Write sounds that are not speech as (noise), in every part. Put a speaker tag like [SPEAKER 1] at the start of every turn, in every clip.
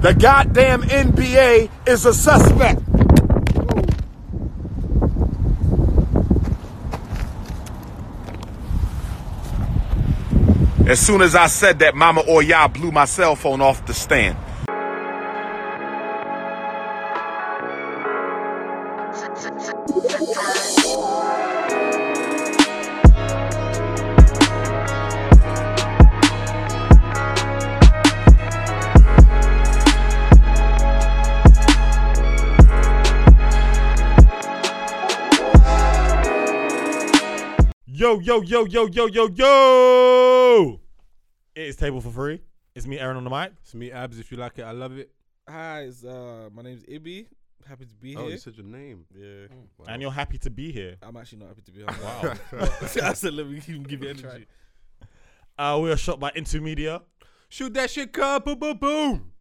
[SPEAKER 1] The goddamn NBA is a suspect. As soon as I said that, Mama Oya blew my cell phone off the stand.
[SPEAKER 2] Yo, yo, yo, yo, yo, yo, yo. It is Table for Free. It's me, Aaron, on the mic.
[SPEAKER 3] It's me, Abs. If you like it, I love it.
[SPEAKER 4] Hi, it's, uh, my name's Ibby. Happy to be
[SPEAKER 3] Oh,
[SPEAKER 4] here.
[SPEAKER 3] you said your name.
[SPEAKER 4] yeah,
[SPEAKER 2] And you're happy to be here.
[SPEAKER 4] I'm actually not happy to be here.
[SPEAKER 2] Wow.
[SPEAKER 4] (laughs) I said, let me give, give you energy.
[SPEAKER 2] uh, we are shot by Into Media.
[SPEAKER 3] Shoot that shit, cup, boom, boom, boom.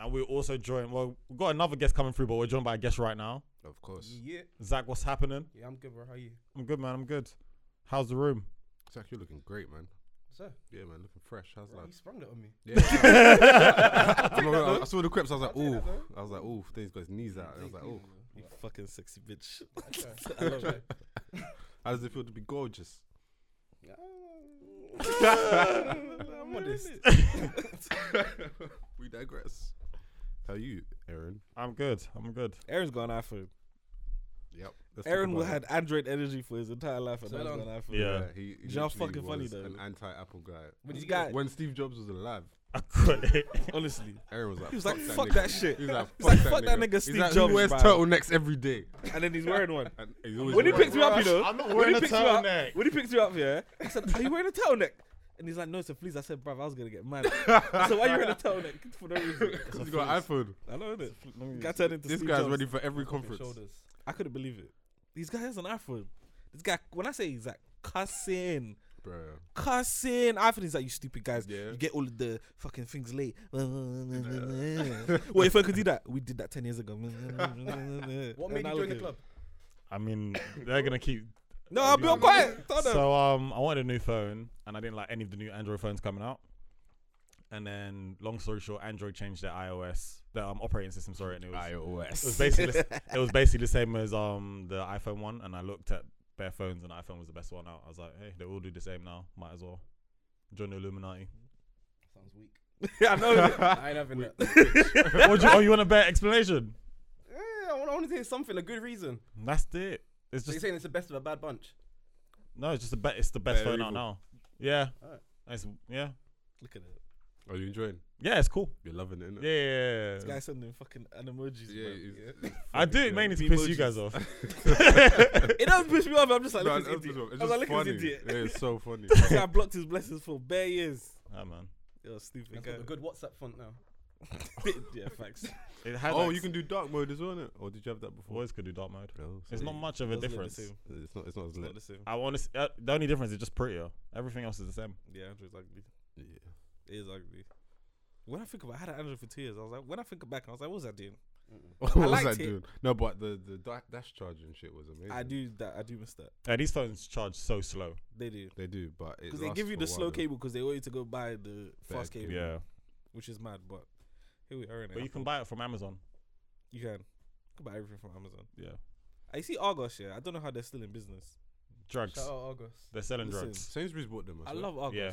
[SPEAKER 2] And we're also joined, well, we've got another guest coming through, but we're joined by a guest right now.
[SPEAKER 3] Of course.
[SPEAKER 4] Yeah,
[SPEAKER 2] Zach, what's happening?
[SPEAKER 4] yeah, I'm good, bro. How are you?
[SPEAKER 2] I'm good, man. I'm good. How's the room?
[SPEAKER 3] Zach, you're looking great, man.
[SPEAKER 4] Sir,
[SPEAKER 3] Yeah, man, looking fresh. How's
[SPEAKER 4] bro,
[SPEAKER 3] life?
[SPEAKER 4] you sprung that on me.
[SPEAKER 3] Yeah. (laughs) I, remember I- I saw the crips. I was like,
[SPEAKER 4] I'll take
[SPEAKER 3] ooh.
[SPEAKER 4] that, though.
[SPEAKER 3] I was like, ooh. Then he's got his knees out. I was like, ooh.
[SPEAKER 4] You fucking sexy bitch. (laughs) I love it.
[SPEAKER 3] How does it feel to be gorgeous?
[SPEAKER 4] (laughs) I'm modest.
[SPEAKER 3] we digress. How you, Aaron?
[SPEAKER 2] I'm good. I'm good.
[SPEAKER 4] Aaron's got an iPhone.
[SPEAKER 3] Yep. Let's talk
[SPEAKER 4] Aaron
[SPEAKER 3] about
[SPEAKER 4] had Android energy for his entire life, and now
[SPEAKER 3] Sit
[SPEAKER 4] he's got
[SPEAKER 3] down.
[SPEAKER 4] an iPhone.
[SPEAKER 3] it.
[SPEAKER 2] Yeah. (laughs)
[SPEAKER 3] he, he
[SPEAKER 4] Is y'all
[SPEAKER 3] literally
[SPEAKER 4] fucking funny,
[SPEAKER 3] was
[SPEAKER 4] though?
[SPEAKER 3] An anti-Apple guy.
[SPEAKER 4] When you got-
[SPEAKER 3] when Steve Jobs was alive,
[SPEAKER 2] I could
[SPEAKER 4] (laughs) Honestly,
[SPEAKER 3] Aaron was like,
[SPEAKER 4] He was
[SPEAKER 3] fuck
[SPEAKER 4] like,
[SPEAKER 3] that
[SPEAKER 4] "Fuck
[SPEAKER 3] nigga."
[SPEAKER 4] that shit.
[SPEAKER 3] He was like,
[SPEAKER 4] He's like,
[SPEAKER 3] fuck that nigga. He's
[SPEAKER 4] Steve
[SPEAKER 3] like,
[SPEAKER 4] Jobs,
[SPEAKER 3] Who wears
[SPEAKER 4] bro."
[SPEAKER 3] turtlenecks every day?
[SPEAKER 4] and then he's wearing one.
[SPEAKER 3] And he's always
[SPEAKER 4] When he
[SPEAKER 3] wearing
[SPEAKER 4] picked me up, you know,
[SPEAKER 1] I'm not
[SPEAKER 4] when
[SPEAKER 1] wearing
[SPEAKER 4] he
[SPEAKER 1] a
[SPEAKER 4] picked me up,
[SPEAKER 1] turtleneck.
[SPEAKER 4] when he picked you up, yeah, I said, "Are you wearing a turtleneck?" And he's like, "No, it's a fleece." I said, "Bruv, I was gonna get mad." I said, "Why are you wearing a turtleneck?" (laughs) For no reason.
[SPEAKER 3] He's got an iPhone.
[SPEAKER 4] I know it. Got turned into
[SPEAKER 3] This
[SPEAKER 4] Steve
[SPEAKER 3] guy's
[SPEAKER 4] Jobs.
[SPEAKER 3] ready for every
[SPEAKER 4] Fucking
[SPEAKER 3] conference.
[SPEAKER 4] Shoulders. I couldn't believe it. This guy has an iPhone. This guy, when I say he's like cussing,
[SPEAKER 3] Bro,
[SPEAKER 4] cussing, iPhone is like you stupid guys.
[SPEAKER 3] Yeah.
[SPEAKER 4] You get all of the fucking things late. (laughs) Wait, if I could do that, we did that ten years ago. (laughs) what
[SPEAKER 5] What made you join the club?
[SPEAKER 2] I mean, they're going to keep.
[SPEAKER 4] No, I'll be all quiet. Tell them.
[SPEAKER 2] So um, I wanted a new phone, and I didn't like any of the new Android phones coming out. And then, long story short, Android changed their iOS, their um, operating system. Sorry, and it was it
[SPEAKER 4] (laughs)
[SPEAKER 2] was
[SPEAKER 3] iOS.
[SPEAKER 2] basically it was basically the same as um the iPhone one. And I looked at bare phones, and the iPhone was the best one out. I was like, hey, they all do the same now. Might as well join the Illuminati.
[SPEAKER 5] Sounds weak.
[SPEAKER 4] I know.
[SPEAKER 5] (laughs)
[SPEAKER 4] it.
[SPEAKER 5] I ain't having that.
[SPEAKER 2] what do you, oh, you want a better explanation?
[SPEAKER 5] Eh, I want, I want to hear something, a good reason.
[SPEAKER 2] That's it. It's
[SPEAKER 5] So you're
[SPEAKER 2] just
[SPEAKER 5] saying it's the best of a bad bunch?
[SPEAKER 2] no, it's just the best. It's the best
[SPEAKER 3] Better
[SPEAKER 2] phone out
[SPEAKER 3] evil.
[SPEAKER 2] now. Yeah,
[SPEAKER 5] Alright.
[SPEAKER 2] it's, yeah,
[SPEAKER 4] Look at it.
[SPEAKER 3] Are Oh, you enjoying?
[SPEAKER 2] yeah. It's cool.
[SPEAKER 3] You're loving it, innit?
[SPEAKER 2] Yeah, yeah, yeah.
[SPEAKER 4] This guy sending fucking an emojis.
[SPEAKER 3] Yeah,
[SPEAKER 4] man.
[SPEAKER 3] it's- (laughs)
[SPEAKER 4] Yeah.
[SPEAKER 2] I do it
[SPEAKER 3] yeah.
[SPEAKER 2] mainly to
[SPEAKER 4] The
[SPEAKER 2] piss you
[SPEAKER 4] emojis.
[SPEAKER 2] guys off.
[SPEAKER 3] (laughs)
[SPEAKER 4] (laughs) it doesn't push me off. I'm just like,
[SPEAKER 3] No,
[SPEAKER 4] look
[SPEAKER 3] it's
[SPEAKER 4] at this idiot.
[SPEAKER 3] it's
[SPEAKER 4] I was
[SPEAKER 3] just
[SPEAKER 4] like, look
[SPEAKER 3] funny.
[SPEAKER 4] at this idiot.
[SPEAKER 3] Yeah, it's
[SPEAKER 4] (laughs)
[SPEAKER 3] so funny.
[SPEAKER 4] This guy blocked his blessings for bare years.
[SPEAKER 2] Ah, man.
[SPEAKER 4] Yo, stupid
[SPEAKER 5] That's
[SPEAKER 4] guy.
[SPEAKER 5] got a good WhatsApp font now.
[SPEAKER 4] (laughs) yeah, facts.
[SPEAKER 2] It has
[SPEAKER 3] oh, you can do dark mode as well, innit? Or did you have that before?
[SPEAKER 2] always could do dark mode.
[SPEAKER 3] No,
[SPEAKER 2] It's
[SPEAKER 3] so
[SPEAKER 2] not much of a
[SPEAKER 4] Doesn't look the
[SPEAKER 2] difference.
[SPEAKER 4] same.
[SPEAKER 3] It's not. It's not as
[SPEAKER 4] It's not
[SPEAKER 3] lit.
[SPEAKER 4] the same.
[SPEAKER 2] I want to. Uh, the only difference is just prettier. Everything else is the same.
[SPEAKER 4] Yeah, Andrew's ugly.
[SPEAKER 3] Yeah. (laughs)
[SPEAKER 4] It is ugly. When I think about, I had an Andrew for two years. I was like, when I think back, I was like, what was I doing?
[SPEAKER 3] what was
[SPEAKER 4] liked
[SPEAKER 3] I
[SPEAKER 4] it.
[SPEAKER 3] doing? No, but the the da- dash charging shit was amazing.
[SPEAKER 4] I do that. I do miss that.
[SPEAKER 2] Uh, these phones charge so slow.
[SPEAKER 4] They do
[SPEAKER 3] They do, but
[SPEAKER 4] because they give you the slow cable because they want you to go buy the fast
[SPEAKER 3] cable.
[SPEAKER 4] cable,
[SPEAKER 2] Yeah,
[SPEAKER 4] which is mad. But here we are. innit?
[SPEAKER 2] but you can buy it from Amazon.
[SPEAKER 4] You can. You can buy everything from Amazon.
[SPEAKER 2] Yeah,
[SPEAKER 4] I see Argos. Yeah, I don't know how they're still in business.
[SPEAKER 2] drugs.
[SPEAKER 5] Shout out Argos.
[SPEAKER 2] They're selling
[SPEAKER 4] Listen.
[SPEAKER 2] drugs.
[SPEAKER 3] Sainsbury's bought them. As
[SPEAKER 4] I
[SPEAKER 3] well.
[SPEAKER 4] love Argos,
[SPEAKER 2] Yeah.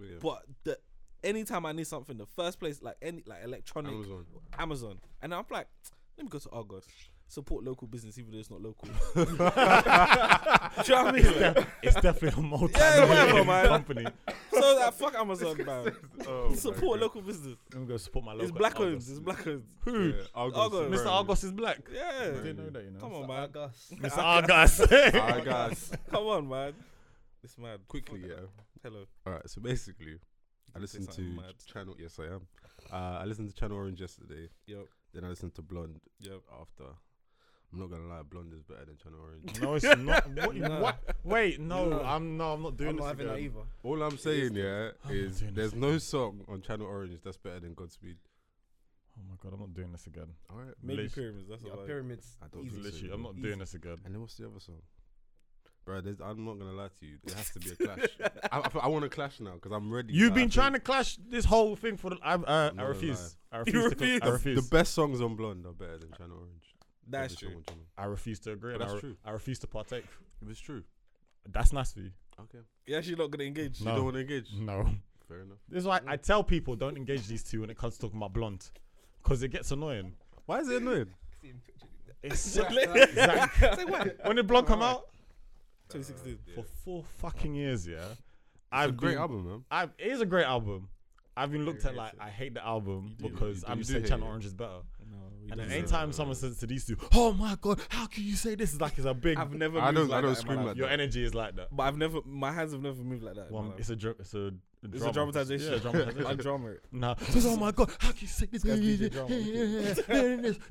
[SPEAKER 3] Yeah.
[SPEAKER 4] but the anytime I need something, the first place like any like electronic Amazon, (laughs)
[SPEAKER 3] Amazon.
[SPEAKER 4] and I'm like, let me go to Argos. Support local business, even though it's not (laughs) local. Do you know what I mean?
[SPEAKER 2] It's, def- it's definitely a multi
[SPEAKER 4] Yeah, whatever, man.
[SPEAKER 2] company.
[SPEAKER 4] so that fuck Amazon, man.
[SPEAKER 3] Oh my
[SPEAKER 4] Support
[SPEAKER 3] God.
[SPEAKER 4] local business.
[SPEAKER 2] I'm gonna go support my local.
[SPEAKER 4] It's black
[SPEAKER 2] Argos.
[SPEAKER 4] owned. It's black owned.
[SPEAKER 2] Who?
[SPEAKER 3] (laughs) Yeah, Argos.
[SPEAKER 4] Argos.
[SPEAKER 2] Mr.
[SPEAKER 3] Bro.
[SPEAKER 2] Argos is black.
[SPEAKER 4] Yeah.
[SPEAKER 2] I didn't know that. You know.
[SPEAKER 4] Come on, Ah,
[SPEAKER 5] Shout
[SPEAKER 4] man.
[SPEAKER 5] out (laughs) Argos.
[SPEAKER 2] Mr. Argos.
[SPEAKER 3] Argos.
[SPEAKER 4] (laughs) Come on, man. It's mad.
[SPEAKER 3] Quickly,
[SPEAKER 4] Fuck that.
[SPEAKER 3] yeah.
[SPEAKER 4] Hello.
[SPEAKER 3] All right. So basically, I
[SPEAKER 4] say
[SPEAKER 3] listened to
[SPEAKER 4] something mad.
[SPEAKER 3] Channel. Yes, I am. Uh, I listened to Channel Orange yesterday.
[SPEAKER 4] Yep.
[SPEAKER 3] Then I listened to Blonde
[SPEAKER 4] Yep.
[SPEAKER 3] after. I'm not gonna lie, Blonde is better than Channel
[SPEAKER 4] (laughs)
[SPEAKER 3] Orange. (laughs)
[SPEAKER 2] No, it's not. What?
[SPEAKER 4] Nah.
[SPEAKER 2] what? Wait, no,
[SPEAKER 5] No.
[SPEAKER 2] I'm no, I'm not doing
[SPEAKER 5] I'm not
[SPEAKER 2] this
[SPEAKER 5] having that
[SPEAKER 2] again.
[SPEAKER 5] either.
[SPEAKER 3] All I'm saying, yeah,
[SPEAKER 4] Oh
[SPEAKER 2] I'm
[SPEAKER 3] is
[SPEAKER 2] doing
[SPEAKER 3] there's
[SPEAKER 2] this
[SPEAKER 3] no song on Channel Orange that's better than Godspeed.
[SPEAKER 2] Oh my god, I'm not doing this again.
[SPEAKER 3] All right.
[SPEAKER 4] Maybe
[SPEAKER 2] Lit-
[SPEAKER 4] pyramids. That's
[SPEAKER 5] Yeah,
[SPEAKER 4] about it.
[SPEAKER 5] pyramids.
[SPEAKER 3] I don't
[SPEAKER 5] Easy.
[SPEAKER 3] think so.
[SPEAKER 2] Literally, I'm not
[SPEAKER 5] Easy.
[SPEAKER 2] doing this again.
[SPEAKER 3] And then what's the other song? Bro, there's, I'm not gonna lie to you. There has to be a clash. (laughs) I, I, want to clash now because I'm ready.
[SPEAKER 2] You've
[SPEAKER 3] Like, I
[SPEAKER 2] been
[SPEAKER 3] think
[SPEAKER 2] trying to clash this whole thing for the. I, uh, I
[SPEAKER 3] No,
[SPEAKER 2] refuse. I
[SPEAKER 4] You
[SPEAKER 2] refuse. to cl- I
[SPEAKER 3] the-
[SPEAKER 2] refuse.
[SPEAKER 3] The best songs on Blonde are better than Channel Orange.
[SPEAKER 4] That's
[SPEAKER 3] Every
[SPEAKER 4] true.
[SPEAKER 3] song on Channel-
[SPEAKER 2] I refuse to agree.
[SPEAKER 3] But
[SPEAKER 2] and I
[SPEAKER 3] that's
[SPEAKER 2] re-
[SPEAKER 3] true.
[SPEAKER 2] I refuse to partake.
[SPEAKER 3] If it's true,
[SPEAKER 2] That's nice for you.
[SPEAKER 3] okay.
[SPEAKER 4] You're actually not gonna
[SPEAKER 5] (laughs)
[SPEAKER 4] engage.
[SPEAKER 3] You don't
[SPEAKER 2] No, Mm-hmm.
[SPEAKER 3] want to engage.
[SPEAKER 2] no.
[SPEAKER 3] Fair enough.
[SPEAKER 2] This is why I tell people don't engage these two when it comes to talking about blonde, because it gets annoying.
[SPEAKER 3] Why is it annoying?
[SPEAKER 2] It's (laughs) so- Zach, (laughs) when did blonde come out?
[SPEAKER 4] 2016.
[SPEAKER 2] For four fucking years, yeah.
[SPEAKER 3] It's
[SPEAKER 2] I've
[SPEAKER 3] a great
[SPEAKER 2] been-
[SPEAKER 3] album, man.
[SPEAKER 2] I've, it is a great album. I've been looked at
[SPEAKER 3] hate
[SPEAKER 2] like
[SPEAKER 3] it.
[SPEAKER 2] I hate the album
[SPEAKER 3] do,
[SPEAKER 2] because
[SPEAKER 3] you do,
[SPEAKER 2] I'm just
[SPEAKER 3] you
[SPEAKER 2] saying
[SPEAKER 3] do hate
[SPEAKER 2] Channel
[SPEAKER 3] it.
[SPEAKER 2] Orange is better.
[SPEAKER 4] No,
[SPEAKER 2] And
[SPEAKER 3] don't.
[SPEAKER 2] then
[SPEAKER 3] No,
[SPEAKER 2] anytime
[SPEAKER 3] no,
[SPEAKER 2] someone
[SPEAKER 3] no.
[SPEAKER 2] says to these two, "Oh my god, how can you say this?" It's like it's a big.
[SPEAKER 4] I've never.
[SPEAKER 3] I
[SPEAKER 4] moved
[SPEAKER 3] don't.
[SPEAKER 4] Like
[SPEAKER 3] I don't
[SPEAKER 4] that in my
[SPEAKER 3] scream
[SPEAKER 4] life.
[SPEAKER 3] like
[SPEAKER 2] your
[SPEAKER 3] that.
[SPEAKER 2] energy is like that.
[SPEAKER 4] But I've never. My hands have never moved like that. in my
[SPEAKER 2] Well,
[SPEAKER 4] life.
[SPEAKER 2] it's a dr- it's a
[SPEAKER 4] It's a dramatization. (laughs)
[SPEAKER 2] Yeah, dramatization.
[SPEAKER 4] I drama it.
[SPEAKER 2] Nah. Says, (laughs) oh my god, how can you say this?
[SPEAKER 4] That's DJ Drama, look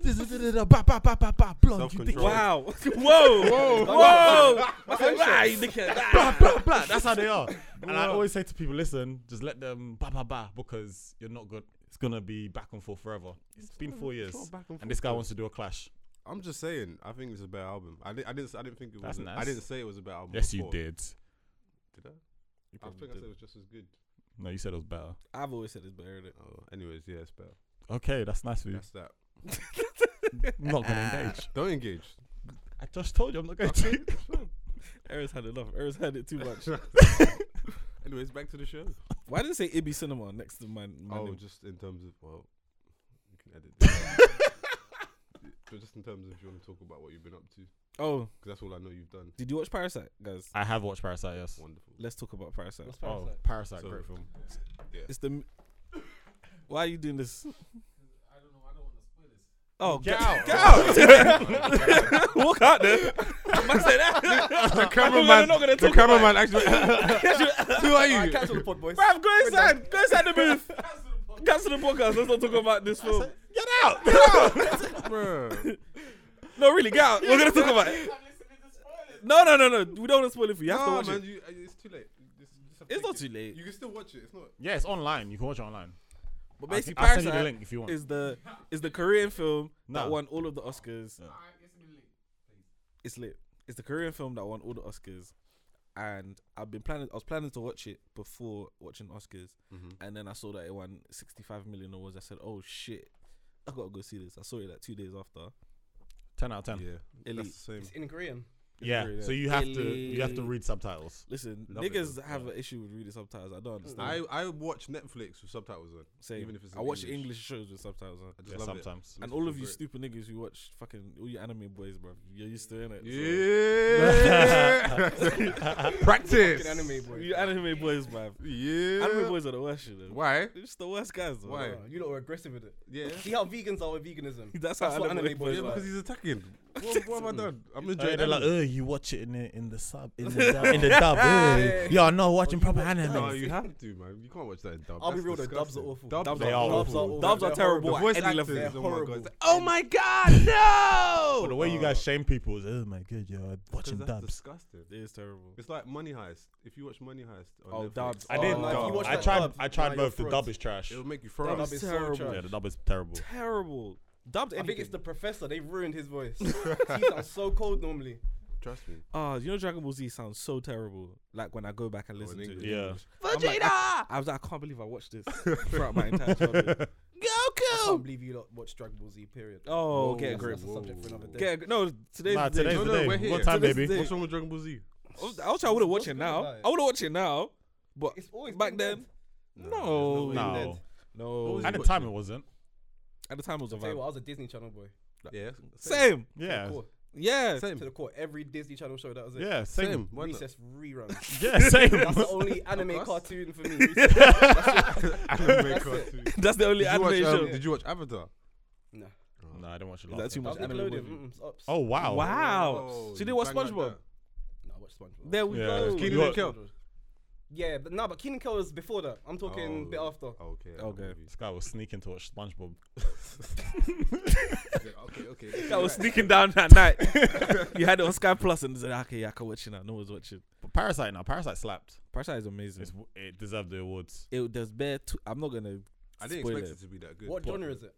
[SPEAKER 2] this, this, this, this, ba, ba, ba, ba, ba, blonde. You think
[SPEAKER 3] Self-control.
[SPEAKER 2] blah,
[SPEAKER 4] Wow. (laughs) Whoa. Whoa. Whoa. I said, "Rah, you dickhead, rah."
[SPEAKER 2] blah, blah. That's how they are. (laughs) And I always say to people, listen, just let them ba, ba, ba, because you're not good. It's gonna be back and forth forever. It's been four years,
[SPEAKER 3] not back and
[SPEAKER 2] and this guy
[SPEAKER 3] forth.
[SPEAKER 2] wants to do a clash.
[SPEAKER 3] I'm just saying. I think it's a better album. I, di- I didn't. I didn't think it
[SPEAKER 2] That's
[SPEAKER 3] was. a- I
[SPEAKER 2] nice.
[SPEAKER 3] didn't say it was a better album.
[SPEAKER 2] Yes, you
[SPEAKER 3] before.
[SPEAKER 2] did.
[SPEAKER 3] Did I? I think I said it was just as good.
[SPEAKER 2] No, you said it was better.
[SPEAKER 4] I've always said it's better. innit?
[SPEAKER 3] Oh, anyways, yeah, it's better.
[SPEAKER 2] Okay, that's nice of you. (laughs)
[SPEAKER 3] That's that.
[SPEAKER 2] I'm not gonna engage.
[SPEAKER 3] Don't engage. (laughs)
[SPEAKER 4] (laughs)
[SPEAKER 2] I just told you I'm not going to.
[SPEAKER 4] Eric's had enough. Eric's had it too much.
[SPEAKER 3] Anyways, back to the show.
[SPEAKER 4] Why did it say Ibby Cinema next to my, my
[SPEAKER 3] Oh,
[SPEAKER 4] name?
[SPEAKER 3] just in terms of well, you can edit. this. (laughs) but just in terms of if you want to talk about what you've been up to,
[SPEAKER 4] Oh,
[SPEAKER 3] because that's all I know you've done.
[SPEAKER 4] did you watch Parasite, guys?
[SPEAKER 2] I have watched Parasite. Yes.
[SPEAKER 3] Wonderful.
[SPEAKER 4] Let's talk about Parasite.
[SPEAKER 5] What's
[SPEAKER 2] Oh,
[SPEAKER 5] Parasite?
[SPEAKER 2] Parasite,
[SPEAKER 3] So-
[SPEAKER 2] great film.
[SPEAKER 4] It's the. m- Why are you doing this?
[SPEAKER 2] Oh, get out!
[SPEAKER 4] Get (laughs) out! Walk out there.
[SPEAKER 3] the
[SPEAKER 4] cameraman- not gonna the talk cameraman
[SPEAKER 3] actually. Who are you?
[SPEAKER 5] Cancel the pod, boys.
[SPEAKER 4] Bruv, go inside. Go inside the booth. Cancel the podcast. Let's not talk about this film. Get out.
[SPEAKER 3] Bro,
[SPEAKER 4] no, really, get out. We're going to talk about it. No, no, no, no. We don't want to spoil it for you. You have to watch
[SPEAKER 3] man,
[SPEAKER 4] it.
[SPEAKER 3] you- uh, it's too late. You just- you just have to
[SPEAKER 4] It's
[SPEAKER 3] take
[SPEAKER 4] not
[SPEAKER 3] it.
[SPEAKER 4] too late.
[SPEAKER 3] You can still watch it. It's not.
[SPEAKER 2] Yeah, it's online. You can watch it online.
[SPEAKER 4] But
[SPEAKER 2] I'll
[SPEAKER 4] basically,
[SPEAKER 2] s- I'll send you the
[SPEAKER 4] Parasite
[SPEAKER 2] link if you want.
[SPEAKER 4] is the is the Korean film that
[SPEAKER 2] No.
[SPEAKER 4] won all of the Oscars. It's lit. It's the Korean film that won all the Oscars, and I've been planning. I was planning to watch it before watching Oscars,
[SPEAKER 3] Mm-hmm.
[SPEAKER 4] and then I saw that it won 65 million awards. I said, "Oh shit, I gotta go see this." I saw it like two days after.
[SPEAKER 2] Ten out of ten.
[SPEAKER 3] Yeah,
[SPEAKER 4] Elite.
[SPEAKER 3] that's the same.
[SPEAKER 5] It's in Korean.
[SPEAKER 2] Yeah,
[SPEAKER 4] Really
[SPEAKER 2] so you have to
[SPEAKER 4] Really?
[SPEAKER 2] you have to read subtitles.
[SPEAKER 4] Listen,
[SPEAKER 3] Love it,
[SPEAKER 4] niggas
[SPEAKER 3] though.
[SPEAKER 4] have an issue with reading subtitles. I don't understand.
[SPEAKER 3] Mm. I, I watch Netflix with subtitles on,
[SPEAKER 4] Same.
[SPEAKER 3] even if it's.
[SPEAKER 4] I
[SPEAKER 3] in
[SPEAKER 4] watch English. shows with subtitles on.
[SPEAKER 3] I just
[SPEAKER 2] Yeah,
[SPEAKER 3] love
[SPEAKER 2] sometimes.
[SPEAKER 3] it.
[SPEAKER 4] And all of you stupid niggas who watch fucking all you anime boys, bro, you're used to it. innit? So-
[SPEAKER 3] Yeah. Practice.
[SPEAKER 5] Fucking anime, boys.
[SPEAKER 4] You anime boys, man.
[SPEAKER 3] Yeah.
[SPEAKER 4] Anime boys are the worst, you know.
[SPEAKER 3] Why?
[SPEAKER 4] They're just the worst guys, bro.
[SPEAKER 3] Why?
[SPEAKER 5] You lot are aggressive with it.
[SPEAKER 3] Yeah.
[SPEAKER 5] See how vegans are with veganism.
[SPEAKER 4] (laughs) That's how
[SPEAKER 5] what
[SPEAKER 4] anime boys
[SPEAKER 3] Yeah,
[SPEAKER 4] are.
[SPEAKER 3] because he's
[SPEAKER 4] (laughs)
[SPEAKER 3] attacking. What, what have I done? I'm
[SPEAKER 2] Oh, yeah,
[SPEAKER 3] enjoying
[SPEAKER 2] they're
[SPEAKER 3] it.
[SPEAKER 2] like, oh, you watch it in the in the sub in the dub, in the dub. ugh. Y'all not watching proper anime.
[SPEAKER 3] no, you have to, man. You can't watch that in dub.
[SPEAKER 5] I'll be
[SPEAKER 3] That's
[SPEAKER 5] real, the
[SPEAKER 3] disgusting.
[SPEAKER 5] dubs are awful.
[SPEAKER 3] Dubs,
[SPEAKER 4] Dubs
[SPEAKER 2] They
[SPEAKER 4] are
[SPEAKER 2] are
[SPEAKER 4] dubs
[SPEAKER 2] awful.
[SPEAKER 4] are, dubs are
[SPEAKER 5] They're
[SPEAKER 4] terrible.
[SPEAKER 3] The
[SPEAKER 4] at
[SPEAKER 3] voice
[SPEAKER 4] any level.
[SPEAKER 3] actors.
[SPEAKER 5] They're
[SPEAKER 3] Oh my
[SPEAKER 5] horrible.
[SPEAKER 3] god. It's- Oh my god. No.
[SPEAKER 2] But Oh, the way you guys shame people is, oh my god, you're watching
[SPEAKER 3] That's
[SPEAKER 2] dubs.
[SPEAKER 3] disgusting.
[SPEAKER 4] It is terrible.
[SPEAKER 3] It's like Money Heist. If you watch Money Heist, on
[SPEAKER 4] Oh,
[SPEAKER 3] Netflix,
[SPEAKER 4] dubs.
[SPEAKER 2] I
[SPEAKER 4] Oh,
[SPEAKER 2] didn't.
[SPEAKER 4] no,
[SPEAKER 5] if you
[SPEAKER 2] dub.
[SPEAKER 5] watch
[SPEAKER 2] I
[SPEAKER 5] that
[SPEAKER 2] tried.
[SPEAKER 5] dub,
[SPEAKER 2] I tried
[SPEAKER 5] nah, you're
[SPEAKER 2] both. The
[SPEAKER 5] frauds.
[SPEAKER 2] dub is trash.
[SPEAKER 3] It'll make you throw up.
[SPEAKER 4] Dubs.
[SPEAKER 5] so
[SPEAKER 4] terrible.
[SPEAKER 5] trash.
[SPEAKER 2] Yeah, the dub is terrible.
[SPEAKER 4] Terrible. Dubbed
[SPEAKER 5] I think it's
[SPEAKER 4] anything.
[SPEAKER 5] the professor. They ruined his voice. he sounds so cold normally.
[SPEAKER 3] Trust me.
[SPEAKER 4] Ah, you know Dragon Ball Z sounds so terrible. Like when I go
[SPEAKER 3] Oh,
[SPEAKER 4] back and listen to it.
[SPEAKER 3] English.
[SPEAKER 2] Yeah,
[SPEAKER 4] I'm like, I, I was like, I can't believe I
[SPEAKER 3] (laughs)
[SPEAKER 4] watched this throughout my entire childhood.
[SPEAKER 5] I can't believe you lot watch Dragon Ball Z. Period.
[SPEAKER 4] Oh, get a
[SPEAKER 5] That's-
[SPEAKER 4] grip.
[SPEAKER 5] That's a subject for another day.
[SPEAKER 4] Get a, no, today's
[SPEAKER 2] Nah,
[SPEAKER 4] the day.
[SPEAKER 2] today's
[SPEAKER 3] No,
[SPEAKER 2] the
[SPEAKER 3] no,
[SPEAKER 2] day.
[SPEAKER 3] we're
[SPEAKER 2] What
[SPEAKER 3] here.
[SPEAKER 2] time,
[SPEAKER 4] Today's the
[SPEAKER 2] baby?
[SPEAKER 4] day.
[SPEAKER 3] What's wrong with Dragon Ball Z?
[SPEAKER 4] I was- I wish I would have watched it
[SPEAKER 5] good
[SPEAKER 4] now.
[SPEAKER 5] about it?
[SPEAKER 4] I would have watched it now, but
[SPEAKER 5] It's always
[SPEAKER 4] back
[SPEAKER 5] been
[SPEAKER 4] then, no,
[SPEAKER 5] dead.
[SPEAKER 3] there's no way.
[SPEAKER 2] No,
[SPEAKER 4] no.
[SPEAKER 3] was
[SPEAKER 2] at
[SPEAKER 4] At
[SPEAKER 2] the
[SPEAKER 4] the,
[SPEAKER 3] watching.
[SPEAKER 2] time it wasn't.
[SPEAKER 4] at the time, it was a
[SPEAKER 5] I'll tell you what,
[SPEAKER 4] vibe.
[SPEAKER 5] I was a Disney Channel boy.
[SPEAKER 3] Yeah.
[SPEAKER 4] Same,
[SPEAKER 2] Yeah,
[SPEAKER 5] Cool.
[SPEAKER 4] yeah.
[SPEAKER 3] Same.
[SPEAKER 5] To the core, every Disney Channel show that was it.
[SPEAKER 2] yeah, same.
[SPEAKER 3] Same. Why not?
[SPEAKER 5] Recess
[SPEAKER 2] (laughs)
[SPEAKER 5] reruns.
[SPEAKER 2] Yeah, same.
[SPEAKER 5] That's the
[SPEAKER 2] (laughs)
[SPEAKER 5] only anime
[SPEAKER 3] course.
[SPEAKER 5] cartoon for me. Recess.
[SPEAKER 3] (laughs) Anime cartoon.
[SPEAKER 4] (laughs) That's the
[SPEAKER 3] Did
[SPEAKER 4] only
[SPEAKER 3] you watch,
[SPEAKER 4] animation.
[SPEAKER 3] um, Did you watch Avatar?
[SPEAKER 5] No,
[SPEAKER 2] No, I don't watch it.
[SPEAKER 4] Is that too
[SPEAKER 5] that
[SPEAKER 4] much
[SPEAKER 5] was
[SPEAKER 4] anime?
[SPEAKER 5] Nickelodeon.
[SPEAKER 4] movie?
[SPEAKER 5] Mm-mm, it's ups.
[SPEAKER 2] Oh wow.
[SPEAKER 4] Wow.
[SPEAKER 3] Oh,
[SPEAKER 4] so you
[SPEAKER 3] you
[SPEAKER 4] didn't watch
[SPEAKER 3] bang like
[SPEAKER 4] SpongeBob?
[SPEAKER 3] that.
[SPEAKER 5] No, I watched SpongeBob.
[SPEAKER 4] There we
[SPEAKER 2] Yeah,
[SPEAKER 4] go.
[SPEAKER 5] (laughs)
[SPEAKER 2] it's
[SPEAKER 3] Keenan
[SPEAKER 2] You got-
[SPEAKER 3] and Kel.
[SPEAKER 5] yeah, but no, but Keenan Kel was before that. I'm talking
[SPEAKER 3] Oh.
[SPEAKER 5] a bit after.
[SPEAKER 3] Okay.
[SPEAKER 4] Okay.
[SPEAKER 2] (laughs) This guy was sneaking to watch SpongeBob.
[SPEAKER 3] Okay. Okay.
[SPEAKER 4] That was sneaking down that night. you had it on Sky Plus and said, "Okay, yeah, I can watch it now." No one's watching.
[SPEAKER 2] But Parasite now. Parasite slapped.
[SPEAKER 4] Parasite is amazing.
[SPEAKER 2] It's, it deserved the awards.
[SPEAKER 4] It does bear. T- I'm not gonna
[SPEAKER 3] I didn't
[SPEAKER 4] spoil
[SPEAKER 3] expect
[SPEAKER 4] it.
[SPEAKER 3] it to be that good.
[SPEAKER 5] What genre is it?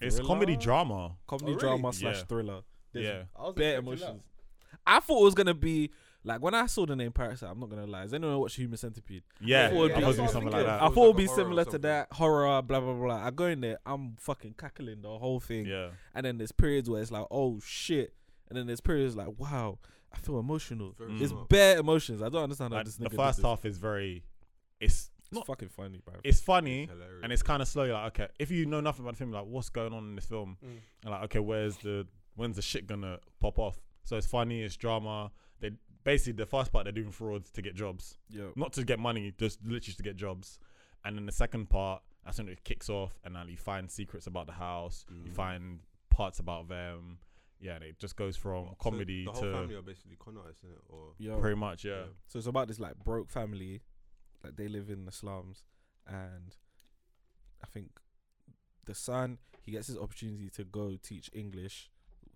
[SPEAKER 2] It's comedy
[SPEAKER 4] Thriller?
[SPEAKER 2] drama.
[SPEAKER 4] comedy
[SPEAKER 5] Oh, really?
[SPEAKER 4] drama slash
[SPEAKER 2] Yeah.
[SPEAKER 4] thriller. There's
[SPEAKER 2] yeah.
[SPEAKER 5] I was
[SPEAKER 4] bare
[SPEAKER 5] expecting that.
[SPEAKER 4] emotions. I thought it was gonna be Like when I saw the name Parasite, I'm not gonna lie. Does anyone watch Human Centipede?
[SPEAKER 2] Yeah,
[SPEAKER 4] thought it'd
[SPEAKER 2] I was
[SPEAKER 4] be- that's what
[SPEAKER 2] doing
[SPEAKER 4] I'm
[SPEAKER 2] something like
[SPEAKER 3] thinking.
[SPEAKER 4] I
[SPEAKER 2] that.
[SPEAKER 3] was
[SPEAKER 4] thought
[SPEAKER 3] like
[SPEAKER 4] it'd
[SPEAKER 3] a horror
[SPEAKER 4] be
[SPEAKER 3] or
[SPEAKER 4] similar to
[SPEAKER 3] something.
[SPEAKER 4] that horror, blah blah blah. I go in there, I'm fucking cackling the whole thing.
[SPEAKER 2] Yeah,
[SPEAKER 4] And then there's periods where it's like, oh shit. And then there's periods like, wow, I feel emotional.
[SPEAKER 3] Very
[SPEAKER 4] It's
[SPEAKER 3] smart.
[SPEAKER 4] bare emotions. I don't understand how
[SPEAKER 2] Mm. like,
[SPEAKER 4] this
[SPEAKER 2] the
[SPEAKER 4] nigga
[SPEAKER 2] first
[SPEAKER 4] did this.
[SPEAKER 2] half is very. It's
[SPEAKER 4] It's
[SPEAKER 2] not.
[SPEAKER 4] fucking funny, bro.
[SPEAKER 2] It's funny.
[SPEAKER 3] hilarious.
[SPEAKER 2] and it's kind of slow. You're like, okay, if you know nothing about the film, you're like, what's going on in this film?
[SPEAKER 5] Mm.
[SPEAKER 2] And like, okay, where's the when's the shit gonna pop off? So it's funny, it's drama. They basically the first part they're doing frauds to get jobs,
[SPEAKER 4] Yeah.
[SPEAKER 2] not to get money, just literally to get jobs. And then the second part, that's when it kicks off, and then you find secrets about the house, you
[SPEAKER 3] Mm.
[SPEAKER 2] find parts about them. Yeah, and it just goes from
[SPEAKER 3] So
[SPEAKER 2] comedy
[SPEAKER 3] the whole family
[SPEAKER 2] to
[SPEAKER 3] are basically con artists, innit? Or
[SPEAKER 4] Yo.
[SPEAKER 2] pretty much, yeah.
[SPEAKER 4] So it's about this like broke family, like they live in the slums, and I think the son he gets his opportunity to go teach English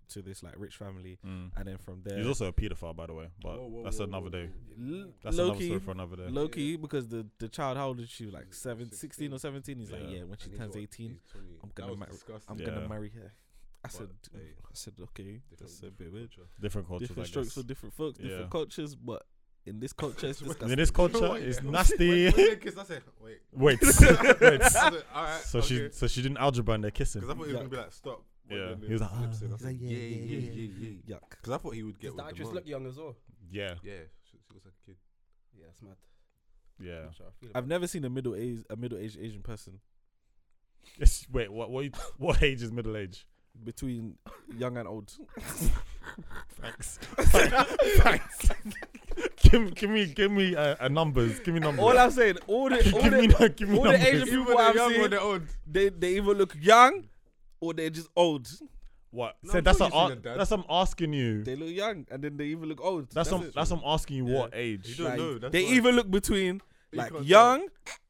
[SPEAKER 4] to this like rich family,
[SPEAKER 2] Mm.
[SPEAKER 4] and then from there,
[SPEAKER 2] He's also a paedophile, by the way, but
[SPEAKER 3] Whoa, whoa,
[SPEAKER 2] that's
[SPEAKER 3] whoa,
[SPEAKER 2] another
[SPEAKER 3] whoa,
[SPEAKER 2] day.
[SPEAKER 3] whoa.
[SPEAKER 4] L-
[SPEAKER 2] That's another
[SPEAKER 4] Loki,
[SPEAKER 2] story for another day.
[SPEAKER 4] Loki, because the the child how old is she like seven,
[SPEAKER 3] 16.
[SPEAKER 4] 16 or seventeen? He's like
[SPEAKER 2] Yeah.
[SPEAKER 4] yeah, when she
[SPEAKER 3] And he's
[SPEAKER 4] turns
[SPEAKER 3] what,
[SPEAKER 4] eighteen,
[SPEAKER 3] he's 20.
[SPEAKER 4] I'm
[SPEAKER 3] That
[SPEAKER 4] gonna
[SPEAKER 3] was
[SPEAKER 4] marry-
[SPEAKER 3] disgusting.
[SPEAKER 4] I'm
[SPEAKER 2] Yeah.
[SPEAKER 4] gonna marry her. I said,
[SPEAKER 3] hey,
[SPEAKER 4] I said okay,
[SPEAKER 3] Different-
[SPEAKER 4] that's a bit
[SPEAKER 3] different
[SPEAKER 4] weird.
[SPEAKER 3] culture.
[SPEAKER 2] Different cultures,
[SPEAKER 4] Different
[SPEAKER 2] I
[SPEAKER 4] strokes
[SPEAKER 2] guess.
[SPEAKER 4] for different folks, different
[SPEAKER 2] Yeah.
[SPEAKER 4] cultures, but in this culture, it's disgusting.
[SPEAKER 2] (laughs) In this culture,
[SPEAKER 3] Wait, (laughs)
[SPEAKER 2] it's
[SPEAKER 3] wait,
[SPEAKER 2] nasty.
[SPEAKER 3] When they kissed, I said, wait.
[SPEAKER 2] Wait,
[SPEAKER 3] I (laughs)
[SPEAKER 2] wait.
[SPEAKER 3] said, all right.
[SPEAKER 2] So she, so she didn't algebra and they're kissing.
[SPEAKER 3] Because I thought he was gonna be like, stop. when
[SPEAKER 2] Yeah.
[SPEAKER 3] the
[SPEAKER 2] He was like,
[SPEAKER 3] flips
[SPEAKER 2] ah.
[SPEAKER 3] in. I
[SPEAKER 4] He's like,
[SPEAKER 3] said, yeah, yeah, yeah, yeah.
[SPEAKER 4] Yuck.
[SPEAKER 3] Because I thought he would get
[SPEAKER 5] Does
[SPEAKER 3] with
[SPEAKER 5] the actress
[SPEAKER 3] mom.
[SPEAKER 5] look young as well?
[SPEAKER 2] Yeah,
[SPEAKER 3] Yeah, she, she looks like a kid.
[SPEAKER 5] Yeah, that's mad.
[SPEAKER 2] yeah.
[SPEAKER 5] Not sure how I feel about
[SPEAKER 4] I've never seen a middle age a middle aged Asian person
[SPEAKER 2] It's, wait, what? What? You, what age is middle age?
[SPEAKER 4] between young
[SPEAKER 2] (laughs)
[SPEAKER 4] and old. (laughs)
[SPEAKER 2] Thanks. Thanks. give, give me, give me uh, a numbers. Give me numbers.
[SPEAKER 4] all I'm saying, all the
[SPEAKER 2] (laughs)
[SPEAKER 4] all
[SPEAKER 2] give me,
[SPEAKER 4] the,
[SPEAKER 2] no- give me
[SPEAKER 4] all the
[SPEAKER 2] numbers.
[SPEAKER 4] Asian people I've seen,
[SPEAKER 3] old.
[SPEAKER 4] (laughs) they they either look young or they're just old.
[SPEAKER 2] what?
[SPEAKER 3] No,
[SPEAKER 2] so
[SPEAKER 3] I'm
[SPEAKER 2] that's
[SPEAKER 3] sure
[SPEAKER 2] a,
[SPEAKER 3] you've
[SPEAKER 2] uh,
[SPEAKER 3] seen a dad.
[SPEAKER 2] that's I'm asking you.
[SPEAKER 4] They look young and then they even look old.
[SPEAKER 2] That's some.
[SPEAKER 4] it.
[SPEAKER 2] That's I'm asking you
[SPEAKER 4] Yeah.
[SPEAKER 2] what
[SPEAKER 3] You
[SPEAKER 2] age.
[SPEAKER 3] don't
[SPEAKER 4] Like,
[SPEAKER 3] know. That's
[SPEAKER 4] they
[SPEAKER 3] why.
[SPEAKER 4] even look between
[SPEAKER 3] You
[SPEAKER 4] like
[SPEAKER 3] can't tell.
[SPEAKER 4] young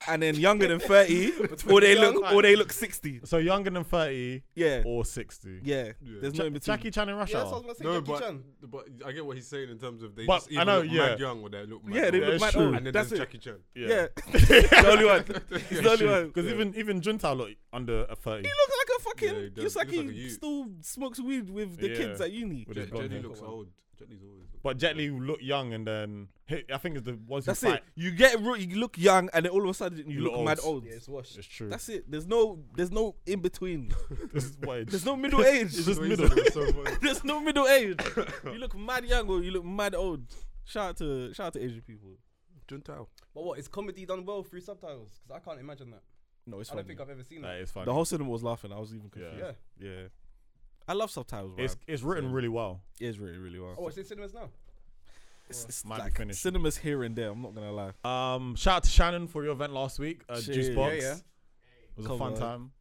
[SPEAKER 4] and then younger than thirty, or they
[SPEAKER 2] young
[SPEAKER 4] look
[SPEAKER 2] and-
[SPEAKER 4] or they look sixty.
[SPEAKER 2] So younger than thirty
[SPEAKER 4] Yeah,
[SPEAKER 2] or sixty.
[SPEAKER 4] yeah.
[SPEAKER 3] Yeah.
[SPEAKER 4] There's
[SPEAKER 2] Ja-
[SPEAKER 4] no in between.
[SPEAKER 2] Jackie Chan in Rush
[SPEAKER 5] Yeah, that's
[SPEAKER 2] Hour.
[SPEAKER 5] what I was
[SPEAKER 3] No,
[SPEAKER 5] gonna say. Jackie
[SPEAKER 3] but,
[SPEAKER 5] Chan.
[SPEAKER 3] but I get what he's saying in terms of they
[SPEAKER 2] But
[SPEAKER 3] just
[SPEAKER 2] I
[SPEAKER 3] either
[SPEAKER 2] know,
[SPEAKER 3] look
[SPEAKER 2] yeah.
[SPEAKER 3] mad young or they look mad
[SPEAKER 4] Yeah,
[SPEAKER 3] old.
[SPEAKER 4] they
[SPEAKER 2] Yeah,
[SPEAKER 4] look
[SPEAKER 2] it's
[SPEAKER 4] mad
[SPEAKER 2] true.
[SPEAKER 4] old.
[SPEAKER 3] And then
[SPEAKER 4] that's
[SPEAKER 3] there's
[SPEAKER 4] it.
[SPEAKER 3] Jackie Chan.
[SPEAKER 4] (laughs) Yeah, the only one. He's the only one.
[SPEAKER 2] Because even even Juntao look under a thirty
[SPEAKER 4] He looks like a
[SPEAKER 3] Yeah, he
[SPEAKER 4] fucking.
[SPEAKER 3] does.
[SPEAKER 4] it's like
[SPEAKER 3] He
[SPEAKER 4] he,
[SPEAKER 3] looks like a youth.
[SPEAKER 4] still smokes weed with the
[SPEAKER 2] Yeah.
[SPEAKER 4] kids at uni.
[SPEAKER 2] with
[SPEAKER 3] Jet-
[SPEAKER 2] his blonde
[SPEAKER 3] Jet Li
[SPEAKER 2] hair.
[SPEAKER 3] looks old. Jet Li's always looked
[SPEAKER 2] But
[SPEAKER 3] old.
[SPEAKER 2] Jet Li look young, and then he, I think it's the ones
[SPEAKER 4] That's
[SPEAKER 2] who fight.
[SPEAKER 4] it. You get ru- you look young, and then all of a sudden you
[SPEAKER 2] You
[SPEAKER 4] look,
[SPEAKER 2] look
[SPEAKER 4] mad
[SPEAKER 2] old.
[SPEAKER 4] old.
[SPEAKER 5] Yeah, it's washed.
[SPEAKER 2] It's true.
[SPEAKER 4] That's it. There's no there's no in between.
[SPEAKER 2] (laughs) this is what age.
[SPEAKER 4] (laughs) There's (laughs) no middle age.
[SPEAKER 2] It's just
[SPEAKER 3] The way he
[SPEAKER 2] middle.
[SPEAKER 3] said it
[SPEAKER 2] (laughs)
[SPEAKER 3] was so funny.
[SPEAKER 4] (laughs) there's no middle age. You look mad young or you look mad old. Shout out to shout out to Asian people.
[SPEAKER 3] Juntao.
[SPEAKER 5] But what is comedy done well through subtitles? Because I can't imagine that.
[SPEAKER 4] No, it's
[SPEAKER 5] I
[SPEAKER 4] funny.
[SPEAKER 5] don't think I've ever seen
[SPEAKER 2] That
[SPEAKER 5] that.
[SPEAKER 2] is funny.
[SPEAKER 4] the whole cinema was laughing. I was even
[SPEAKER 2] Yeah.
[SPEAKER 4] confused.
[SPEAKER 5] Yeah.
[SPEAKER 4] Yeah, I love subtitles. Bro.
[SPEAKER 2] it's
[SPEAKER 4] It's,
[SPEAKER 2] it's written really well.
[SPEAKER 4] really really well.
[SPEAKER 5] Oh, it's in cinemas now.
[SPEAKER 4] it's it's
[SPEAKER 2] Might be
[SPEAKER 4] like
[SPEAKER 2] finished.
[SPEAKER 4] cinemas here and there. I'm not gonna lie.
[SPEAKER 2] Um, shout out to Shannon for your event last week. Uh,
[SPEAKER 4] Cheers.
[SPEAKER 2] Juice box.
[SPEAKER 5] Yeah, yeah.
[SPEAKER 2] It was
[SPEAKER 4] Come
[SPEAKER 2] a fun
[SPEAKER 4] on.
[SPEAKER 2] time.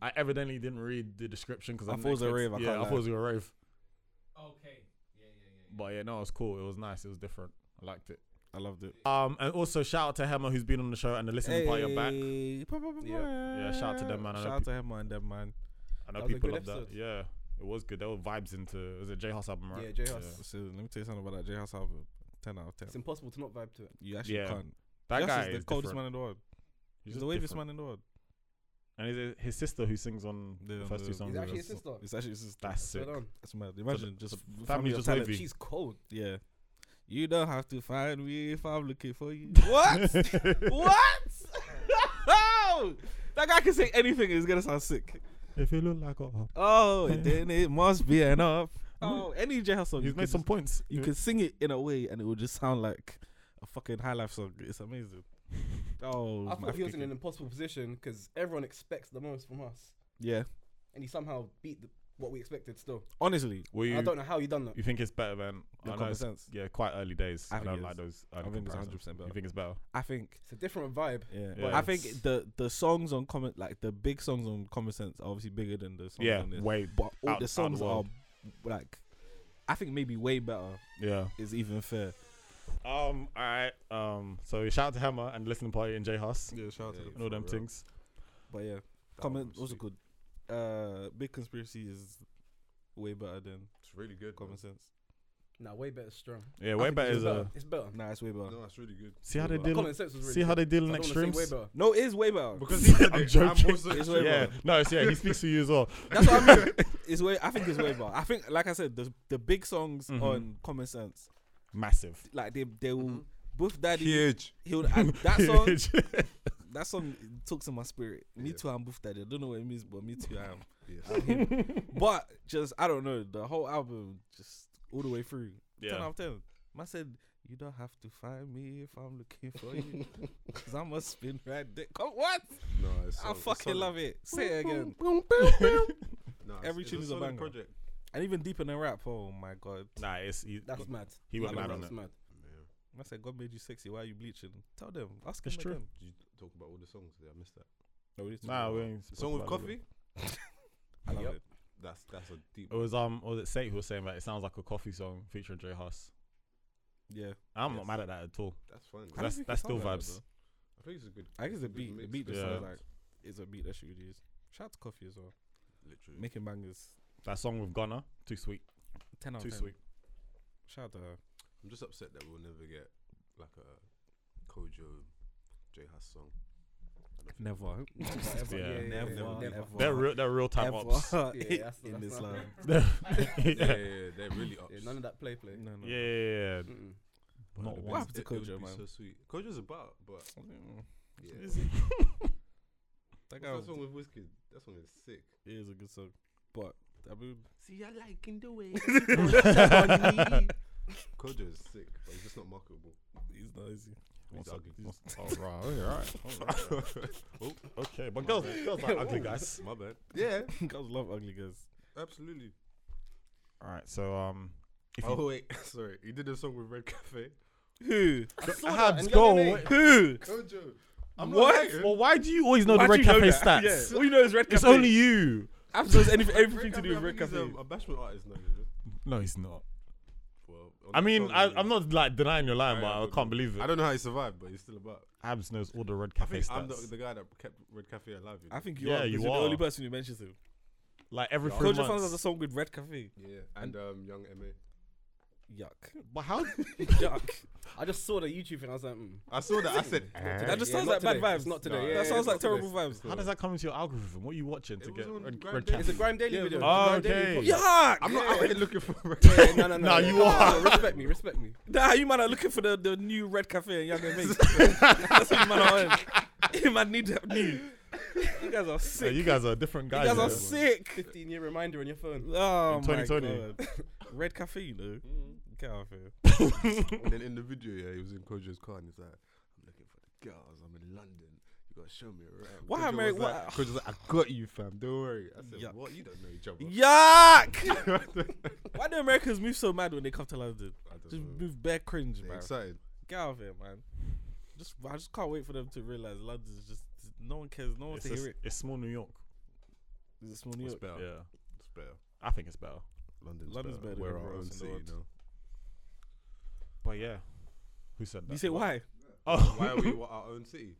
[SPEAKER 2] I evidently didn't read the description because
[SPEAKER 4] I thought it was a rave, I
[SPEAKER 2] yeah, I
[SPEAKER 4] can't lie.
[SPEAKER 2] thought it was a rave. Okay. Yeah, yeah, yeah. But yeah, no, it was cool. It was nice. It was different. I liked it.
[SPEAKER 4] I loved it.
[SPEAKER 2] Um, and also shout out to Hema who's been on the show and the listening party are back.
[SPEAKER 4] Hey. Pa- pa- pa-
[SPEAKER 5] Yeah.
[SPEAKER 4] pa.
[SPEAKER 2] Yeah, shout out to them, man. I know
[SPEAKER 4] Shout out to him man, them man.
[SPEAKER 2] I know
[SPEAKER 5] That was a
[SPEAKER 2] people
[SPEAKER 5] good
[SPEAKER 2] love that.
[SPEAKER 5] episode.
[SPEAKER 2] Yeah, it was good. There were vibes into. Was it J House album? Right?
[SPEAKER 5] Yeah, J House.
[SPEAKER 4] So, let me tell you something about that J House album. Ten out of ten.
[SPEAKER 5] It's impossible to not vibe to it.
[SPEAKER 4] You actually
[SPEAKER 2] Yeah.
[SPEAKER 4] can't.
[SPEAKER 2] That
[SPEAKER 4] J House
[SPEAKER 2] guy
[SPEAKER 4] is the
[SPEAKER 2] is
[SPEAKER 4] coldest
[SPEAKER 2] different.
[SPEAKER 4] man in the world. He's,
[SPEAKER 2] just
[SPEAKER 4] the waviest
[SPEAKER 2] different.
[SPEAKER 4] man in the world.
[SPEAKER 2] And is it his sister who sings on
[SPEAKER 4] Yeah,
[SPEAKER 2] the
[SPEAKER 4] on
[SPEAKER 2] first
[SPEAKER 4] the-
[SPEAKER 2] two
[SPEAKER 4] Is
[SPEAKER 2] songs?
[SPEAKER 5] Is it
[SPEAKER 2] of
[SPEAKER 5] actually
[SPEAKER 2] it?
[SPEAKER 5] his sister?
[SPEAKER 4] It's actually just
[SPEAKER 2] That's
[SPEAKER 5] Well
[SPEAKER 2] sick.
[SPEAKER 5] done.
[SPEAKER 4] That's mad. Imagine just
[SPEAKER 2] the
[SPEAKER 4] family,
[SPEAKER 2] family's
[SPEAKER 4] of
[SPEAKER 2] just
[SPEAKER 4] talent.
[SPEAKER 2] wavy.
[SPEAKER 5] She's cold.
[SPEAKER 4] Yeah. You don't have to find me if I'm looking
[SPEAKER 2] (laughs)
[SPEAKER 4] for you. What? what? No! That guy can say anything. It's gonna sound sick.
[SPEAKER 2] If you look like a,
[SPEAKER 4] Oh, then it must be an up. Oh, any J House song.
[SPEAKER 2] he's
[SPEAKER 4] you
[SPEAKER 2] made
[SPEAKER 4] can
[SPEAKER 2] some
[SPEAKER 4] just-
[SPEAKER 2] points.
[SPEAKER 4] You can sing it in a way, and it will just sound like a fucking high life song.
[SPEAKER 2] (laughs)
[SPEAKER 4] It's amazing. Oh,
[SPEAKER 5] I thought
[SPEAKER 4] my
[SPEAKER 5] he was in
[SPEAKER 4] freaking-
[SPEAKER 5] an impossible position because everyone expects the most from us,
[SPEAKER 4] Yeah,
[SPEAKER 5] and he somehow beat the, what we expected. Still,
[SPEAKER 4] honestly,
[SPEAKER 2] Were you?
[SPEAKER 5] I don't know how he done that.
[SPEAKER 2] You think it's better than? I
[SPEAKER 4] in
[SPEAKER 2] know
[SPEAKER 4] common
[SPEAKER 2] it's-
[SPEAKER 4] sense,
[SPEAKER 2] Yeah, quite early days.
[SPEAKER 4] I
[SPEAKER 2] I,
[SPEAKER 4] think
[SPEAKER 2] don't
[SPEAKER 4] it
[SPEAKER 2] like
[SPEAKER 4] is.
[SPEAKER 2] those.
[SPEAKER 4] I
[SPEAKER 2] Early
[SPEAKER 4] think it's
[SPEAKER 2] comparisons.
[SPEAKER 4] 100% better.
[SPEAKER 2] You think it's better?
[SPEAKER 4] I think
[SPEAKER 5] It's a different vibe.
[SPEAKER 4] Yeah.
[SPEAKER 2] Yeah.
[SPEAKER 4] I think the the songs on common like the big songs on common sense are obviously bigger than the songs
[SPEAKER 2] Yeah,
[SPEAKER 4] on this.
[SPEAKER 2] way.
[SPEAKER 4] But all
[SPEAKER 2] out-
[SPEAKER 4] the
[SPEAKER 2] out
[SPEAKER 4] songs
[SPEAKER 2] the
[SPEAKER 4] are
[SPEAKER 2] world.
[SPEAKER 4] like I think maybe way better
[SPEAKER 2] Yeah.
[SPEAKER 4] is even fair.
[SPEAKER 2] Um. All right. Um. So shout out to Hammer and listening party and J House
[SPEAKER 3] Yeah, shout out
[SPEAKER 4] Yeah,
[SPEAKER 3] to them.
[SPEAKER 2] and all them
[SPEAKER 3] for real.
[SPEAKER 2] things.
[SPEAKER 4] But yeah.
[SPEAKER 3] That
[SPEAKER 4] Common
[SPEAKER 3] album's
[SPEAKER 4] also
[SPEAKER 3] sweet.
[SPEAKER 4] good. Uh Big Conspiracy is way better than
[SPEAKER 3] It's really good.
[SPEAKER 4] Common
[SPEAKER 3] man.
[SPEAKER 4] Sense.
[SPEAKER 5] Nah, way better strong.
[SPEAKER 2] Yeah. Way
[SPEAKER 4] think
[SPEAKER 2] better
[SPEAKER 4] it's
[SPEAKER 2] is uh,
[SPEAKER 5] better.
[SPEAKER 2] a.
[SPEAKER 5] It's better.
[SPEAKER 4] Nah, it's way better. No,
[SPEAKER 3] No, it's really good.
[SPEAKER 2] See how
[SPEAKER 3] Really
[SPEAKER 2] they
[SPEAKER 3] well.
[SPEAKER 2] deal-
[SPEAKER 5] Common sense was really
[SPEAKER 2] See how they deal in
[SPEAKER 5] good. I don't wanna
[SPEAKER 2] extremes.
[SPEAKER 5] say way better.
[SPEAKER 4] it is way better.
[SPEAKER 3] Because he said
[SPEAKER 2] I'm
[SPEAKER 3] it,
[SPEAKER 2] joking.
[SPEAKER 3] also-
[SPEAKER 4] It's way
[SPEAKER 2] Yeah.
[SPEAKER 4] better.
[SPEAKER 2] No. It's yeah. He speaks to you as
[SPEAKER 4] (laughs)
[SPEAKER 2] well.
[SPEAKER 4] That's what I mean. It's way I think it's way better. I think like I said, the the big songs
[SPEAKER 2] Mhm.
[SPEAKER 4] on Common Sense
[SPEAKER 2] Massive.
[SPEAKER 4] Like they they will Buff Daddy
[SPEAKER 3] Huge.
[SPEAKER 4] he would and
[SPEAKER 2] (laughs)
[SPEAKER 4] that song
[SPEAKER 2] Huge.
[SPEAKER 4] that song talks in my spirit. Me
[SPEAKER 3] Yeah.
[SPEAKER 4] too I'm Buff Daddy. I don't know what it means, but me too I am.
[SPEAKER 3] Yes.
[SPEAKER 4] (laughs) But just I don't know, the whole album just all the way through. Ten
[SPEAKER 2] yeah.
[SPEAKER 4] out of ten. Man said, You don't have to find me if I'm looking for you. Cause I'm a spin right there. Come what?
[SPEAKER 3] No, it's
[SPEAKER 4] I fucking love it. Say it again. Every tune is a banger.
[SPEAKER 3] project.
[SPEAKER 4] And even deeper than rap, oh my god.
[SPEAKER 2] Nah, it's he,
[SPEAKER 5] (laughs) That's mad.
[SPEAKER 2] he went
[SPEAKER 3] Nah,
[SPEAKER 2] mad
[SPEAKER 3] nah,
[SPEAKER 2] on
[SPEAKER 5] That's
[SPEAKER 2] it.
[SPEAKER 5] mad.
[SPEAKER 4] Man said, God made you sexy, why are you bleaching? Tell them. Ask
[SPEAKER 2] It's
[SPEAKER 4] him
[SPEAKER 2] true.
[SPEAKER 4] again.
[SPEAKER 3] Did you talk about all the songs? Did I miss that?
[SPEAKER 4] No, we need to
[SPEAKER 2] Nah,
[SPEAKER 4] talk
[SPEAKER 2] we
[SPEAKER 4] about
[SPEAKER 2] ain't
[SPEAKER 3] The song with
[SPEAKER 2] supposed to
[SPEAKER 3] coffee.
[SPEAKER 4] it. I love
[SPEAKER 5] Yep.
[SPEAKER 4] it.
[SPEAKER 3] That's that's a deep.
[SPEAKER 2] It was um, was it Sate who was saying that it sounds like a coffee song featuring Dre Huss.
[SPEAKER 4] Yeah.
[SPEAKER 2] I'm
[SPEAKER 3] Yes.
[SPEAKER 2] not mad at that at all.
[SPEAKER 3] That's fine.
[SPEAKER 4] I
[SPEAKER 2] That's
[SPEAKER 4] think it
[SPEAKER 2] that's still
[SPEAKER 4] sounds like that,
[SPEAKER 2] vibes.
[SPEAKER 3] I think it's a good.
[SPEAKER 4] I guess
[SPEAKER 3] it's
[SPEAKER 4] the
[SPEAKER 3] a good
[SPEAKER 4] beat, the
[SPEAKER 3] mix
[SPEAKER 4] beat just
[SPEAKER 3] between
[SPEAKER 2] Yeah.
[SPEAKER 4] sounds like it's a beat that she would use. Shout out to Coffee as well.
[SPEAKER 3] literally.
[SPEAKER 4] Making bangers.
[SPEAKER 2] That song with Gunna, too sweet,
[SPEAKER 4] Ten out of
[SPEAKER 2] too
[SPEAKER 4] ten.
[SPEAKER 2] sweet.
[SPEAKER 4] Shout out to her.
[SPEAKER 3] I'm just upset that we'll never get like a Kojo, J Huss
[SPEAKER 2] (laughs)
[SPEAKER 3] song.
[SPEAKER 4] Never.
[SPEAKER 5] Never,
[SPEAKER 2] Yeah.
[SPEAKER 5] yeah, yeah,
[SPEAKER 4] Never.
[SPEAKER 5] yeah,
[SPEAKER 4] Never.
[SPEAKER 5] Never.
[SPEAKER 2] They're real. They're real time
[SPEAKER 4] ever (laughs)
[SPEAKER 2] ups. (laughs)
[SPEAKER 5] Yeah, that's-
[SPEAKER 4] in
[SPEAKER 5] that's
[SPEAKER 4] this
[SPEAKER 5] not-
[SPEAKER 4] land.
[SPEAKER 3] yeah, yeah, yeah, they're really up.
[SPEAKER 5] Yeah, none of that play play.
[SPEAKER 4] (laughs) No, no.
[SPEAKER 2] Yeah, yeah, yeah.
[SPEAKER 5] Mm-mm.
[SPEAKER 3] But
[SPEAKER 2] Not one.
[SPEAKER 3] it would
[SPEAKER 4] What
[SPEAKER 3] be-
[SPEAKER 4] happened to
[SPEAKER 3] it would
[SPEAKER 4] Kojo,
[SPEAKER 3] be
[SPEAKER 4] man?
[SPEAKER 3] So sweet. Kojo's about, but yeah.
[SPEAKER 2] Is it?
[SPEAKER 4] That
[SPEAKER 3] What's
[SPEAKER 4] guy
[SPEAKER 3] that
[SPEAKER 4] was,
[SPEAKER 3] song with Whiskey? That song is sick.
[SPEAKER 4] it is a good song. But I mean, (laughs)
[SPEAKER 3] See, I like in the
[SPEAKER 5] (laughs)
[SPEAKER 3] way. Kojo is sick, but he's just not marketable.
[SPEAKER 4] he's not easy.
[SPEAKER 3] He's ugly. (laughs)
[SPEAKER 2] All right, all right. Oh, okay, but girls, girls like ugly guys.
[SPEAKER 3] My bad. Yeah,
[SPEAKER 4] Girls love ugly girls.
[SPEAKER 3] absolutely.
[SPEAKER 2] All right, so um, if you
[SPEAKER 3] Oh wait, (laughs) sorry. He did a song with Red Cafe.
[SPEAKER 4] Who?
[SPEAKER 2] Habs
[SPEAKER 5] got
[SPEAKER 2] go,
[SPEAKER 4] Who?
[SPEAKER 3] Kojo.
[SPEAKER 2] I'm
[SPEAKER 4] not What? hating.
[SPEAKER 2] Well, why do you always know
[SPEAKER 4] Why'd
[SPEAKER 2] the Red
[SPEAKER 4] you know
[SPEAKER 2] Cafe
[SPEAKER 4] that?
[SPEAKER 2] stats?
[SPEAKER 4] Yeah. All you know is Red Cafe.
[SPEAKER 2] It's only you.
[SPEAKER 4] Absolutely anything, everything to do with
[SPEAKER 3] I
[SPEAKER 4] Red
[SPEAKER 3] think he's,
[SPEAKER 4] Cafe.
[SPEAKER 3] um, a bashment artist now. you know?
[SPEAKER 2] No, he's not.
[SPEAKER 3] Well, on
[SPEAKER 2] I
[SPEAKER 3] that
[SPEAKER 2] mean,
[SPEAKER 3] song,
[SPEAKER 2] I,
[SPEAKER 3] he-
[SPEAKER 2] I'm not like denying your line,
[SPEAKER 3] I-
[SPEAKER 2] but
[SPEAKER 3] I
[SPEAKER 2] I,
[SPEAKER 3] don't
[SPEAKER 2] can't
[SPEAKER 3] know.
[SPEAKER 2] believe it.
[SPEAKER 3] I don't know how he survived, but he's still about.
[SPEAKER 2] Abs knows all the Red
[SPEAKER 3] I
[SPEAKER 2] Cafe
[SPEAKER 3] think I'm the,
[SPEAKER 2] stats.
[SPEAKER 3] the guy that kept Red Cafe alive. You know?
[SPEAKER 4] I think you
[SPEAKER 2] Yeah,
[SPEAKER 4] are.
[SPEAKER 2] you
[SPEAKER 4] You are the
[SPEAKER 2] are.
[SPEAKER 4] only person who mentions him.
[SPEAKER 2] like every three
[SPEAKER 4] Kojo Fans has a
[SPEAKER 2] months.
[SPEAKER 4] song with Red Cafe.
[SPEAKER 3] Yeah, and um, Young Ma.
[SPEAKER 4] Yuck.
[SPEAKER 2] But how?
[SPEAKER 5] (laughs)
[SPEAKER 4] Yuck.
[SPEAKER 5] I just saw the YouTube thing. I was like, mm.
[SPEAKER 3] I saw that. I said
[SPEAKER 4] That just
[SPEAKER 5] Yeah,
[SPEAKER 4] sounds
[SPEAKER 5] not
[SPEAKER 4] like bad
[SPEAKER 5] today.
[SPEAKER 4] vibes.
[SPEAKER 5] It's not today.
[SPEAKER 3] Nah,
[SPEAKER 5] yeah,
[SPEAKER 4] that
[SPEAKER 5] yeah,
[SPEAKER 4] sounds
[SPEAKER 5] it's not
[SPEAKER 4] like terrible
[SPEAKER 5] today.
[SPEAKER 4] vibes.
[SPEAKER 2] How does that come into your algorithm? What are you watching to
[SPEAKER 3] It
[SPEAKER 2] get
[SPEAKER 3] was on
[SPEAKER 2] Red,
[SPEAKER 3] Grime
[SPEAKER 2] red
[SPEAKER 3] Daily.
[SPEAKER 5] It's a
[SPEAKER 2] Cafe?
[SPEAKER 5] Grime Daily
[SPEAKER 3] Yeah,
[SPEAKER 5] video.
[SPEAKER 3] but-
[SPEAKER 5] It's a
[SPEAKER 2] Oh,
[SPEAKER 5] Grime Daily
[SPEAKER 2] okay.
[SPEAKER 5] video.
[SPEAKER 2] Yeah.
[SPEAKER 4] Yuck.
[SPEAKER 3] I'm not out here looking for Red
[SPEAKER 5] Yeah,
[SPEAKER 3] Cafe.
[SPEAKER 2] (laughs)
[SPEAKER 5] yeah, no, no, no.
[SPEAKER 2] Nah,
[SPEAKER 5] no,
[SPEAKER 2] you
[SPEAKER 5] no.
[SPEAKER 2] are.
[SPEAKER 5] Respect me, respect me.
[SPEAKER 4] (laughs) Nah, you man are looking for the, the new Red Cafe and Young and Me. That's what you man are on. You man need that new. You guys are
[SPEAKER 2] Yeah,
[SPEAKER 4] sick.
[SPEAKER 2] you guys are different
[SPEAKER 4] you
[SPEAKER 2] guys.
[SPEAKER 4] guys are
[SPEAKER 2] yeah.
[SPEAKER 4] sick.
[SPEAKER 5] 15 year reminder on your phone.
[SPEAKER 4] Oh,
[SPEAKER 2] In
[SPEAKER 4] my
[SPEAKER 2] 2020.
[SPEAKER 4] God. (laughs) Red Cafe, you know. Get off here.
[SPEAKER 3] and then in the video, yeah, he was in Kojo's car and he's like, "I'm looking for the girls. I'm in London. You gotta show me around."
[SPEAKER 4] Why
[SPEAKER 3] Kojo
[SPEAKER 4] am I-
[SPEAKER 3] was
[SPEAKER 4] why-
[SPEAKER 3] Like, Kojo's like, "I got you, fam. Don't worry." I said,
[SPEAKER 4] Yuck.
[SPEAKER 3] "What? You don't know each other." (laughs)
[SPEAKER 4] Yuck! Why do Americans move so mad when they come to London?
[SPEAKER 3] I don't
[SPEAKER 4] Just
[SPEAKER 2] Mm.
[SPEAKER 3] know.
[SPEAKER 4] move bare cringe,
[SPEAKER 3] They're
[SPEAKER 4] man.
[SPEAKER 3] excited.
[SPEAKER 4] Get out of here, man. Just, I just can't wait for them to realize London's just no one cares, no one
[SPEAKER 2] It's,
[SPEAKER 4] to
[SPEAKER 2] just-
[SPEAKER 4] hear it.
[SPEAKER 2] it's small New York.
[SPEAKER 4] Is it small New
[SPEAKER 3] It's
[SPEAKER 4] York?
[SPEAKER 3] better.
[SPEAKER 2] Yeah,
[SPEAKER 3] It's better.
[SPEAKER 2] I think it's better.
[SPEAKER 3] London's,
[SPEAKER 4] London's better
[SPEAKER 3] better.
[SPEAKER 4] than
[SPEAKER 3] We're
[SPEAKER 4] everywhere
[SPEAKER 3] our own
[SPEAKER 4] else in the
[SPEAKER 3] city,
[SPEAKER 4] world.
[SPEAKER 3] you
[SPEAKER 4] (laughs)
[SPEAKER 3] know.
[SPEAKER 2] But yeah, who said that?
[SPEAKER 4] You say why?
[SPEAKER 2] Oh,
[SPEAKER 3] Why are we wa- our own city?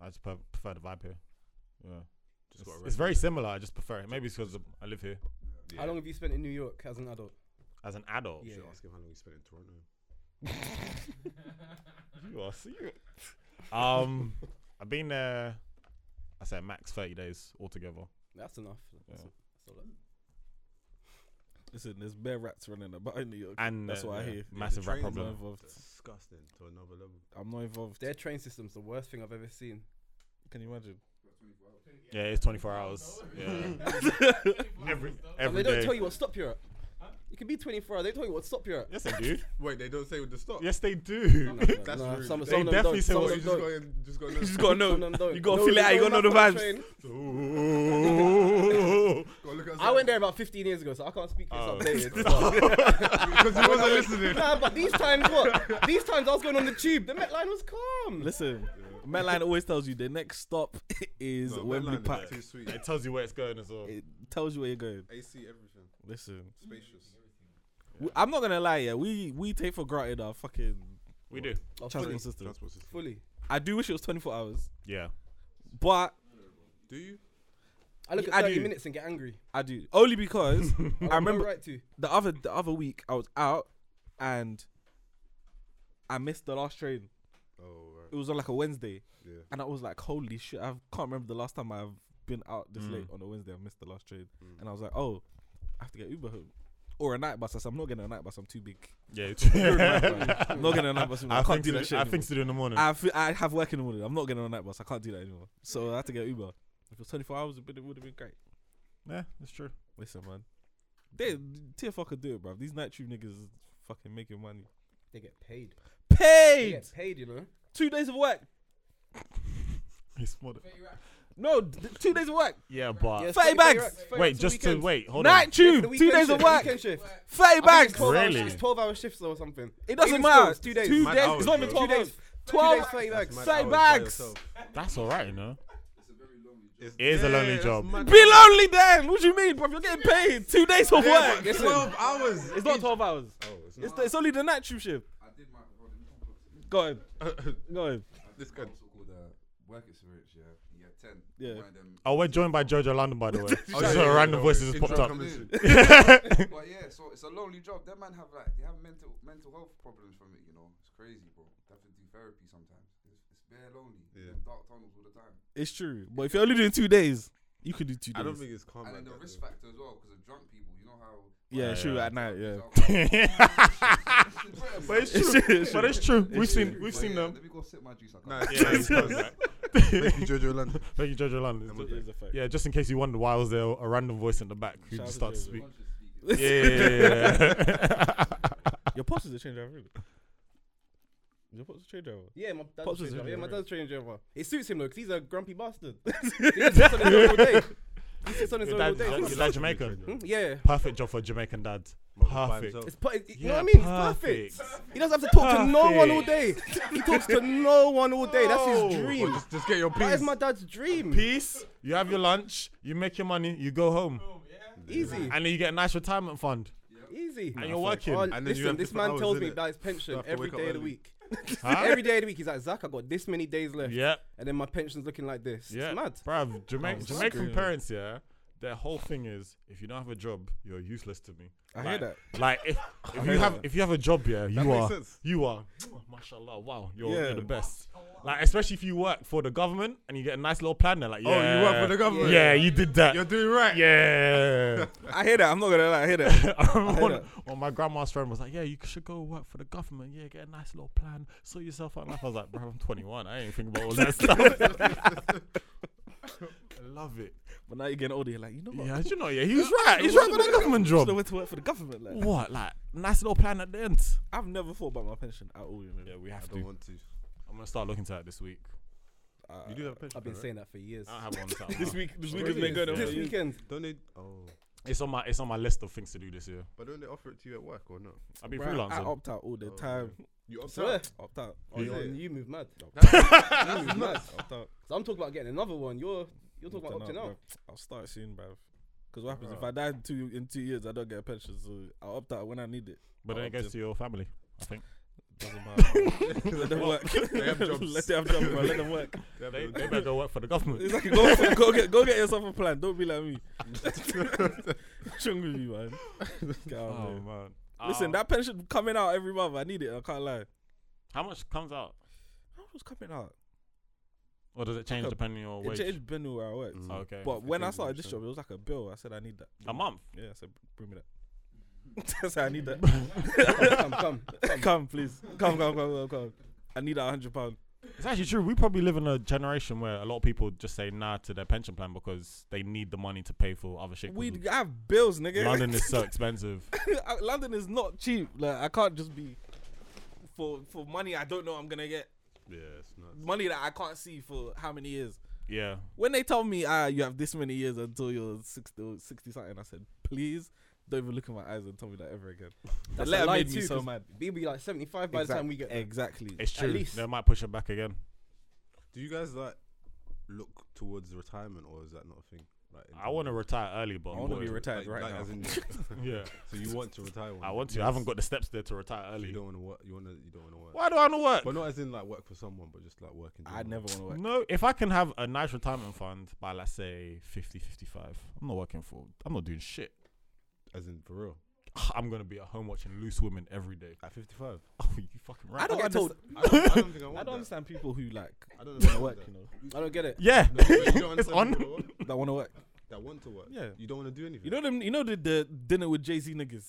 [SPEAKER 2] I just pre- prefer the vibe here. Yeah,
[SPEAKER 3] Just
[SPEAKER 2] it's,
[SPEAKER 3] got a
[SPEAKER 2] it's
[SPEAKER 3] red
[SPEAKER 2] very similar. I just prefer it. Maybe it's because I live here
[SPEAKER 3] Yeah.
[SPEAKER 5] How long have you spent in New York as an adult?
[SPEAKER 2] as an
[SPEAKER 4] (laughs)
[SPEAKER 2] adult.
[SPEAKER 5] Yeah.
[SPEAKER 3] You should ask him how long he spent in Toronto.
[SPEAKER 2] You are serious. Um, I've been there. I said max thirty days altogether.
[SPEAKER 5] That's enough. That's,
[SPEAKER 2] Yeah.
[SPEAKER 5] that's all that.
[SPEAKER 4] Listen, there's bare rats running about in New York.
[SPEAKER 2] And
[SPEAKER 4] That's
[SPEAKER 2] uh,
[SPEAKER 4] what I
[SPEAKER 2] yeah,
[SPEAKER 4] hear.
[SPEAKER 2] Massive
[SPEAKER 3] The
[SPEAKER 2] rap
[SPEAKER 3] trains
[SPEAKER 4] I'm not
[SPEAKER 2] problem.
[SPEAKER 4] involved.
[SPEAKER 3] Disgusting to another level.
[SPEAKER 4] I'm not involved.
[SPEAKER 5] Their train system's the worst thing I've ever seen.
[SPEAKER 4] Can you (laughs) imagine?
[SPEAKER 2] Yeah, it's twenty four (laughs) hours. Yeah, (laughs) every
[SPEAKER 5] And
[SPEAKER 2] every
[SPEAKER 5] they don't
[SPEAKER 2] day.
[SPEAKER 5] tell you what stop you're at. You can be 24 hours. They tell you what stop you're at.
[SPEAKER 2] Yes, they do.
[SPEAKER 3] Wait, they don't say with the stop.
[SPEAKER 2] Yes, they do.
[SPEAKER 3] That's
[SPEAKER 5] Nah,
[SPEAKER 3] rude.
[SPEAKER 5] some,
[SPEAKER 2] They
[SPEAKER 5] some of them
[SPEAKER 2] definitely
[SPEAKER 5] don't.
[SPEAKER 2] say
[SPEAKER 5] Some
[SPEAKER 2] what
[SPEAKER 3] you
[SPEAKER 5] of them
[SPEAKER 3] just
[SPEAKER 5] don't.
[SPEAKER 3] gotta, just gotta know.
[SPEAKER 4] You just gotta (laughs)
[SPEAKER 5] Some of them
[SPEAKER 4] know.
[SPEAKER 5] don't.
[SPEAKER 4] You gotta
[SPEAKER 5] No,
[SPEAKER 4] feel it
[SPEAKER 5] they
[SPEAKER 4] out. You
[SPEAKER 5] don't
[SPEAKER 4] gotta know the
[SPEAKER 5] laugh on
[SPEAKER 4] vibes.
[SPEAKER 5] train.
[SPEAKER 2] (laughs) Ooh.
[SPEAKER 3] Gotta look outside.
[SPEAKER 5] I went there about 15 years ago, so I can't speak for
[SPEAKER 2] Oh.
[SPEAKER 5] this updated.
[SPEAKER 3] (laughs) because he wasn't listening.
[SPEAKER 5] (laughs) nah, but these times what? These times I was going on the tube. The Met line was calm.
[SPEAKER 4] Listen, Metline always tells you the next stop (laughs) is
[SPEAKER 3] No,
[SPEAKER 4] Wembley
[SPEAKER 3] Medline is
[SPEAKER 4] Park.
[SPEAKER 3] Too sweet.
[SPEAKER 2] it tells you where it's going as well.
[SPEAKER 4] It tells you where you're going.
[SPEAKER 3] AC everything.
[SPEAKER 4] Listen,
[SPEAKER 3] Spacious.
[SPEAKER 4] Mm-hmm. we- I'm not gonna lie. Yeah, we we take for granted our fucking
[SPEAKER 2] We do.
[SPEAKER 5] Oh, fully,
[SPEAKER 4] transport system.
[SPEAKER 3] Transport system.
[SPEAKER 5] fully.
[SPEAKER 4] I do wish it was 24 hours,
[SPEAKER 2] Yeah.
[SPEAKER 4] but
[SPEAKER 3] Do you?
[SPEAKER 5] I look at
[SPEAKER 4] I
[SPEAKER 5] 30
[SPEAKER 4] do.
[SPEAKER 5] minutes and get angry.
[SPEAKER 4] I do
[SPEAKER 2] (laughs)
[SPEAKER 4] only because I
[SPEAKER 5] I've no
[SPEAKER 4] remember
[SPEAKER 5] right to.
[SPEAKER 4] the other the other week I was out and I missed the last train.
[SPEAKER 3] Oh right.
[SPEAKER 4] It was on like a Wednesday.
[SPEAKER 3] Yeah.
[SPEAKER 4] And I was like, holy shit, I can't remember the last time I've been out this
[SPEAKER 2] Mm.
[SPEAKER 4] late on a Wednesday. I missed the last train.
[SPEAKER 3] Mm.
[SPEAKER 4] And I was like, oh, I have to get Uber home. or a night bus. I said, I'm not getting a night bus.
[SPEAKER 2] (laughs)
[SPEAKER 4] I'm too big. (laughs)
[SPEAKER 2] Yeah, (laughs)
[SPEAKER 4] I'm not getting a night bus.
[SPEAKER 2] I,
[SPEAKER 4] I,
[SPEAKER 2] think
[SPEAKER 4] can't do that shit.
[SPEAKER 2] I
[SPEAKER 4] anymore.
[SPEAKER 2] think to do in the morning.
[SPEAKER 4] I, fe- I have work in the morning. I'm not getting on that bus. I can't do that anymore. So I had to get Uber. If it was 24 hours, it would have been great.
[SPEAKER 2] yeah, that's true.
[SPEAKER 4] Listen, man. They, TFR could do it, bruv. These night tube niggas is fucking making money.
[SPEAKER 5] They get paid. They
[SPEAKER 4] Paid!
[SPEAKER 5] get paid, you know.
[SPEAKER 4] Two days of work.
[SPEAKER 2] It's more than-
[SPEAKER 4] No, d- two days of work.
[SPEAKER 2] yeah, but
[SPEAKER 5] Yes,
[SPEAKER 4] Fatty
[SPEAKER 5] 30
[SPEAKER 4] bags.
[SPEAKER 5] racks, 30
[SPEAKER 2] Uh, wait,
[SPEAKER 5] racks a
[SPEAKER 2] just to
[SPEAKER 5] weekend.
[SPEAKER 2] wait. Hold
[SPEAKER 4] night
[SPEAKER 2] on.
[SPEAKER 5] Yeah,
[SPEAKER 4] tube.
[SPEAKER 5] the
[SPEAKER 4] two
[SPEAKER 5] weekend
[SPEAKER 4] days of
[SPEAKER 5] shift,
[SPEAKER 4] work.
[SPEAKER 5] Weekend shift.
[SPEAKER 4] Thirty
[SPEAKER 5] I think
[SPEAKER 4] bags.
[SPEAKER 5] it's 12 hours-
[SPEAKER 2] Really?
[SPEAKER 5] it's 12 hour shifts or something.
[SPEAKER 4] It doesn't
[SPEAKER 5] Even
[SPEAKER 4] matter.
[SPEAKER 5] still, it's two days.
[SPEAKER 4] Two
[SPEAKER 3] Mad
[SPEAKER 4] days.
[SPEAKER 3] hours,
[SPEAKER 4] It's not even
[SPEAKER 3] bro.
[SPEAKER 5] Two
[SPEAKER 4] twelve hours.
[SPEAKER 5] days.
[SPEAKER 4] Twelve.
[SPEAKER 5] days, 30 bags.
[SPEAKER 3] Mad
[SPEAKER 4] Say
[SPEAKER 3] hours by
[SPEAKER 4] bags.
[SPEAKER 3] yourself.
[SPEAKER 2] That's all right, you know.
[SPEAKER 3] It's-
[SPEAKER 2] It is a lonely
[SPEAKER 3] that's
[SPEAKER 2] job.
[SPEAKER 4] (laughs)
[SPEAKER 3] mad.
[SPEAKER 4] Be lonely then. What do you mean, bruv? You're getting paid two days of
[SPEAKER 3] Yeah,
[SPEAKER 4] work.
[SPEAKER 3] but Twelve hours.
[SPEAKER 4] It's not twelve hours.
[SPEAKER 3] Oh, it's
[SPEAKER 4] It's,
[SPEAKER 3] not.
[SPEAKER 4] it's only the night tube shift. Go ahead. Go ahead.
[SPEAKER 3] (laughs) This guy.
[SPEAKER 6] also called uh, work experience, yeah. You had 10.
[SPEAKER 4] Yeah.
[SPEAKER 6] One of them-
[SPEAKER 2] Oh, we're joined by Jojo London, by the way.
[SPEAKER 3] Oh,
[SPEAKER 2] Just
[SPEAKER 3] yeah,
[SPEAKER 2] a
[SPEAKER 3] yeah,
[SPEAKER 2] random
[SPEAKER 3] yeah,
[SPEAKER 2] voice
[SPEAKER 3] yeah.
[SPEAKER 2] just
[SPEAKER 3] Intro
[SPEAKER 2] popped up.
[SPEAKER 3] coming
[SPEAKER 2] (laughs)
[SPEAKER 3] soon.
[SPEAKER 6] but yeah, so it's a lonely job. That man have like they have mental mental health problems from it. You know, it's crazy, bro. They have to do therapy sometimes. It's, it's bare lonely.
[SPEAKER 3] Yeah.
[SPEAKER 6] Yeah. In dark tunnels all the time.
[SPEAKER 4] It's true. But if you're only doing two days, you could do two days.
[SPEAKER 3] I don't think it's calm.
[SPEAKER 6] and
[SPEAKER 3] like
[SPEAKER 6] then the
[SPEAKER 3] that,
[SPEAKER 6] risk
[SPEAKER 3] though.
[SPEAKER 6] factor as well, because of drunk people. You know how.
[SPEAKER 4] yeah,
[SPEAKER 2] Yeah,
[SPEAKER 4] true.
[SPEAKER 2] yeah.
[SPEAKER 4] At night, yeah.
[SPEAKER 2] (laughs)
[SPEAKER 6] (laughs)
[SPEAKER 2] But it's true. but it's true. We've seen we've seen them.
[SPEAKER 6] Let me go sip my juice. I
[SPEAKER 3] Nah,
[SPEAKER 6] can't-
[SPEAKER 3] it's nice,
[SPEAKER 2] (laughs)
[SPEAKER 3] it's nice. (laughs) Thank you, Jojo London.
[SPEAKER 2] Thank you, Jojo London.
[SPEAKER 3] I'm a-
[SPEAKER 4] It is a fact.
[SPEAKER 2] Yeah, just in case you wonder why was there a random voice in the back who
[SPEAKER 4] Shout
[SPEAKER 2] just started
[SPEAKER 4] out to
[SPEAKER 2] to speak.
[SPEAKER 6] Conscious speaking.
[SPEAKER 2] Yeah, yeah, yeah, yeah.
[SPEAKER 4] Your pops is a train driver, really. Your pops is a train driver.
[SPEAKER 5] Yeah, my dad's
[SPEAKER 4] Pops
[SPEAKER 5] a
[SPEAKER 4] is
[SPEAKER 5] train driver.
[SPEAKER 4] a
[SPEAKER 5] Yeah, my
[SPEAKER 4] driver.
[SPEAKER 5] dad's a train driver. It suits him though, 'cause he's a grumpy bastard. (laughs) he sits on
[SPEAKER 3] (laughs)
[SPEAKER 5] his own all day. He sits on his
[SPEAKER 2] Your
[SPEAKER 5] own all
[SPEAKER 2] dad,
[SPEAKER 5] day.
[SPEAKER 2] your dad Jamaican.
[SPEAKER 5] Hmm? (laughs) Yeah.
[SPEAKER 2] Perfect job for a Jamaican dad. Perfect.
[SPEAKER 5] It's per- it- you know
[SPEAKER 2] Yeah,
[SPEAKER 5] what I mean? It's perfect.
[SPEAKER 2] perfect.
[SPEAKER 5] He doesn't have to talk to no one all day. He talks to no one all day. That's his dream.
[SPEAKER 3] Just, just get your
[SPEAKER 5] That
[SPEAKER 3] peace.
[SPEAKER 5] is my dad's dream.
[SPEAKER 2] Peace. You have your lunch. You make your money. You go home,
[SPEAKER 5] Easy.
[SPEAKER 2] and then you get a nice retirement fund,
[SPEAKER 5] Easy.
[SPEAKER 2] and you're working.
[SPEAKER 5] Oh,
[SPEAKER 3] then you
[SPEAKER 5] listen,
[SPEAKER 3] have
[SPEAKER 5] this
[SPEAKER 3] different
[SPEAKER 5] man
[SPEAKER 3] hours,
[SPEAKER 5] tells me
[SPEAKER 3] innit?
[SPEAKER 5] about his
[SPEAKER 3] You
[SPEAKER 5] pension
[SPEAKER 3] have to
[SPEAKER 5] every
[SPEAKER 3] wake up
[SPEAKER 5] day of the
[SPEAKER 3] early.
[SPEAKER 5] week.
[SPEAKER 2] Huh?
[SPEAKER 5] (laughs) Every day of the week, he's like, Zach, I got this many days left.
[SPEAKER 2] yeah,
[SPEAKER 5] And then my pension's looking like this.
[SPEAKER 2] yeah.
[SPEAKER 5] It's mad.
[SPEAKER 2] Bruv, Jama-
[SPEAKER 4] Oh,
[SPEAKER 2] Jamaican
[SPEAKER 4] fuck.
[SPEAKER 2] parents, yeah. Their whole thing is, if you don't have a job, you're useless to me.
[SPEAKER 4] I
[SPEAKER 2] Like-
[SPEAKER 4] hear
[SPEAKER 2] Like if, if you have if you have a job, yeah, you
[SPEAKER 3] makes
[SPEAKER 2] are
[SPEAKER 3] sense.
[SPEAKER 2] you are you are, mashallah, wow, you're,
[SPEAKER 4] Yeah.
[SPEAKER 2] you're the best. Like especially if you work for the government and you get a nice little plan, they're like, yeah,
[SPEAKER 3] Oh, you work for the government.
[SPEAKER 2] Yeah, you did that.
[SPEAKER 3] You're doing right.
[SPEAKER 2] yeah. (laughs)
[SPEAKER 4] that. I hear that. I'm not gonna lie. I hear that.
[SPEAKER 2] I remember
[SPEAKER 4] that.
[SPEAKER 2] one, well, my grandma's friend was like, "Yeah, you should go work for the government. Yeah, get a nice little plan, sort yourself out." in life." I was like, "Bro, I'm 21. I ain't thinking about all that stuff." (laughs) I love it.
[SPEAKER 4] (laughs) but now you're getting older. You're like, you know
[SPEAKER 2] (laughs)
[SPEAKER 4] what?
[SPEAKER 2] Yeah, you know, yeah, he (laughs) was right. He's right for the government
[SPEAKER 4] I still
[SPEAKER 2] job.
[SPEAKER 4] went to work for the government. Like,
[SPEAKER 2] What, like, nice little plan at the end?
[SPEAKER 4] I've never thought about my pension at all. You know?
[SPEAKER 2] Yeah, we
[SPEAKER 3] I
[SPEAKER 2] have
[SPEAKER 3] don't
[SPEAKER 2] to.
[SPEAKER 3] want to.
[SPEAKER 2] I'm gonna start looking to that this week.
[SPEAKER 4] Uh,
[SPEAKER 3] You do have a pension.
[SPEAKER 5] I've been
[SPEAKER 3] right?
[SPEAKER 5] saying that for years.
[SPEAKER 2] I don't have (laughs) one. set up
[SPEAKER 4] this
[SPEAKER 2] now.
[SPEAKER 4] week. This week has
[SPEAKER 3] Really?
[SPEAKER 4] been good.
[SPEAKER 2] Yeah.
[SPEAKER 5] This
[SPEAKER 4] over.
[SPEAKER 5] weekend.
[SPEAKER 3] Don't they? Oh,
[SPEAKER 2] It's on my it's on my list of things to do this year.
[SPEAKER 3] but don't they offer it to you at work or not?
[SPEAKER 2] I've been
[SPEAKER 4] Bruh, I
[SPEAKER 2] freelancing.
[SPEAKER 4] opt out all the
[SPEAKER 3] Oh,
[SPEAKER 4] time.
[SPEAKER 3] You opt
[SPEAKER 5] Swear.
[SPEAKER 4] Opt out.
[SPEAKER 3] Oh,
[SPEAKER 5] You,
[SPEAKER 3] yeah.
[SPEAKER 5] you move mad.
[SPEAKER 3] That's
[SPEAKER 5] (laughs) You move mad.
[SPEAKER 3] nuts.
[SPEAKER 4] Opt out.
[SPEAKER 5] So I'm talking about getting another one. You're you're talking about
[SPEAKER 4] Opt
[SPEAKER 5] opting
[SPEAKER 4] out,
[SPEAKER 5] out.
[SPEAKER 4] bruv. I'll start soon, bruv. Because what happens if
[SPEAKER 3] Bruh.
[SPEAKER 4] I die in two in two years? I don't get a pension, so I'll opt out when I need it.
[SPEAKER 2] But then it goes to your family, I think.
[SPEAKER 4] (laughs) Doesn't matter. (laughs) Let them work.
[SPEAKER 3] They
[SPEAKER 4] (laughs)
[SPEAKER 3] have jobs.
[SPEAKER 4] Let them have jobs, bruv. Let them work.
[SPEAKER 2] They, they better go work for the
[SPEAKER 4] (laughs)
[SPEAKER 2] government.
[SPEAKER 4] Exactly. Go, for- go get go get yourself a plan. Don't be like me. (laughs) What's wrong with you, man? Get out of
[SPEAKER 2] Oh
[SPEAKER 4] there.
[SPEAKER 2] man.
[SPEAKER 4] Listen,
[SPEAKER 2] Uh,
[SPEAKER 4] that pension coming out every month. I need it. I can't lie.
[SPEAKER 2] how much comes out,
[SPEAKER 4] How much was coming out?
[SPEAKER 2] or does it change
[SPEAKER 4] (laughs) Like a-
[SPEAKER 2] depending on your
[SPEAKER 4] It
[SPEAKER 2] wage? Oh,
[SPEAKER 4] changed depending where I worked.
[SPEAKER 3] Mm.
[SPEAKER 2] Okay.
[SPEAKER 4] But when I started this
[SPEAKER 3] so.
[SPEAKER 4] job, it was like a bill. I said I need that.
[SPEAKER 2] a month.
[SPEAKER 4] Yeah, I said bring me that. I said I need that. (laughs)
[SPEAKER 2] (laughs)
[SPEAKER 5] come, come.
[SPEAKER 4] come, please. Come, come, come, come, come. I need that hundred pound.
[SPEAKER 2] It's actually true. We probably live in a generation where a lot of people just say nah to their pension plan because they need the money to pay for other shit. 'cause
[SPEAKER 4] We have bills, nigga.
[SPEAKER 2] Mm. London is so expensive.
[SPEAKER 4] (laughs) London is not cheap. Like I can't just be for for money I don't know I'm gonna get
[SPEAKER 3] Yeah, it's nuts.
[SPEAKER 4] money that I can't see for how many years.
[SPEAKER 2] Yeah.
[SPEAKER 4] When they told me, ah, you have this many years until you're 60, or 60 something, I said, please don't even look in my eyes and tell me that ever again. That
[SPEAKER 5] That's a
[SPEAKER 4] letter
[SPEAKER 5] lie
[SPEAKER 4] made me
[SPEAKER 5] too,
[SPEAKER 4] so
[SPEAKER 5] 'cause
[SPEAKER 4] mad.
[SPEAKER 5] We'll be like 75 by the time we get there.
[SPEAKER 4] exactly.
[SPEAKER 2] It's
[SPEAKER 5] At
[SPEAKER 2] true.
[SPEAKER 5] least.
[SPEAKER 2] They might push it back again.
[SPEAKER 3] Do you guys like look towards retirement or is that not a thing? Like, in
[SPEAKER 2] I want to
[SPEAKER 3] general?
[SPEAKER 2] retire early, but
[SPEAKER 4] I
[SPEAKER 2] I'm
[SPEAKER 4] want to be
[SPEAKER 2] bored.
[SPEAKER 4] retired
[SPEAKER 3] Like-
[SPEAKER 4] right
[SPEAKER 3] like
[SPEAKER 4] now.
[SPEAKER 3] as
[SPEAKER 2] (laughs)
[SPEAKER 3] in-
[SPEAKER 2] Yeah.
[SPEAKER 3] so you want to retire? One
[SPEAKER 2] I want to.
[SPEAKER 3] day?
[SPEAKER 2] I haven't got the steps there to retire
[SPEAKER 3] You
[SPEAKER 2] early.
[SPEAKER 3] don't want to work. You want to. You don't want to work.
[SPEAKER 2] Why do I want to work?
[SPEAKER 3] But not as in like work for someone, but just like working.
[SPEAKER 4] I never want to work.
[SPEAKER 2] No, if I can have a nice retirement fund by let's say 50, 55, I'm not working for. I'm not doing shit. (sighs)
[SPEAKER 3] As in for real.
[SPEAKER 2] I'm gonna be at home watching loose women every day. (laughs)
[SPEAKER 3] At 55.
[SPEAKER 2] Oh, you fucking right.
[SPEAKER 4] I don't,
[SPEAKER 5] get told-
[SPEAKER 4] understand,
[SPEAKER 3] I don't, I don't (laughs) think I want
[SPEAKER 4] I don't
[SPEAKER 3] that.
[SPEAKER 4] understand people who like (laughs)
[SPEAKER 3] I don't
[SPEAKER 4] want to
[SPEAKER 3] know.
[SPEAKER 4] work, you (laughs) know,
[SPEAKER 5] I don't get it.
[SPEAKER 2] Yeah,
[SPEAKER 3] No, but you
[SPEAKER 2] (laughs)
[SPEAKER 3] don't
[SPEAKER 2] it's
[SPEAKER 3] understand
[SPEAKER 2] on.
[SPEAKER 3] people that want-
[SPEAKER 4] that want to work.
[SPEAKER 3] That want to work.
[SPEAKER 4] Yeah.
[SPEAKER 3] You don't want to do anything.
[SPEAKER 4] You know them. You know the, the dinner with Jay Z niggas.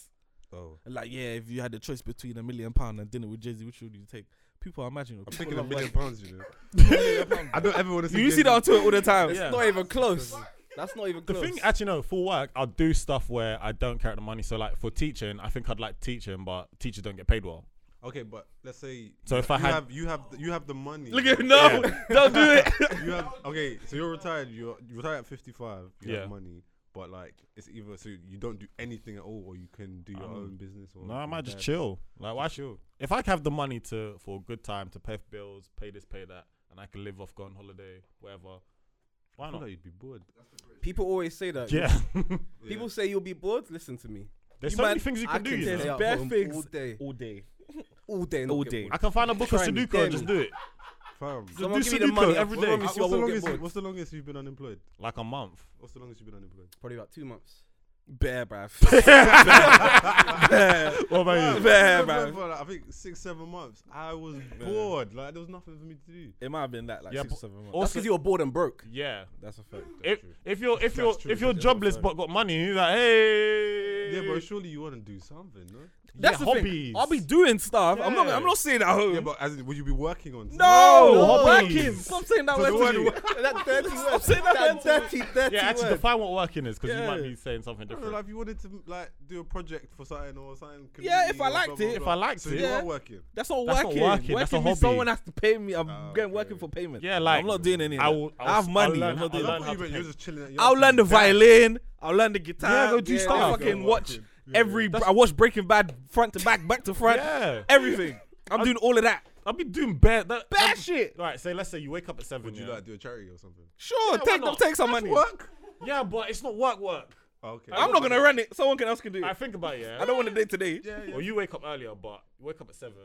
[SPEAKER 4] Oh. Like, yeah, if you had the choice between a million pound and dinner with Jay Z, which would you take? People are imagining.
[SPEAKER 3] I'm
[SPEAKER 4] people
[SPEAKER 3] thinking a
[SPEAKER 4] love
[SPEAKER 3] million
[SPEAKER 4] (laughs) money.
[SPEAKER 3] pounds, you know.
[SPEAKER 4] (laughs)
[SPEAKER 3] I don't ever want to see.
[SPEAKER 4] You
[SPEAKER 3] Jay-Z.
[SPEAKER 4] see that on Twitter all the time.
[SPEAKER 2] Yeah.
[SPEAKER 4] Yeah.
[SPEAKER 5] It's not even close. That's not even
[SPEAKER 2] The
[SPEAKER 5] close.
[SPEAKER 2] (laughs) thing, actually, no. For work, I'll do stuff where I don't care about the money. So, like for teaching, I think I'd like teaching, but teachers don't get paid well.
[SPEAKER 3] Okay, but let's say.
[SPEAKER 2] So if I
[SPEAKER 3] you
[SPEAKER 2] had-
[SPEAKER 3] have, you have, you have the money.
[SPEAKER 4] Look at no, don't do (laughs) it.
[SPEAKER 3] you have okay. So you're retired. You're you retired at 55. You
[SPEAKER 2] Yeah.
[SPEAKER 3] have money, but like it's either so you don't do anything at all, or you can do your
[SPEAKER 2] Um,
[SPEAKER 3] own business. Or
[SPEAKER 2] No, I
[SPEAKER 3] or
[SPEAKER 2] might just
[SPEAKER 3] dad.
[SPEAKER 2] chill. Like, why chill? If I have the money to for a good time to pay for bills, pay this, pay that, and I can live off, go on holiday, whatever. Why
[SPEAKER 3] I feel
[SPEAKER 2] not?
[SPEAKER 3] like you'd be bored.
[SPEAKER 5] People always say that.
[SPEAKER 2] (laughs) Yeah,
[SPEAKER 5] People say you'll be bored. Listen to me.
[SPEAKER 2] there's
[SPEAKER 5] You
[SPEAKER 2] so many
[SPEAKER 5] man-
[SPEAKER 2] things you
[SPEAKER 5] I
[SPEAKER 2] can do. You
[SPEAKER 5] stay
[SPEAKER 2] know?
[SPEAKER 5] at
[SPEAKER 4] Bare
[SPEAKER 5] home
[SPEAKER 4] things.
[SPEAKER 5] all day,
[SPEAKER 4] All day.
[SPEAKER 5] all day, and
[SPEAKER 4] All
[SPEAKER 5] not get
[SPEAKER 4] day.
[SPEAKER 5] bored.
[SPEAKER 2] I can find a book of
[SPEAKER 5] Try me,
[SPEAKER 2] Sudoku
[SPEAKER 5] dare
[SPEAKER 2] and just
[SPEAKER 5] me.
[SPEAKER 2] do it.
[SPEAKER 3] Fam. Ah,
[SPEAKER 2] Just
[SPEAKER 5] Someone
[SPEAKER 2] do
[SPEAKER 5] give me the
[SPEAKER 2] Sudoku
[SPEAKER 5] money, I
[SPEAKER 2] every day,
[SPEAKER 5] promise
[SPEAKER 3] What's
[SPEAKER 5] you I
[SPEAKER 3] the,
[SPEAKER 5] won't get
[SPEAKER 3] longest,
[SPEAKER 5] bored.
[SPEAKER 3] what's the longest you've been unemployed?
[SPEAKER 2] like a month. (laughs)
[SPEAKER 3] What's the longest you've been unemployed?
[SPEAKER 5] Probably about two months.
[SPEAKER 4] Bear, (laughs) bruv. Bear.
[SPEAKER 2] What about you?
[SPEAKER 4] Bear,
[SPEAKER 3] Bro, bro,
[SPEAKER 4] bruv.
[SPEAKER 3] bro, like, I think six, seven months. I was bored. Like there was nothing for me to do.
[SPEAKER 4] It might have been that like
[SPEAKER 2] Yeah,
[SPEAKER 4] six or
[SPEAKER 2] but
[SPEAKER 4] seven months.
[SPEAKER 5] That's because you were bored and broke.
[SPEAKER 2] Yeah.
[SPEAKER 4] That's a fact.
[SPEAKER 2] If if you're if you're
[SPEAKER 3] true,
[SPEAKER 2] if you're
[SPEAKER 3] that's
[SPEAKER 2] jobless
[SPEAKER 3] true.
[SPEAKER 2] but got money, you're like, hey.
[SPEAKER 3] Yeah, but surely you want to do something, no?
[SPEAKER 4] That's
[SPEAKER 2] Yeah,
[SPEAKER 4] the
[SPEAKER 2] hobbies.
[SPEAKER 4] thing. I'll be doing stuff. I'm not. I'm
[SPEAKER 2] Yeah.
[SPEAKER 4] not sitting at home.
[SPEAKER 3] Yeah, but as in, would you be working on?
[SPEAKER 4] no,
[SPEAKER 2] No, hobbies.
[SPEAKER 4] working. Stop saying that
[SPEAKER 3] So the
[SPEAKER 4] word. to
[SPEAKER 3] word
[SPEAKER 4] (laughs) me.
[SPEAKER 5] that dirty word.
[SPEAKER 4] saying that
[SPEAKER 5] That
[SPEAKER 4] word.
[SPEAKER 5] dirty, dirty
[SPEAKER 2] yeah, actually,
[SPEAKER 5] word.
[SPEAKER 2] define what working is because you might
[SPEAKER 4] Yeah.
[SPEAKER 2] be saying something
[SPEAKER 3] I don't know,
[SPEAKER 2] different.
[SPEAKER 3] like if you wanted to like do a project for something or something.
[SPEAKER 4] Yeah, if
[SPEAKER 3] community
[SPEAKER 4] I
[SPEAKER 3] or
[SPEAKER 4] liked
[SPEAKER 3] blah,
[SPEAKER 4] it,
[SPEAKER 2] If
[SPEAKER 3] blah,
[SPEAKER 2] I
[SPEAKER 3] blah.
[SPEAKER 2] liked
[SPEAKER 3] so
[SPEAKER 2] it,
[SPEAKER 3] you are working.
[SPEAKER 4] That's not
[SPEAKER 2] That's not
[SPEAKER 4] working.
[SPEAKER 2] working, that's a
[SPEAKER 4] Working means
[SPEAKER 2] hobby.
[SPEAKER 4] someone has to pay me. I'm
[SPEAKER 3] Ah,
[SPEAKER 4] going
[SPEAKER 3] okay.
[SPEAKER 4] working for payment.
[SPEAKER 2] yeah, like
[SPEAKER 4] I'm not doing any. of
[SPEAKER 2] I
[SPEAKER 4] that.
[SPEAKER 2] will.
[SPEAKER 4] I have
[SPEAKER 2] will-
[SPEAKER 4] money.
[SPEAKER 2] I'll learn,
[SPEAKER 4] I'm not
[SPEAKER 2] I'll
[SPEAKER 4] doing
[SPEAKER 2] learn
[SPEAKER 4] that.
[SPEAKER 2] how
[SPEAKER 3] you
[SPEAKER 2] to
[SPEAKER 3] meant,
[SPEAKER 2] pay.
[SPEAKER 3] you're just chilling. At your
[SPEAKER 4] I'll
[SPEAKER 3] house.
[SPEAKER 4] learn the violin. I'll learn the guitar.
[SPEAKER 2] Yeah, go do
[SPEAKER 4] I
[SPEAKER 2] stuff.
[SPEAKER 4] fucking
[SPEAKER 3] Go
[SPEAKER 4] watch
[SPEAKER 3] work it.
[SPEAKER 4] every.
[SPEAKER 2] That's-
[SPEAKER 4] I watch Breaking Bad front to back, back to front.
[SPEAKER 2] Yeah.
[SPEAKER 4] Everything. I'm doing all of that.
[SPEAKER 2] I'll be doing bad. That, that-
[SPEAKER 4] Bad shit.
[SPEAKER 2] All right, say let's say you wake up at seven.
[SPEAKER 3] Would you
[SPEAKER 2] yeah.
[SPEAKER 3] like do a charity or something?
[SPEAKER 4] Sure,
[SPEAKER 2] why
[SPEAKER 4] take them,
[SPEAKER 2] not?
[SPEAKER 4] take some money.
[SPEAKER 2] Yeah, but it's not work work.
[SPEAKER 3] Oh, Okay.
[SPEAKER 4] I'm not gonna run it. Someone can- else can do
[SPEAKER 2] I
[SPEAKER 4] it.
[SPEAKER 2] think about it, yeah.
[SPEAKER 4] I don't want to day to day.
[SPEAKER 3] Yeah, yeah.
[SPEAKER 2] Well, you wake up earlier, but you wake up at seven,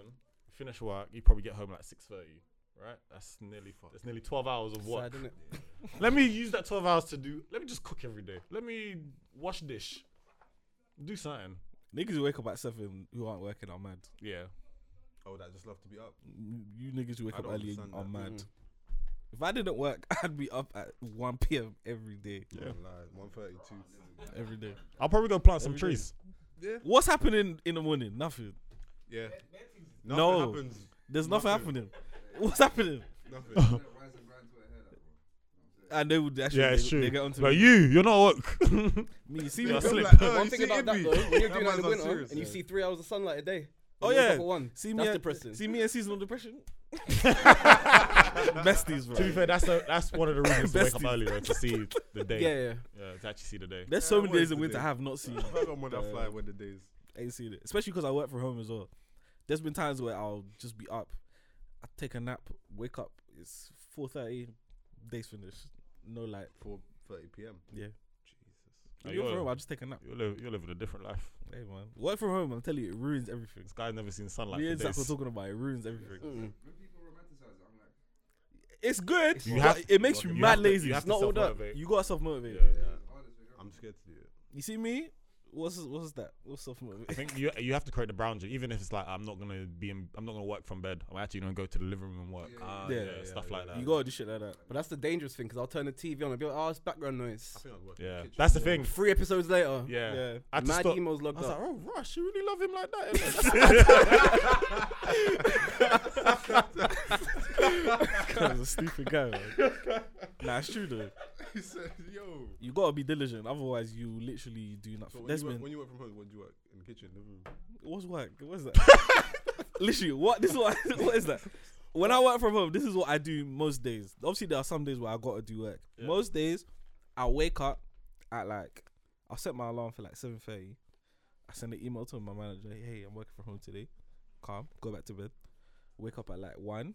[SPEAKER 2] finish work, you probably get home like six thirty, right? That's nearly that's nearly twelve hours of work.
[SPEAKER 5] Sad, innit?
[SPEAKER 2] let me use that twelve hours to do. Let me just cook every day. Let me wash dish, do something.
[SPEAKER 4] Niggas who wake up at seven who aren't working are mad.
[SPEAKER 2] Yeah,
[SPEAKER 3] Oh, that just love to be up.
[SPEAKER 4] You niggas who wake
[SPEAKER 3] I
[SPEAKER 4] up
[SPEAKER 3] don't
[SPEAKER 4] early
[SPEAKER 3] understand
[SPEAKER 4] are
[SPEAKER 3] that.
[SPEAKER 4] mad. If I didn't work, (laughs) I'd be up at 1 p.m. every day.
[SPEAKER 3] Yeah. One thirty-two.
[SPEAKER 4] Every day.
[SPEAKER 2] I'll probably go plant some trees.
[SPEAKER 4] What's happening in the morning? Nothing.
[SPEAKER 3] Yeah.
[SPEAKER 4] No.
[SPEAKER 3] Nothing happens.
[SPEAKER 4] There's nothing,
[SPEAKER 3] Nothing.
[SPEAKER 4] happening. What's happening? (laughs)
[SPEAKER 3] Nothing.
[SPEAKER 6] Rise and grind to a hair, that one.
[SPEAKER 4] I know they actually
[SPEAKER 2] Yeah,
[SPEAKER 4] they,
[SPEAKER 2] it's true.
[SPEAKER 4] they get onto
[SPEAKER 2] but
[SPEAKER 4] me.
[SPEAKER 2] you, you're not at (laughs) work.
[SPEAKER 4] me. See
[SPEAKER 2] Yeah,
[SPEAKER 4] me,
[SPEAKER 2] I slip.
[SPEAKER 3] Like, oh,
[SPEAKER 5] One
[SPEAKER 3] you
[SPEAKER 5] thing
[SPEAKER 3] see
[SPEAKER 5] about that
[SPEAKER 3] Ibby?
[SPEAKER 5] though,
[SPEAKER 3] (laughs)
[SPEAKER 5] when you're doing that in
[SPEAKER 3] man's
[SPEAKER 5] the
[SPEAKER 3] on
[SPEAKER 5] winter
[SPEAKER 3] serious,
[SPEAKER 5] and you
[SPEAKER 3] yeah.
[SPEAKER 5] see three hours of sunlight a day.
[SPEAKER 4] Oh,
[SPEAKER 5] you wake
[SPEAKER 4] yeah.
[SPEAKER 5] up at one.
[SPEAKER 4] see me.
[SPEAKER 5] That's
[SPEAKER 4] at-
[SPEAKER 5] depressing.
[SPEAKER 4] See me in seasonal
[SPEAKER 5] (laughs)
[SPEAKER 4] depression. Besties,
[SPEAKER 2] to be
[SPEAKER 4] bro.
[SPEAKER 2] fair, that's the (laughs) that's one of the reasons to wake up
[SPEAKER 4] Besties.
[SPEAKER 2] early though, to see the day.
[SPEAKER 5] Yeah, yeah.
[SPEAKER 2] Yeah, to actually see the day.
[SPEAKER 4] There's so
[SPEAKER 3] Yeah,
[SPEAKER 4] many
[SPEAKER 3] what
[SPEAKER 4] days
[SPEAKER 3] is
[SPEAKER 4] in
[SPEAKER 3] the
[SPEAKER 4] winter
[SPEAKER 3] day?
[SPEAKER 4] I have not seen.
[SPEAKER 3] If I got money, I
[SPEAKER 4] Uh,
[SPEAKER 3] fly when the days.
[SPEAKER 4] ain't seen it. Especially because I work from home as well. There's been times where I'll just be up, I take a nap, wake up, it's four thirty, days finished, no light.
[SPEAKER 3] Four thirty p.m.
[SPEAKER 4] Yeah.
[SPEAKER 2] Oh,
[SPEAKER 4] Work
[SPEAKER 2] you're-
[SPEAKER 4] from home, I just take a nap.
[SPEAKER 2] You're, live, you're living a different life.
[SPEAKER 4] Hey man, work from home. I'm telling you, it ruins everything.
[SPEAKER 2] This guy's never seen sunlight.
[SPEAKER 4] Me
[SPEAKER 2] for
[SPEAKER 4] and Zach were
[SPEAKER 2] days.
[SPEAKER 4] talking about it, it ruins everything.
[SPEAKER 5] Mm.
[SPEAKER 6] When people romanticize it, I'm like,
[SPEAKER 4] It's good,
[SPEAKER 2] You
[SPEAKER 4] but
[SPEAKER 2] have
[SPEAKER 4] it makes you,
[SPEAKER 2] you have
[SPEAKER 4] mad
[SPEAKER 2] to-
[SPEAKER 4] lazy.
[SPEAKER 2] you have
[SPEAKER 4] it's
[SPEAKER 2] to
[SPEAKER 4] not all that.
[SPEAKER 2] self-motivate.
[SPEAKER 4] You gotta self motivate.
[SPEAKER 2] Yeah.
[SPEAKER 3] Yeah.
[SPEAKER 6] oh, this is
[SPEAKER 3] I'm scared to do
[SPEAKER 5] (laughs)
[SPEAKER 3] it.
[SPEAKER 4] You see me? What's what's that? What's self
[SPEAKER 2] I (laughs)
[SPEAKER 4] motivate?
[SPEAKER 2] think you you have to create the boundary, even if it's like I'm not gonna be in, I'm not gonna work from bed. I'm actually gonna go to the living room and work.
[SPEAKER 6] Yeah,
[SPEAKER 2] Ah,
[SPEAKER 4] yeah,
[SPEAKER 2] yeah,
[SPEAKER 4] yeah,
[SPEAKER 2] stuff like that.
[SPEAKER 4] You gotta do shit like that.
[SPEAKER 5] But that's the dangerous thing because I'll turn the TV on and be like, oh, it's background noise.
[SPEAKER 3] I think I'd work.
[SPEAKER 2] yeah,
[SPEAKER 3] In the
[SPEAKER 2] that's the thing.
[SPEAKER 5] Three episodes later,
[SPEAKER 2] Yeah,
[SPEAKER 4] Yeah.
[SPEAKER 2] I had to
[SPEAKER 5] mad
[SPEAKER 2] stop.
[SPEAKER 5] emails
[SPEAKER 2] I
[SPEAKER 5] logged
[SPEAKER 2] was like,
[SPEAKER 5] up.
[SPEAKER 2] oh, Rush, you really love him like that. (laughs) innit?"
[SPEAKER 4] I was a stupid guy. Man. nah, it's true though.
[SPEAKER 3] kitchen. He said, "Yo."
[SPEAKER 4] You gotta be diligent, otherwise you literally do
[SPEAKER 3] So
[SPEAKER 4] nothing.
[SPEAKER 3] when
[SPEAKER 4] There's
[SPEAKER 3] you, work,
[SPEAKER 4] been
[SPEAKER 3] when you work from home, what do you work in the kitchen, living room?
[SPEAKER 4] what's work? What's that?
[SPEAKER 3] (laughs)
[SPEAKER 4] literally, what this is what (laughs) what is that? When I work from home, this is what I do most days. Obviously, there are some days where I gotta do work.
[SPEAKER 2] Yeah.
[SPEAKER 4] Most days, I wake up at like I'll set my alarm for like seven thirty. I send an email to my manager, hey, I'm working from home today. Calm, go back to bed. Wake up at like one,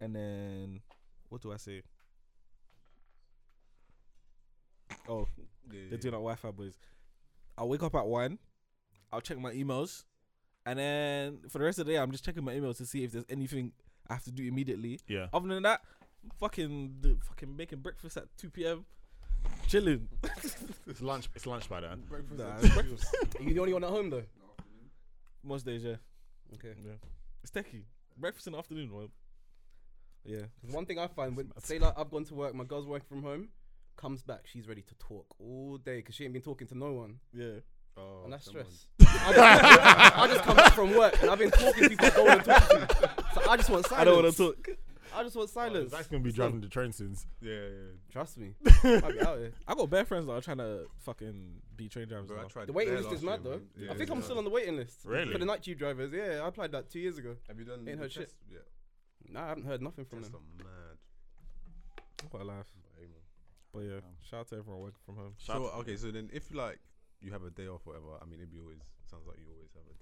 [SPEAKER 4] and then what do I say? Oh,
[SPEAKER 3] Yeah,
[SPEAKER 4] They're doing our Wi-Fi boys. I'll wake up at one. I'll check my emails, and then for the rest of the day, I'm just checking my emails to see if there's anything I have to do immediately.
[SPEAKER 2] yeah,
[SPEAKER 4] Other than that, fucking the, fucking making breakfast at two p.m. Chilling.
[SPEAKER 2] it's lunch. It's lunch by then.
[SPEAKER 3] breakfast.
[SPEAKER 4] Nah,
[SPEAKER 3] and tea. (laughs)
[SPEAKER 5] Are you the only one at home though?
[SPEAKER 4] Most days, yeah.
[SPEAKER 5] Okay.
[SPEAKER 4] Yeah. It's techie. Breakfast in the afternoon, man. Yeah.
[SPEAKER 5] 'Cause One thing I find when say like I've gone to work, my girl's working from home, comes back, she's ready to talk all day because she ain't been talking to no one,
[SPEAKER 4] Yeah.
[SPEAKER 3] Oh,
[SPEAKER 5] and that's
[SPEAKER 3] come on.
[SPEAKER 5] stress. I just, I just come back from work and I've been talking to people I don't want to talk to. So I just want silence.
[SPEAKER 4] I don't want to talk.
[SPEAKER 5] I just want
[SPEAKER 3] Oh,
[SPEAKER 5] silence.
[SPEAKER 2] That's gonna be driving the train soon.
[SPEAKER 3] Yeah, yeah.
[SPEAKER 5] Trust me. I'll be out here.
[SPEAKER 4] I got bare friends that are trying to fucking be train drivers.
[SPEAKER 3] Bro, I
[SPEAKER 4] now.
[SPEAKER 3] tried
[SPEAKER 5] The waiting
[SPEAKER 3] there
[SPEAKER 5] list is
[SPEAKER 3] last
[SPEAKER 5] mad
[SPEAKER 3] year,
[SPEAKER 5] though.
[SPEAKER 3] man. Yeah,
[SPEAKER 5] I think I'm
[SPEAKER 3] yeah.
[SPEAKER 5] still on the waiting list.
[SPEAKER 2] Really?
[SPEAKER 5] For the night tube drivers, yeah. I applied that two years ago.
[SPEAKER 3] Have you done
[SPEAKER 5] Ain't
[SPEAKER 3] the
[SPEAKER 5] heard shit.
[SPEAKER 3] test? Yeah.
[SPEAKER 5] Nah, I haven't heard nothing from
[SPEAKER 3] Tests
[SPEAKER 5] them.
[SPEAKER 3] are mad.
[SPEAKER 4] What a life.
[SPEAKER 3] Hey, man.
[SPEAKER 4] But yeah, shout out to everyone working from home.
[SPEAKER 3] So okay, so then if like you have a day off, or whatever. I mean, it'd be always sounds like you always have a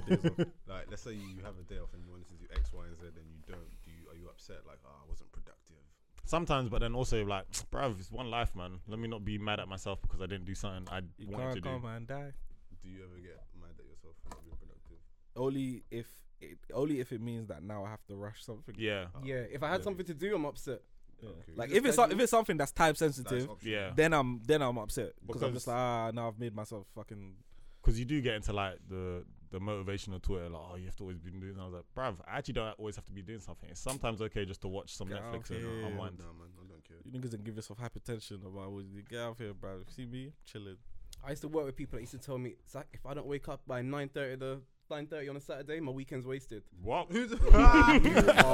[SPEAKER 3] day off.
[SPEAKER 4] Bare days off.
[SPEAKER 3] Like, let's say you have a day off and you wanted to do X, Y, and Z, and you don't. Do you, are you upset? Like, oh, I wasn't productive.
[SPEAKER 2] Sometimes, but then also you're like, bruv, it's one life, man. Let me not be mad at myself because I didn't do something I
[SPEAKER 4] You
[SPEAKER 2] wanted to
[SPEAKER 4] can't
[SPEAKER 2] do.
[SPEAKER 4] come and die.
[SPEAKER 3] Do you ever get mad at yourself for not being productive?
[SPEAKER 4] Only if it, only if it means that now I have to rush something.
[SPEAKER 2] Yeah,
[SPEAKER 5] Yeah, if I had something to do, I'm upset.
[SPEAKER 4] Yeah.
[SPEAKER 3] Okay.
[SPEAKER 4] Like
[SPEAKER 5] Is it
[SPEAKER 4] if it's so- if
[SPEAKER 5] scheduled?
[SPEAKER 4] it's something that's time
[SPEAKER 3] That is
[SPEAKER 4] sensitive,
[SPEAKER 3] optional.
[SPEAKER 2] yeah.
[SPEAKER 4] then I'm then I'm upset because I'm
[SPEAKER 2] Because-
[SPEAKER 4] just like ah now I've made myself fucking
[SPEAKER 2] Because you do get into like the the motivational Twitter, like, oh, you have to always be doing. I was like, bruv, I actually don't always have to be doing something. It's sometimes okay just to watch some
[SPEAKER 4] Get
[SPEAKER 2] Netflix
[SPEAKER 4] out
[SPEAKER 2] and
[SPEAKER 4] here.
[SPEAKER 2] unwind.
[SPEAKER 3] Nah, man, I don't care.
[SPEAKER 4] you niggas and give yourself hypertension about what you get out here, bro. See me chilling.
[SPEAKER 5] I used to work with people that used to tell me, Zach, if I don't wake up by 9.30 the 9.30 on a Saturday, my weekend's wasted.
[SPEAKER 3] (laughs)
[SPEAKER 2] What?
[SPEAKER 3] Who's
[SPEAKER 4] (laughs)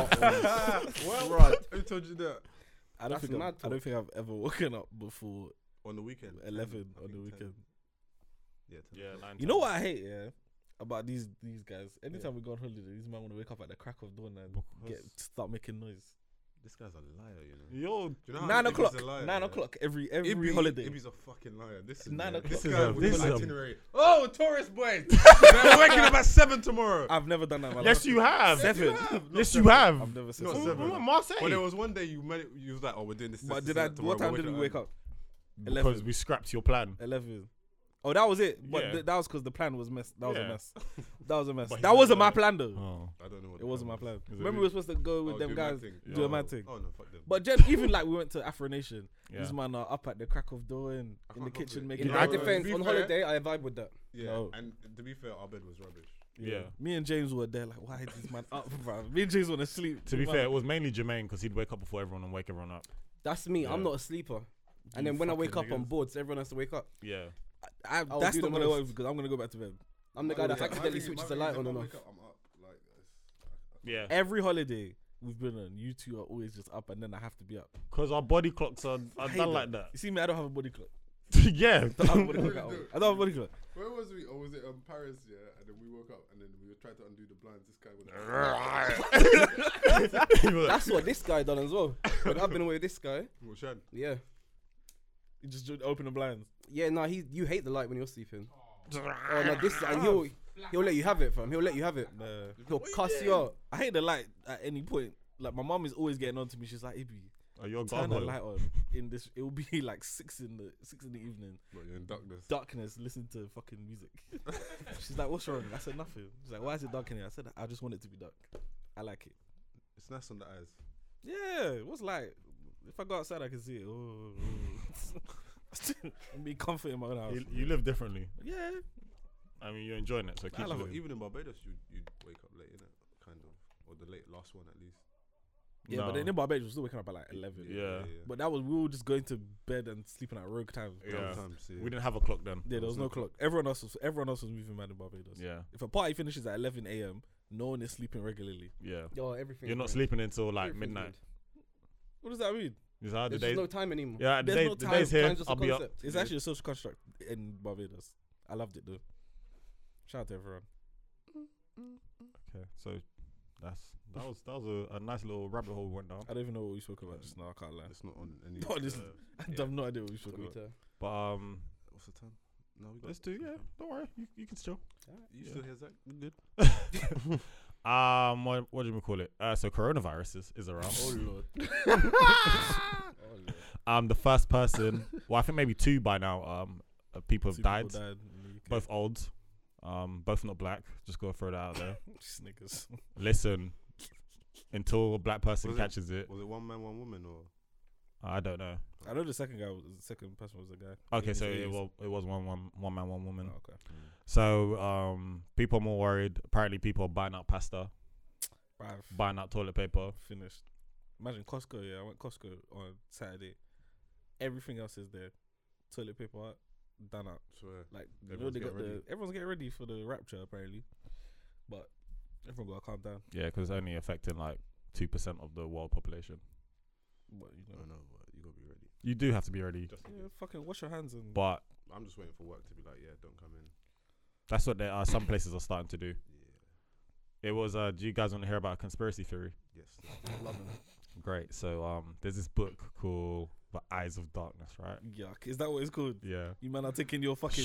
[SPEAKER 3] (laughs) Who told you that?
[SPEAKER 4] I don't
[SPEAKER 5] That's
[SPEAKER 4] think I'm-
[SPEAKER 5] mad
[SPEAKER 4] I don't
[SPEAKER 5] talk.
[SPEAKER 4] think I've ever (laughs) woken up before
[SPEAKER 3] On the weekend.
[SPEAKER 4] 11
[SPEAKER 3] I
[SPEAKER 4] on
[SPEAKER 3] think
[SPEAKER 4] the
[SPEAKER 3] 10.
[SPEAKER 4] weekend.
[SPEAKER 3] Yeah. 10.
[SPEAKER 2] Yeah, nine
[SPEAKER 4] You know
[SPEAKER 2] times.
[SPEAKER 4] what I hate, yeah, about these these guys. Anytime we go on holiday, these men want to wake up at the crack of dawn and get
[SPEAKER 3] Because-
[SPEAKER 4] start making noise.
[SPEAKER 3] This guy's a liar, you know.
[SPEAKER 2] Yo,
[SPEAKER 3] Do you know how
[SPEAKER 4] nine
[SPEAKER 3] Ibby's
[SPEAKER 4] o'clock,
[SPEAKER 3] a liar,
[SPEAKER 4] nine
[SPEAKER 3] yeah?
[SPEAKER 4] o'clock every every
[SPEAKER 3] Ibby-
[SPEAKER 4] holiday.
[SPEAKER 3] Ibby's a fucking liar. This is
[SPEAKER 4] Nine
[SPEAKER 3] This
[SPEAKER 2] o'clock.
[SPEAKER 3] guy
[SPEAKER 2] This
[SPEAKER 3] with
[SPEAKER 2] is
[SPEAKER 3] this
[SPEAKER 2] a-
[SPEAKER 3] itinerary. Oh, tourist boys. They're working about seven tomorrow.
[SPEAKER 4] I've never done that. In my
[SPEAKER 2] yes,
[SPEAKER 4] life.
[SPEAKER 2] you have.
[SPEAKER 4] Seven.
[SPEAKER 2] Yes, you have.
[SPEAKER 4] I've never said
[SPEAKER 3] Not
[SPEAKER 4] seven.
[SPEAKER 3] seven.
[SPEAKER 2] Remember Marseille?
[SPEAKER 3] Well, there was one day you made it, you was like, oh, we're doing this.
[SPEAKER 4] But
[SPEAKER 3] this,
[SPEAKER 4] did
[SPEAKER 3] this,
[SPEAKER 4] I?
[SPEAKER 3] that tomorrow,
[SPEAKER 4] What time
[SPEAKER 3] we're
[SPEAKER 4] did we
[SPEAKER 3] waking
[SPEAKER 4] wake up?
[SPEAKER 2] because
[SPEAKER 4] 11.
[SPEAKER 2] we scrapped your plan.
[SPEAKER 4] Eleven. Oh, that was it. But
[SPEAKER 2] Yeah.
[SPEAKER 4] th- that was because the plan was mess. That was a
[SPEAKER 2] Yeah.
[SPEAKER 4] mess. That was a mess.
[SPEAKER 2] But he
[SPEAKER 4] that wasn't
[SPEAKER 2] didn't
[SPEAKER 4] my
[SPEAKER 2] know.
[SPEAKER 4] plan though.
[SPEAKER 2] Oh,
[SPEAKER 3] I don't know. What
[SPEAKER 4] It wasn't my
[SPEAKER 3] plan.
[SPEAKER 4] plan.
[SPEAKER 2] it
[SPEAKER 4] Remember, we
[SPEAKER 2] really-
[SPEAKER 4] were supposed to go with
[SPEAKER 3] Oh,
[SPEAKER 4] them
[SPEAKER 3] do my
[SPEAKER 4] guys.
[SPEAKER 3] thing.
[SPEAKER 4] do a
[SPEAKER 3] Oh,
[SPEAKER 4] mad thing.
[SPEAKER 3] Oh no, fuck them.
[SPEAKER 4] But just even like we went to Afro Nation,
[SPEAKER 2] yeah.
[SPEAKER 4] these man are up at the crack of dawn
[SPEAKER 3] I
[SPEAKER 4] in the
[SPEAKER 3] can't help
[SPEAKER 4] kitchen
[SPEAKER 3] it.
[SPEAKER 4] making.
[SPEAKER 5] In
[SPEAKER 3] Yeah,
[SPEAKER 5] my
[SPEAKER 3] no, to
[SPEAKER 5] defense,
[SPEAKER 3] be
[SPEAKER 5] on
[SPEAKER 3] fair-
[SPEAKER 5] holiday, I vibe with that.
[SPEAKER 3] yeah,
[SPEAKER 4] no.
[SPEAKER 3] and to be fair, our bed was rubbish.
[SPEAKER 2] yeah.
[SPEAKER 4] Me and James were there like, why is this man up, bro? Me and James want to sleep.
[SPEAKER 2] To be
[SPEAKER 4] Man,
[SPEAKER 2] fair, it was mainly Jermaine because he'd wake up before everyone and wake everyone up.
[SPEAKER 5] That's me. I'm
[SPEAKER 2] Yeah.
[SPEAKER 5] not a sleeper. And
[SPEAKER 4] You
[SPEAKER 5] then when I wake up,
[SPEAKER 4] fucking
[SPEAKER 5] I'm
[SPEAKER 4] niggas.
[SPEAKER 5] bored, so everyone has to wake up.
[SPEAKER 2] Yeah.
[SPEAKER 4] I,
[SPEAKER 5] I'll
[SPEAKER 4] that's
[SPEAKER 5] do
[SPEAKER 4] not
[SPEAKER 5] the
[SPEAKER 4] gonna work
[SPEAKER 5] most.
[SPEAKER 4] because I'm gonna go back to bed.
[SPEAKER 5] I'm the
[SPEAKER 3] My
[SPEAKER 5] guy that
[SPEAKER 3] thing- my
[SPEAKER 5] accidentally
[SPEAKER 3] thing-
[SPEAKER 5] switches
[SPEAKER 3] my
[SPEAKER 5] the
[SPEAKER 3] thing is
[SPEAKER 5] light
[SPEAKER 3] if
[SPEAKER 5] on
[SPEAKER 3] I
[SPEAKER 5] and off.
[SPEAKER 3] wake up, I'm up, like, it's-
[SPEAKER 2] Yeah.
[SPEAKER 4] Every holiday we've been on, you two are always just up, and then I have to be up.
[SPEAKER 2] Because our body clocks are, are
[SPEAKER 4] hate
[SPEAKER 2] done like that.
[SPEAKER 4] You see me? I don't have a
[SPEAKER 2] (laughs)
[SPEAKER 4] body clock.
[SPEAKER 2] yeah.
[SPEAKER 4] I don't have a body clock at all.
[SPEAKER 3] do.
[SPEAKER 4] I don't have a body clock.
[SPEAKER 3] Where was we? Or was it um, Paris? Yeah, and then we woke up and then we tried to undo the blinds. This guy was.
[SPEAKER 5] That's what this guy done as well. When I've been with this guy,
[SPEAKER 3] Well, Shan,
[SPEAKER 5] yeah.
[SPEAKER 4] You just do- open the blinds.
[SPEAKER 5] Yeah, no, he you hate the light when you're sleeping. Oh, no, this and he'll he'll let you have it, fam. He'll let you have it.
[SPEAKER 4] Nah.
[SPEAKER 2] Oh,
[SPEAKER 5] He'll cuss you out.
[SPEAKER 4] I hate the light at any point. Like my mom is always getting on to me. She's like, "Ibi,
[SPEAKER 2] Are you Oh, a
[SPEAKER 4] turn the light
[SPEAKER 2] gargoyle?
[SPEAKER 4] on." In this, it will be (laughs) like six in the six in the evening.
[SPEAKER 3] but you're in darkness.
[SPEAKER 4] Darkness. Listen to fucking music. (laughs) She's like, "What's wrong?" I said, "Nothing." She's like, "Why is it dark in here?" I said, "I just want it to be dark. I like it."
[SPEAKER 3] It's nice on the eyes.
[SPEAKER 4] Yeah. What's light? If I go outside, I can see it. (laughs) Oh. be comfort in my own house.
[SPEAKER 2] You, you live differently.
[SPEAKER 4] yeah.
[SPEAKER 2] I mean, you're enjoying it, so keep
[SPEAKER 3] I love
[SPEAKER 2] living.
[SPEAKER 3] it. Even in Barbados, you you wake up late, innit? Kind of, or the late last one at least.
[SPEAKER 4] Yeah, but
[SPEAKER 2] No.
[SPEAKER 4] then in Barbados, we're still waking up at like eleven.
[SPEAKER 2] Yeah.
[SPEAKER 3] But
[SPEAKER 4] But that was we were just going to bed and sleeping at rogue time.
[SPEAKER 2] Yeah.
[SPEAKER 3] sometimes, yeah.
[SPEAKER 2] We didn't have a clock then.
[SPEAKER 4] Yeah, there was no clock. Everyone else was everyone else was moving mad in Barbados.
[SPEAKER 2] Yeah.
[SPEAKER 4] If a party finishes at eleven AM, no one is sleeping regularly.
[SPEAKER 2] Yeah.
[SPEAKER 5] Yo, everything.
[SPEAKER 2] You're not
[SPEAKER 5] sleeping
[SPEAKER 2] sleeping until like midnight.
[SPEAKER 4] What does that mean?
[SPEAKER 2] Is that how the
[SPEAKER 5] There's
[SPEAKER 2] day?
[SPEAKER 5] just no time anymore.
[SPEAKER 2] Yeah, the,
[SPEAKER 5] There's
[SPEAKER 2] day,
[SPEAKER 5] no
[SPEAKER 2] the
[SPEAKER 5] time.
[SPEAKER 2] day's here.
[SPEAKER 5] Time's just a
[SPEAKER 2] I'll be up.
[SPEAKER 5] concept.
[SPEAKER 4] It's actually a social construct in Barbados. I loved it though. Shout out to everyone.
[SPEAKER 2] Okay, so that's that was that was a, a nice little rabbit hole we went down.
[SPEAKER 4] I don't even know what we spoke about just now, I can't lie.
[SPEAKER 3] It's not on any.
[SPEAKER 4] No, this-
[SPEAKER 3] uh,
[SPEAKER 4] (laughs) I have no idea what we spoke
[SPEAKER 5] Don't need
[SPEAKER 4] about.
[SPEAKER 5] to-
[SPEAKER 2] But um,
[SPEAKER 3] what's the time? No, we got
[SPEAKER 2] let's do yeah. Don't worry, you, you can still.
[SPEAKER 3] You
[SPEAKER 2] Yeah.
[SPEAKER 3] still here, Zach? We're good.
[SPEAKER 2] (laughs) Um, what, what do we call it? Uh, so coronavirus is, is around.
[SPEAKER 5] Oh lord.
[SPEAKER 2] um, the first person, well, I think maybe two by now. Um, uh, people have
[SPEAKER 4] Two people
[SPEAKER 2] died.
[SPEAKER 4] in the UK.
[SPEAKER 2] Both old. Um, both not black. Just gotta throw that out there.
[SPEAKER 4] Snickers.
[SPEAKER 2] Listen, until a black person
[SPEAKER 3] Was it-
[SPEAKER 2] catches it,
[SPEAKER 3] Was it one man, one woman, or
[SPEAKER 2] I don't know.
[SPEAKER 4] I know the second guy was the second person was a guy.
[SPEAKER 2] Okay,
[SPEAKER 4] In his
[SPEAKER 2] so it
[SPEAKER 4] 80s.
[SPEAKER 2] was, it was one one one man one
[SPEAKER 4] Oh,
[SPEAKER 2] woman.
[SPEAKER 4] okay.
[SPEAKER 2] So um, people are more worried. Apparently, people are buying out pasta,
[SPEAKER 4] Bruv.
[SPEAKER 2] buying out toilet paper.
[SPEAKER 4] finished. Imagine Costco. Yeah, I went Costco on Saturday. Everything else is there. Toilet paper, done up.
[SPEAKER 3] Swear.
[SPEAKER 4] Like you know
[SPEAKER 3] Everyone's
[SPEAKER 4] they got
[SPEAKER 3] getting ready.
[SPEAKER 4] the everyone's getting ready for the rapture apparently, but everyone gotta calm down.
[SPEAKER 2] Yeah, because it's only affecting like two percent of the world population.
[SPEAKER 4] But you
[SPEAKER 3] I
[SPEAKER 4] know,
[SPEAKER 3] know, but you gotta be ready.
[SPEAKER 2] You do have to be ready,
[SPEAKER 3] Just in
[SPEAKER 4] yeah,
[SPEAKER 3] case.
[SPEAKER 4] fucking wash your hands and
[SPEAKER 2] but
[SPEAKER 3] I'm just waiting for work to be like, yeah, don't come in.
[SPEAKER 2] that's what there are. Some places are starting to do.
[SPEAKER 3] Yeah.
[SPEAKER 2] It was. Uh, do you guys want to hear about a conspiracy theory?
[SPEAKER 3] Yes.
[SPEAKER 2] Great. So um, there's this book called The Eyes of Darkness, right?
[SPEAKER 4] yuck. Is that what it's called?
[SPEAKER 2] Yeah.
[SPEAKER 4] You man are taking your fucking.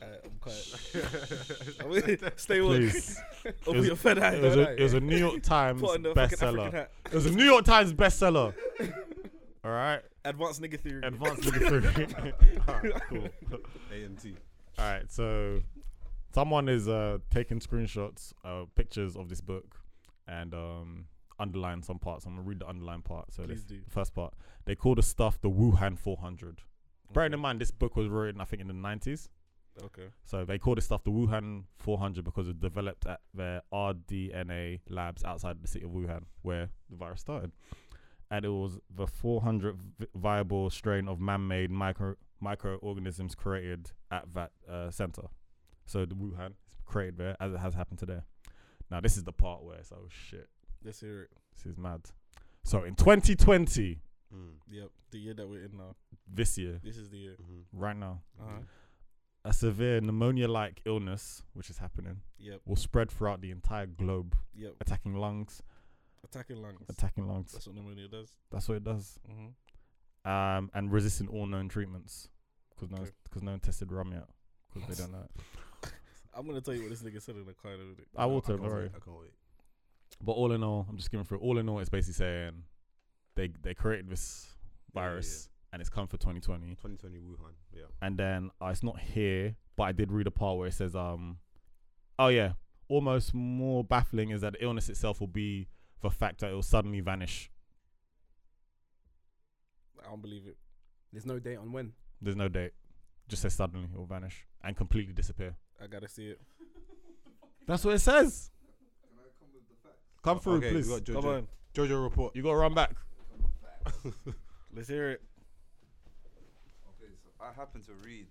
[SPEAKER 4] (laughs) Alright,
[SPEAKER 2] (laughs)
[SPEAKER 4] I'm
[SPEAKER 3] (laughs)
[SPEAKER 4] quiet. Stay woke. (laughs)
[SPEAKER 2] Please.
[SPEAKER 4] Open your fed
[SPEAKER 2] It
[SPEAKER 4] hand.
[SPEAKER 2] was, a,
[SPEAKER 4] alright?
[SPEAKER 2] it was a New York Times
[SPEAKER 4] (laughs) Put on the fucking African
[SPEAKER 2] bestseller.
[SPEAKER 4] hat.
[SPEAKER 2] It was a New York Times bestseller. All right.
[SPEAKER 4] Advanced nigga theory.
[SPEAKER 2] Advanced nigga theory. (laughs) All right, cool.
[SPEAKER 3] AMT.
[SPEAKER 2] All right, so someone is uh, taking screenshots, uh, pictures of this book, and um, underline some parts. I'm gonna read the underlined part. So this
[SPEAKER 4] Please do.
[SPEAKER 2] the first part, they call the stuff the Wuhan 400. Bearing in mind, this book was written, I think, in the 90s.
[SPEAKER 4] Okay.
[SPEAKER 2] So they call this stuff the Wuhan 400 because it was developed at their rDNA labs outside the city of Wuhan, where the virus started. And it was the 400th vi- viable strain of man-made micro microorganisms created at that uh, center. So the Wuhan is created there, as it has happened today. Now this is the part where it's oh shit,
[SPEAKER 4] Let's hear it.
[SPEAKER 2] this is mad. So in 2020,
[SPEAKER 3] Mm.
[SPEAKER 4] Yep. The year that we're in now.
[SPEAKER 2] this year,
[SPEAKER 4] This is the year.
[SPEAKER 3] Mm-hmm.
[SPEAKER 2] right now,
[SPEAKER 4] Uh-huh.
[SPEAKER 2] a severe pneumonia-like illness, which is happening,
[SPEAKER 4] Yep.
[SPEAKER 2] will spread throughout the entire globe.
[SPEAKER 4] Yep.
[SPEAKER 2] attacking lungs,
[SPEAKER 4] Attacking lungs.
[SPEAKER 2] attacking lungs.
[SPEAKER 4] That's what pneumonia does.
[SPEAKER 2] That's what it does.
[SPEAKER 4] Mm-hmm.
[SPEAKER 2] Um, and resisting all known treatments because no,
[SPEAKER 4] Okay.
[SPEAKER 2] because no one tested rum yet because they don't know. It.
[SPEAKER 4] I'm gonna tell you what this nigga said in the car. in a minute.
[SPEAKER 2] I will
[SPEAKER 3] I
[SPEAKER 2] tell.
[SPEAKER 3] can't
[SPEAKER 2] Don't worry.
[SPEAKER 3] wait. I can't wait.
[SPEAKER 2] But all in all, I'm just giving through. All in all, it's basically saying they they created this
[SPEAKER 3] Yeah, yeah, yeah.
[SPEAKER 2] virus and it's come for 2020.
[SPEAKER 3] 2020 Wuhan. Yeah.
[SPEAKER 2] And then uh, it's not here, but I did read a part where it says, um, oh yeah, almost more baffling is that the illness itself will be the fact that it will suddenly vanish.
[SPEAKER 4] I don't believe it.
[SPEAKER 5] There's no date on when.
[SPEAKER 2] There's no date. Just says suddenly it will vanish and completely disappear.
[SPEAKER 4] I gotta see it.
[SPEAKER 2] That's what it says.
[SPEAKER 6] Can I come with the facts?
[SPEAKER 2] Come through,
[SPEAKER 3] okay,
[SPEAKER 2] please.
[SPEAKER 3] We got
[SPEAKER 4] Come
[SPEAKER 3] Jojo.
[SPEAKER 4] on.
[SPEAKER 3] Jojo report.
[SPEAKER 2] You gotta run back.
[SPEAKER 4] Let's hear it.
[SPEAKER 6] Okay, so I happen to read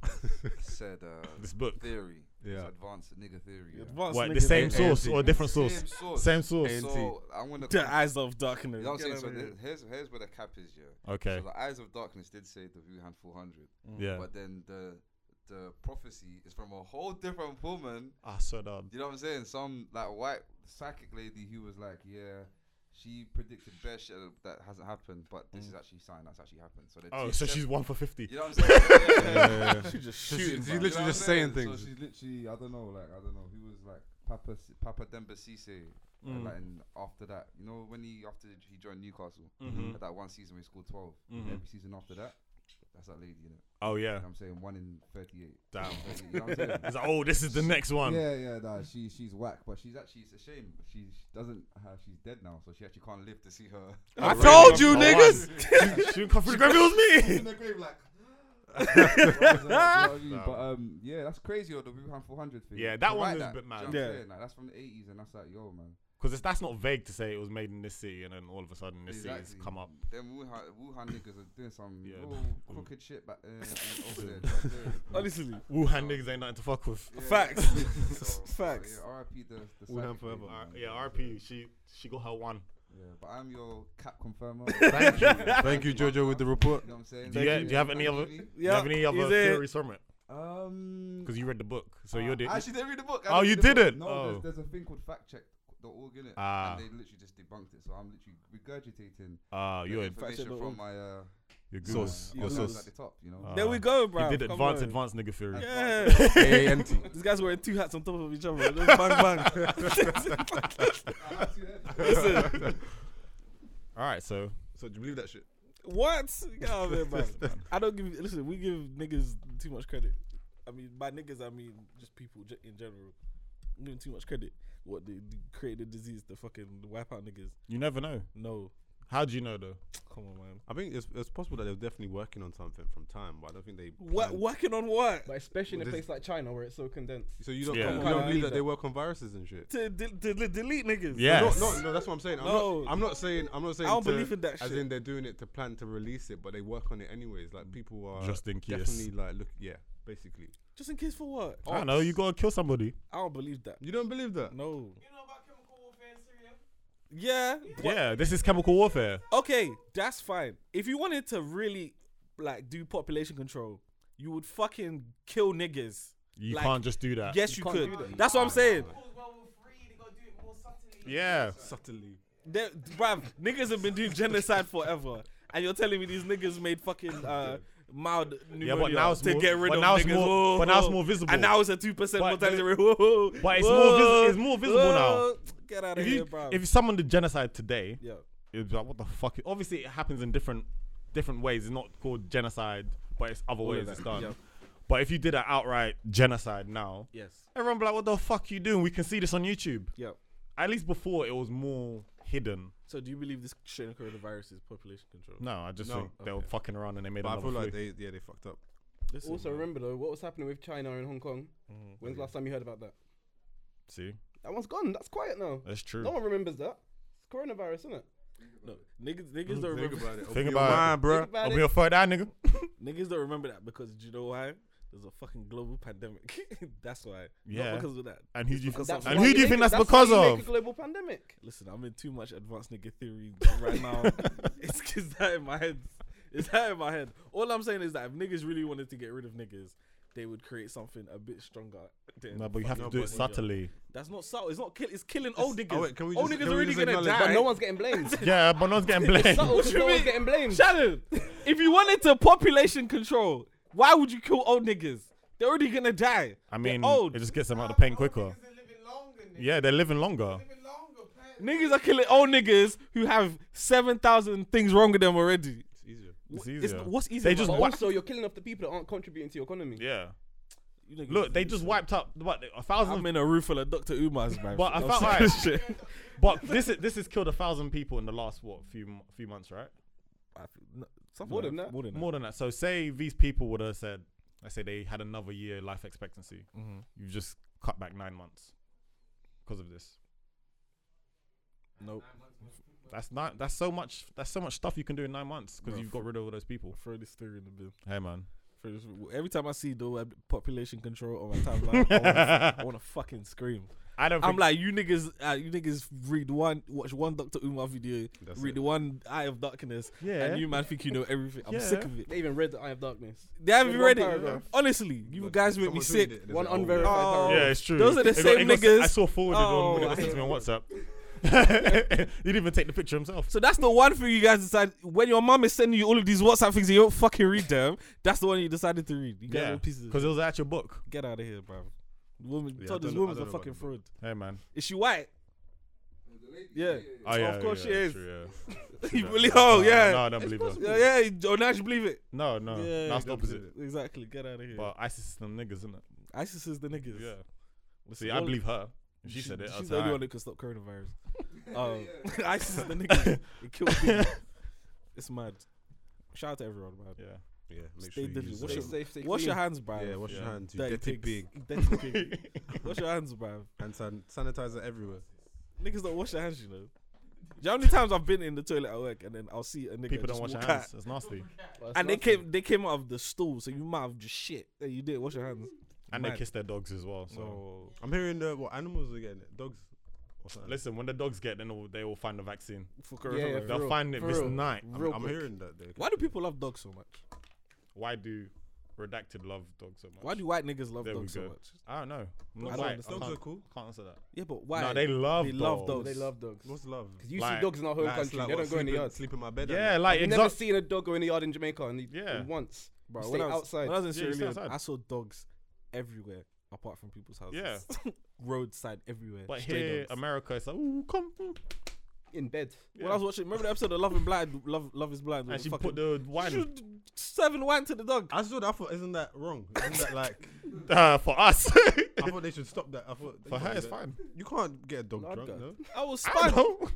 [SPEAKER 3] (laughs)
[SPEAKER 6] uh, said uh,
[SPEAKER 2] This book.
[SPEAKER 6] theory. This
[SPEAKER 3] Yeah.
[SPEAKER 6] advanced nigga theory. yeah.
[SPEAKER 4] Advanced
[SPEAKER 2] What?
[SPEAKER 4] nigga
[SPEAKER 2] The same
[SPEAKER 4] theory.
[SPEAKER 2] source or a different source?
[SPEAKER 6] Same source.
[SPEAKER 2] Same source.
[SPEAKER 6] So
[SPEAKER 2] (laughs)
[SPEAKER 6] I'm gonna.
[SPEAKER 4] (laughs) The eyes of darkness.
[SPEAKER 6] You know what I'm saying?
[SPEAKER 4] Get
[SPEAKER 6] So
[SPEAKER 4] over here.
[SPEAKER 6] the- here's here's where the cap is, yeah.
[SPEAKER 2] Okay. Mm.
[SPEAKER 6] So the Eyes of Darkness did say the Wuhan 400,
[SPEAKER 2] Yeah.
[SPEAKER 6] but then the the prophecy is from a whole different woman.
[SPEAKER 2] Ah, so dumb.
[SPEAKER 6] You know what I'm saying? Some like white psychic lady who was like, yeah, she predicted best shit that hasn't happened, but this is actually something that's actually happened. So they're
[SPEAKER 2] Oh,
[SPEAKER 6] two
[SPEAKER 2] so
[SPEAKER 6] sep-
[SPEAKER 2] she's one for fifty.
[SPEAKER 6] You know what I'm
[SPEAKER 3] (laughs)
[SPEAKER 6] saying? Yeah, yeah, yeah.
[SPEAKER 4] She just
[SPEAKER 3] She's
[SPEAKER 4] shooting.
[SPEAKER 3] she's
[SPEAKER 4] man.
[SPEAKER 3] literally
[SPEAKER 6] You know
[SPEAKER 3] just
[SPEAKER 6] what
[SPEAKER 3] saying
[SPEAKER 6] I'm
[SPEAKER 3] things.
[SPEAKER 6] So she's literally, I don't know, like I don't know who was like Papa S- Papa Demba Cisse, and, like, and after that, you know, when he after he joined Newcastle,
[SPEAKER 2] Mhm.
[SPEAKER 6] at that one season we scored 12
[SPEAKER 2] Mhm.
[SPEAKER 6] Every season after that, that's that lady, you know.
[SPEAKER 2] Oh yeah.
[SPEAKER 6] You know what I'm saying one in 38.
[SPEAKER 2] Damn.
[SPEAKER 6] 38, (laughs) you know what I'm saying?
[SPEAKER 2] (laughs) It's like, oh, this is the next one.
[SPEAKER 6] Yeah, yeah, nah, she she's whack, but she's actually it's a shame. She, she doesn't have, she's dead now, so she actually can't live to see her. (laughs)
[SPEAKER 4] I told you,
[SPEAKER 2] Oh,
[SPEAKER 4] niggas.
[SPEAKER 2] one. she would come through the grave. It was (laughs)
[SPEAKER 6] in
[SPEAKER 2] me.
[SPEAKER 6] the grave like. (laughs) You know what I'm saying? You know what I mean? But um, yeah, that's crazy. Or the Wuhan 400 thing.
[SPEAKER 2] Yeah, that
[SPEAKER 6] To
[SPEAKER 2] one
[SPEAKER 6] write
[SPEAKER 2] is a
[SPEAKER 6] that,
[SPEAKER 2] bit mad.
[SPEAKER 6] do you know what I'm
[SPEAKER 4] Yeah.
[SPEAKER 6] saying? Like, that's from the 80s, and that's like, yo, man.
[SPEAKER 2] Because that's not vague to say it was made in this city and then all of a sudden this city's
[SPEAKER 6] Exactly.
[SPEAKER 2] come up.
[SPEAKER 6] Them Wuhan, Wuhan niggas are doing some
[SPEAKER 2] Yeah.
[SPEAKER 6] real
[SPEAKER 2] (laughs)
[SPEAKER 6] crooked shit back there. and over there. do you know what I'm saying?
[SPEAKER 4] Honestly,
[SPEAKER 2] Wuhan niggas ain't nothing to fuck with.
[SPEAKER 6] Yeah.
[SPEAKER 4] Facts.
[SPEAKER 6] So, (laughs) so,
[SPEAKER 4] Facts.
[SPEAKER 6] Yeah, RIP the, the
[SPEAKER 3] Wuhan
[SPEAKER 6] psychic
[SPEAKER 3] forever.
[SPEAKER 6] lady,
[SPEAKER 2] All right,
[SPEAKER 6] man.
[SPEAKER 2] yeah, RP. She she got her one.
[SPEAKER 6] Yeah, but I'm your cap confirmer.
[SPEAKER 2] (laughs)
[SPEAKER 6] (laughs)
[SPEAKER 3] Thank you. Thank you, Jojo, with the report.
[SPEAKER 6] You know what I'm saying?
[SPEAKER 2] Do you, get- do you have any other?
[SPEAKER 6] Thank
[SPEAKER 2] Do
[SPEAKER 6] you.
[SPEAKER 2] you have any other
[SPEAKER 4] he's here.
[SPEAKER 2] theories from it?
[SPEAKER 6] Um.
[SPEAKER 2] Because you read the book, so
[SPEAKER 4] uh,
[SPEAKER 2] you're the
[SPEAKER 6] I actually didn't read the book. I
[SPEAKER 2] Oh, you
[SPEAKER 6] read the book.
[SPEAKER 2] didn't?
[SPEAKER 6] No,
[SPEAKER 2] Oh.
[SPEAKER 6] there's, there's a thing called fact check. The org in it,
[SPEAKER 2] Ah.
[SPEAKER 6] and they literally just debunked it. So I'm literally regurgitating
[SPEAKER 2] ah
[SPEAKER 6] the
[SPEAKER 2] you're a-
[SPEAKER 6] information
[SPEAKER 4] Fact check
[SPEAKER 6] from my uh,
[SPEAKER 2] you're good.
[SPEAKER 3] Source.
[SPEAKER 6] my
[SPEAKER 3] Your
[SPEAKER 6] emails
[SPEAKER 3] source.
[SPEAKER 6] at the top. You know,
[SPEAKER 2] Ah.
[SPEAKER 4] there we go,
[SPEAKER 2] He
[SPEAKER 4] bro.
[SPEAKER 2] did
[SPEAKER 4] Come
[SPEAKER 2] advanced,
[SPEAKER 4] on.
[SPEAKER 2] advanced nigga theory.
[SPEAKER 4] Yeah. (laughs)
[SPEAKER 3] AMT.
[SPEAKER 4] These guys wearing two hats on top of each other. Just bang bang.
[SPEAKER 2] (laughs)
[SPEAKER 4] (laughs)
[SPEAKER 2] Ah.
[SPEAKER 6] (laughs)
[SPEAKER 4] Listen,
[SPEAKER 2] All right, so
[SPEAKER 3] So do you believe that shit?
[SPEAKER 4] what? Get out of here, man. I don't give. Listen, we give niggas too much credit. I mean, by niggas, I mean just people ge- in general. Giving too much credit. What they, they created disease to fucking wipe out niggas.
[SPEAKER 2] you never know.
[SPEAKER 4] No,
[SPEAKER 2] How do you know though?
[SPEAKER 4] Come on, man.
[SPEAKER 3] I think it's, it's possible that they're definitely working on something from time, but I don't think they.
[SPEAKER 4] What
[SPEAKER 3] planned-
[SPEAKER 4] working on what?
[SPEAKER 5] Like especially in a
[SPEAKER 3] This-
[SPEAKER 5] place like China where it's so condensed.
[SPEAKER 3] So you don't,
[SPEAKER 2] Yeah.
[SPEAKER 3] you
[SPEAKER 5] Come
[SPEAKER 3] don't
[SPEAKER 5] on.
[SPEAKER 3] believe that they work on viruses and
[SPEAKER 4] (laughs)
[SPEAKER 3] shit?
[SPEAKER 4] To de- de- de- delete niggas.
[SPEAKER 2] Yeah.
[SPEAKER 3] No,
[SPEAKER 2] Yes.
[SPEAKER 3] no, no. That's what I'm saying. I'm,
[SPEAKER 4] No.
[SPEAKER 3] not, I'm not saying. I'm not saying.
[SPEAKER 4] don't
[SPEAKER 3] to-
[SPEAKER 4] believe in that
[SPEAKER 3] As
[SPEAKER 4] shit.
[SPEAKER 3] in, they're doing it to plan to release it, but they work on it anyways. Like people are
[SPEAKER 2] Just in case.
[SPEAKER 3] Definitely, like look, yeah, basically.
[SPEAKER 4] Just in case for what?
[SPEAKER 2] I don't know. You gotta kill somebody.
[SPEAKER 4] I don't believe that.
[SPEAKER 3] You don't believe that?
[SPEAKER 4] No.
[SPEAKER 7] You know about chemical warfare in Syria?
[SPEAKER 4] Yeah.
[SPEAKER 2] Yeah, this is chemical warfare.
[SPEAKER 4] Okay, that's fine. If you wanted to really like do population control, you would fucking kill niggas.
[SPEAKER 2] You
[SPEAKER 4] Like,
[SPEAKER 2] Uh, can't just do that.
[SPEAKER 4] Yes, you,
[SPEAKER 5] can't
[SPEAKER 4] could.
[SPEAKER 5] do that.
[SPEAKER 4] That's what I'm saying.
[SPEAKER 7] Because World War Three, they gotta do it more subtly.
[SPEAKER 2] Yeah.
[SPEAKER 3] Subtly.
[SPEAKER 4] They- Bruv, niggas have been doing genocide forever, and you're telling me these niggas made fucking uh, mild pneumonia
[SPEAKER 2] but now it's
[SPEAKER 4] to
[SPEAKER 2] more-
[SPEAKER 4] get rid
[SPEAKER 2] but
[SPEAKER 4] of
[SPEAKER 2] now it's
[SPEAKER 4] niggas.
[SPEAKER 2] more-
[SPEAKER 4] Whoa,
[SPEAKER 2] but now it's
[SPEAKER 4] whoa.
[SPEAKER 2] more visible.
[SPEAKER 4] And now it's a two percent
[SPEAKER 2] But
[SPEAKER 4] mortality
[SPEAKER 2] the-
[SPEAKER 4] rate. Whoa,
[SPEAKER 2] but it's more
[SPEAKER 4] whoa,
[SPEAKER 2] visi- it's more visible now.
[SPEAKER 4] whoa. Get out of
[SPEAKER 2] If
[SPEAKER 4] here,
[SPEAKER 2] you
[SPEAKER 4] bruv.
[SPEAKER 2] if someone did genocide today,
[SPEAKER 4] yeah,
[SPEAKER 2] it'd be like, what the fuck? is-" Obviously, it happens in different different ways. It's not called genocide, but it's other ways
[SPEAKER 4] that,
[SPEAKER 2] it's done.
[SPEAKER 4] yeah.
[SPEAKER 2] But if you did an outright genocide now,
[SPEAKER 4] yes,
[SPEAKER 2] everyone be like, what the fuck you doing? We can see this on YouTube.
[SPEAKER 4] yeah.
[SPEAKER 2] At least before, it was more hidden.
[SPEAKER 4] So do you believe this shit in coronavirus is population control?
[SPEAKER 2] No, I just
[SPEAKER 3] No.
[SPEAKER 2] think they were
[SPEAKER 4] Okay.
[SPEAKER 2] fucking around and they made
[SPEAKER 3] But I
[SPEAKER 2] another
[SPEAKER 3] feel like
[SPEAKER 2] flu.
[SPEAKER 3] they, yeah, they fucked up.
[SPEAKER 4] Listen,
[SPEAKER 5] Also
[SPEAKER 4] man.
[SPEAKER 5] remember though, what was happening with China and Hong Kong?
[SPEAKER 2] Mm-hmm.
[SPEAKER 5] When's the last time you heard about that?
[SPEAKER 2] See,
[SPEAKER 5] That one's gone. That's quiet now.
[SPEAKER 2] that's true.
[SPEAKER 5] No one remembers that. It's coronavirus, isn't it?
[SPEAKER 4] No, niggas, niggas don't
[SPEAKER 3] Think
[SPEAKER 4] remember.
[SPEAKER 3] about it.
[SPEAKER 2] Think
[SPEAKER 3] Open your
[SPEAKER 2] about it.
[SPEAKER 3] mind, bro.
[SPEAKER 5] Think about
[SPEAKER 2] Over
[SPEAKER 5] it.
[SPEAKER 2] here for that nigga.
[SPEAKER 4] Niggas don't remember that because do you know why? There's a fucking global pandemic. (laughs) that's why.
[SPEAKER 2] Yeah.
[SPEAKER 4] Not because of that.
[SPEAKER 2] And who do you
[SPEAKER 4] because
[SPEAKER 2] and
[SPEAKER 4] of-
[SPEAKER 5] why
[SPEAKER 2] who do you
[SPEAKER 5] make
[SPEAKER 2] think
[SPEAKER 5] it-
[SPEAKER 2] that's,
[SPEAKER 5] why
[SPEAKER 2] because
[SPEAKER 5] you Make
[SPEAKER 2] of?
[SPEAKER 5] a global pandemic.
[SPEAKER 4] Listen, I'm in too much advanced nigga theory right now. it's cause that in my head. It's that in my head. All I'm saying is that if niggas really wanted to get rid of niggas, they would create something a bit stronger. Than
[SPEAKER 2] No, but you have to
[SPEAKER 4] fucking
[SPEAKER 2] do it
[SPEAKER 4] Bolivia. (laughs)
[SPEAKER 2] subtly.
[SPEAKER 4] That's not subtle. It's not kill. It's killing old niggas.
[SPEAKER 3] oh, wait, can we
[SPEAKER 4] old
[SPEAKER 3] just-
[SPEAKER 4] niggas
[SPEAKER 3] can we
[SPEAKER 4] already
[SPEAKER 3] just
[SPEAKER 4] gonna
[SPEAKER 3] acknowledge-
[SPEAKER 4] die. (laughs)
[SPEAKER 5] But no one's getting blamed.
[SPEAKER 2] Yeah, but no one's getting blamed.
[SPEAKER 5] subtle
[SPEAKER 4] What
[SPEAKER 5] 'cause
[SPEAKER 4] you
[SPEAKER 5] no one's
[SPEAKER 4] mean?
[SPEAKER 5] getting blamed.
[SPEAKER 4] Shannon, (laughs) if you wanted to population control, why would you kill old niggas? They're already gonna die.
[SPEAKER 2] I
[SPEAKER 4] They're
[SPEAKER 2] mean,
[SPEAKER 4] old.
[SPEAKER 2] it just gets them out of
[SPEAKER 7] Old
[SPEAKER 2] the pain quicker.
[SPEAKER 7] niggas are living longer, nigga.
[SPEAKER 2] Yeah, they're living longer.
[SPEAKER 7] Living longer, plan-
[SPEAKER 4] Niggas are killing old niggas who have seven thousand things wrong with them already.
[SPEAKER 3] It's easier.
[SPEAKER 2] It's
[SPEAKER 4] Wh-
[SPEAKER 2] easier.
[SPEAKER 4] what's
[SPEAKER 2] (laughs)
[SPEAKER 4] easy?
[SPEAKER 2] They
[SPEAKER 4] about
[SPEAKER 2] just
[SPEAKER 4] that?
[SPEAKER 5] But
[SPEAKER 2] Wha-
[SPEAKER 5] also, you're killing off the people that aren't contributing to your economy.
[SPEAKER 2] Yeah.
[SPEAKER 4] You niggas
[SPEAKER 2] Look, they
[SPEAKER 4] think
[SPEAKER 2] just
[SPEAKER 4] so.
[SPEAKER 2] wiped up what a thousand.
[SPEAKER 4] I'm in a room full of Dr. Umas, man.
[SPEAKER 2] But I
[SPEAKER 4] I'm
[SPEAKER 2] felt
[SPEAKER 4] sick
[SPEAKER 2] like-
[SPEAKER 4] of shit.
[SPEAKER 2] but this is this has killed a thousand people in the last what few m- few months, right?
[SPEAKER 4] I feel- no, something
[SPEAKER 5] More
[SPEAKER 4] like
[SPEAKER 5] than that.
[SPEAKER 4] More than that.
[SPEAKER 2] More than that. So say these people would have said, let's say they had another year life expectancy.
[SPEAKER 4] Mhm.
[SPEAKER 2] You've just cut back nine months because of this.
[SPEAKER 4] Nope.
[SPEAKER 2] That's not. That's so much. That's so much stuff you can do in nine months because
[SPEAKER 4] Bro,
[SPEAKER 2] you've got rid of all those people.
[SPEAKER 4] Throw this theory in the bin.
[SPEAKER 2] Hey (laughs) man.
[SPEAKER 4] Throw this- Every time I see the word population control on my timeline, I (laughs) wanna- I want to fucking scream.
[SPEAKER 2] (laughs) I don't.
[SPEAKER 4] I'm
[SPEAKER 2] Think,
[SPEAKER 4] like, you niggas, uh, you niggas read one, watch one Dr. Umar video,
[SPEAKER 3] That's
[SPEAKER 4] read
[SPEAKER 3] it.
[SPEAKER 4] one Eye of Darkness,
[SPEAKER 2] yeah.
[SPEAKER 4] and you man think you know everything. I'm sick
[SPEAKER 2] Yeah.
[SPEAKER 4] of it.
[SPEAKER 5] They even read the Eye of Darkness.
[SPEAKER 4] They haven't
[SPEAKER 5] Read
[SPEAKER 4] even
[SPEAKER 5] one
[SPEAKER 4] read it.
[SPEAKER 5] paragraph.
[SPEAKER 4] Honestly, you guys make me
[SPEAKER 3] Someone tweeted
[SPEAKER 4] sick.
[SPEAKER 3] it, there's
[SPEAKER 5] One
[SPEAKER 3] like, oh,
[SPEAKER 5] unverified
[SPEAKER 3] wow.
[SPEAKER 5] paragraph.
[SPEAKER 2] yeah, it's true.
[SPEAKER 4] Those are the
[SPEAKER 2] It got-
[SPEAKER 4] same
[SPEAKER 2] it got-
[SPEAKER 4] niggas.
[SPEAKER 2] I saw forwarded
[SPEAKER 4] Oh,
[SPEAKER 2] on when it got
[SPEAKER 4] I
[SPEAKER 2] sent to me on
[SPEAKER 5] see.
[SPEAKER 2] WhatsApp. (laughs) he didn't even take the picture himself.
[SPEAKER 4] So that's the one thing you guys decide when your mom is sending you all of these WhatsApp things and you don't fucking read them. That's the one you decided to read. You guys
[SPEAKER 2] Yeah,
[SPEAKER 4] are pieces. of-
[SPEAKER 2] Because it was at your book.
[SPEAKER 4] Get out of here, bro. Woman,
[SPEAKER 3] Yeah, I don't
[SPEAKER 4] told this
[SPEAKER 3] know- I
[SPEAKER 4] woman's
[SPEAKER 3] don't know
[SPEAKER 4] a
[SPEAKER 3] about
[SPEAKER 4] fucking
[SPEAKER 3] the
[SPEAKER 4] fraud.
[SPEAKER 2] Hey man.
[SPEAKER 4] Is she white?
[SPEAKER 6] The lady,
[SPEAKER 4] Yeah.
[SPEAKER 2] Oh,
[SPEAKER 4] Of
[SPEAKER 2] yeah,
[SPEAKER 4] course
[SPEAKER 2] yeah,
[SPEAKER 4] she is.
[SPEAKER 2] True, (laughs)
[SPEAKER 4] you
[SPEAKER 2] yeah.
[SPEAKER 4] believe? Oh
[SPEAKER 2] No,
[SPEAKER 4] yeah.
[SPEAKER 2] No, I don't believe her.
[SPEAKER 4] Yeah, yeah. you- Oh, now you believe it.
[SPEAKER 2] No,
[SPEAKER 3] Uh,
[SPEAKER 2] no. That's the
[SPEAKER 4] yeah, you don't
[SPEAKER 2] opposite.
[SPEAKER 4] believe it. Exactly. Get out of here.
[SPEAKER 2] But ISIS is them niggas, isn't it?
[SPEAKER 4] ISIS is the niggas.
[SPEAKER 2] Yeah.
[SPEAKER 4] Listen,
[SPEAKER 2] See, I
[SPEAKER 4] all-
[SPEAKER 2] believe her. If She said it.
[SPEAKER 4] She's the only one that can
[SPEAKER 3] (laughs)
[SPEAKER 4] stop coronavirus. Um, (laughs) ISIS is the niggas. It killed people. It's mad. Shout out to everyone, man.
[SPEAKER 2] Yeah.
[SPEAKER 3] Yeah, make
[SPEAKER 4] Stay
[SPEAKER 3] sure you
[SPEAKER 4] diligent.
[SPEAKER 3] use
[SPEAKER 4] Wash
[SPEAKER 3] the-
[SPEAKER 5] Stay safe, stay
[SPEAKER 4] Wash
[SPEAKER 5] clean.
[SPEAKER 4] your hands, bro.
[SPEAKER 3] Yeah, wash your
[SPEAKER 2] Yeah.
[SPEAKER 3] hands. You dirty pig.
[SPEAKER 4] (laughs) Dirty pig. wash your hands, bro.
[SPEAKER 3] And san- sanitizer everywhere.
[SPEAKER 4] Niggas don't wash their hands, you know. Do you know how many times I've been in the toilet at work and then I'll see a nigga
[SPEAKER 2] People
[SPEAKER 4] just
[SPEAKER 2] don't wash
[SPEAKER 4] walk
[SPEAKER 2] their
[SPEAKER 4] out.
[SPEAKER 2] hands. It's nasty.
[SPEAKER 5] Well, it's
[SPEAKER 4] And they
[SPEAKER 5] nasty.
[SPEAKER 4] came, they came out of the stool, so you might have just shit. Yeah, you didn't wash your hands.
[SPEAKER 2] And they
[SPEAKER 4] Mad.
[SPEAKER 2] kiss their dogs as well. So
[SPEAKER 4] So
[SPEAKER 3] I'm hearing uh, what animals are getting it. Dogs. Or something.
[SPEAKER 2] listen, when the dogs get, then they will find the vaccine.
[SPEAKER 4] for
[SPEAKER 5] Yeah,
[SPEAKER 4] coronavirus.
[SPEAKER 5] for
[SPEAKER 2] They'll
[SPEAKER 5] real,
[SPEAKER 2] find it
[SPEAKER 5] for
[SPEAKER 2] this
[SPEAKER 5] real.
[SPEAKER 2] night.
[SPEAKER 5] Real
[SPEAKER 3] I'm
[SPEAKER 5] quick.
[SPEAKER 3] hearing that. they-
[SPEAKER 4] Why do people love dogs so much?
[SPEAKER 2] Why do redacted love dogs so much?
[SPEAKER 4] Why do white niggas love
[SPEAKER 2] There we
[SPEAKER 4] dogs so
[SPEAKER 2] go.
[SPEAKER 4] much?
[SPEAKER 2] I don't know. I'm not
[SPEAKER 4] I don't
[SPEAKER 2] white.
[SPEAKER 4] understand.
[SPEAKER 2] I
[SPEAKER 3] Dogs are
[SPEAKER 2] can't,
[SPEAKER 3] cool.
[SPEAKER 2] can't answer that.
[SPEAKER 4] Yeah, but why?
[SPEAKER 2] No, they love
[SPEAKER 4] They
[SPEAKER 2] dogs.
[SPEAKER 4] love dogs.
[SPEAKER 5] They love dogs.
[SPEAKER 3] What's love?
[SPEAKER 5] Because you
[SPEAKER 2] Like-
[SPEAKER 5] see dogs in our home
[SPEAKER 3] Like, it's
[SPEAKER 5] country,
[SPEAKER 3] like,
[SPEAKER 5] they
[SPEAKER 3] what,
[SPEAKER 5] don't go in the
[SPEAKER 3] sleep in-
[SPEAKER 5] yard.
[SPEAKER 3] Sleep in my bed. at
[SPEAKER 2] Yeah,
[SPEAKER 3] night?
[SPEAKER 2] like
[SPEAKER 5] I've
[SPEAKER 2] exo-
[SPEAKER 5] never seen a dog go in the yard in Jamaica and he-
[SPEAKER 2] Yeah.
[SPEAKER 5] once.
[SPEAKER 4] Bro,
[SPEAKER 5] You
[SPEAKER 4] when,
[SPEAKER 5] stay
[SPEAKER 4] I was,
[SPEAKER 5] outside.
[SPEAKER 4] when I was in
[SPEAKER 2] Yeah, you
[SPEAKER 4] Sierra
[SPEAKER 2] stay
[SPEAKER 4] Leone,
[SPEAKER 2] outside.
[SPEAKER 4] I saw dogs everywhere, apart from people's houses.
[SPEAKER 2] Yeah.
[SPEAKER 4] (laughs) roadside everywhere.
[SPEAKER 2] But
[SPEAKER 4] stray
[SPEAKER 2] here,
[SPEAKER 4] dogs.
[SPEAKER 2] America, it's like, ooh, come. mm."
[SPEAKER 5] In bed.
[SPEAKER 4] when I was watching, remember the episode of Love and Blind, Love, Love is Blind,
[SPEAKER 2] And she
[SPEAKER 4] fucking,
[SPEAKER 2] put the
[SPEAKER 4] She
[SPEAKER 2] wine
[SPEAKER 4] was serving wine to the dog.
[SPEAKER 3] I saw that. I thought, isn't that wrong? Isn't that like?
[SPEAKER 2] uh, for us. (laughs)
[SPEAKER 3] I thought they should stop that. I thought
[SPEAKER 2] for her, it's
[SPEAKER 3] that-
[SPEAKER 2] fine.
[SPEAKER 3] You can't get a dog
[SPEAKER 4] (laughs)
[SPEAKER 5] Lord
[SPEAKER 3] drunk.
[SPEAKER 5] God.
[SPEAKER 3] No.
[SPEAKER 4] I was
[SPEAKER 2] I
[SPEAKER 4] spun.
[SPEAKER 2] don't know.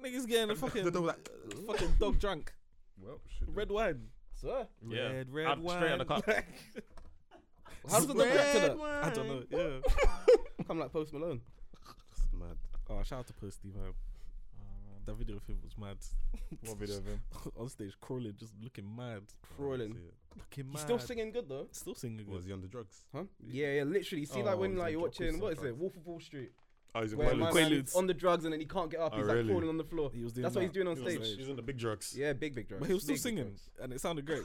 [SPEAKER 4] Niggas getting a fucking
[SPEAKER 1] The dog was like,
[SPEAKER 4] fucking dog drunk.
[SPEAKER 3] Well, shit.
[SPEAKER 4] Red wine.
[SPEAKER 5] Sir,
[SPEAKER 2] Yeah.
[SPEAKER 4] Red, red
[SPEAKER 2] Out-
[SPEAKER 4] wine.
[SPEAKER 2] straight out the
[SPEAKER 4] (laughs)
[SPEAKER 2] cup.
[SPEAKER 5] (laughs) how does the dog react to that?
[SPEAKER 4] I don't know. Yeah.
[SPEAKER 5] Come like Post Malone.
[SPEAKER 3] That's mad.
[SPEAKER 4] Oh, shout out to Posty, man. That video of him was mad.
[SPEAKER 2] What video of him?
[SPEAKER 4] (laughs) On stage, crawling, just looking mad.
[SPEAKER 5] Crawling.
[SPEAKER 4] Looking mad.
[SPEAKER 5] He's still singing good though.
[SPEAKER 4] Still singing.
[SPEAKER 3] Was
[SPEAKER 4] good.
[SPEAKER 3] he under drugs?
[SPEAKER 5] Huh? Yeah, yeah, literally. See,
[SPEAKER 4] Oh,
[SPEAKER 5] like when
[SPEAKER 4] he's on
[SPEAKER 5] like you're
[SPEAKER 4] drugs, he's
[SPEAKER 5] watching
[SPEAKER 4] on
[SPEAKER 5] what is it,
[SPEAKER 4] drugs.
[SPEAKER 5] Wolf of Wall Street,
[SPEAKER 1] oh, he's in
[SPEAKER 5] where my
[SPEAKER 1] Quaaludes.
[SPEAKER 5] man is
[SPEAKER 4] Quaaludes.
[SPEAKER 5] on the drugs and then he can't get up.
[SPEAKER 1] Oh,
[SPEAKER 5] He's like
[SPEAKER 1] really?
[SPEAKER 5] crawling on the floor.
[SPEAKER 4] He was doing
[SPEAKER 5] That's what
[SPEAKER 4] that.
[SPEAKER 5] he's doing on
[SPEAKER 2] He was
[SPEAKER 5] stage.
[SPEAKER 2] on- He's in the big drugs.
[SPEAKER 5] Yeah, big big drugs.
[SPEAKER 4] But he was still
[SPEAKER 5] Big, big
[SPEAKER 4] singing,
[SPEAKER 5] drugs.
[SPEAKER 4] and it sounded great.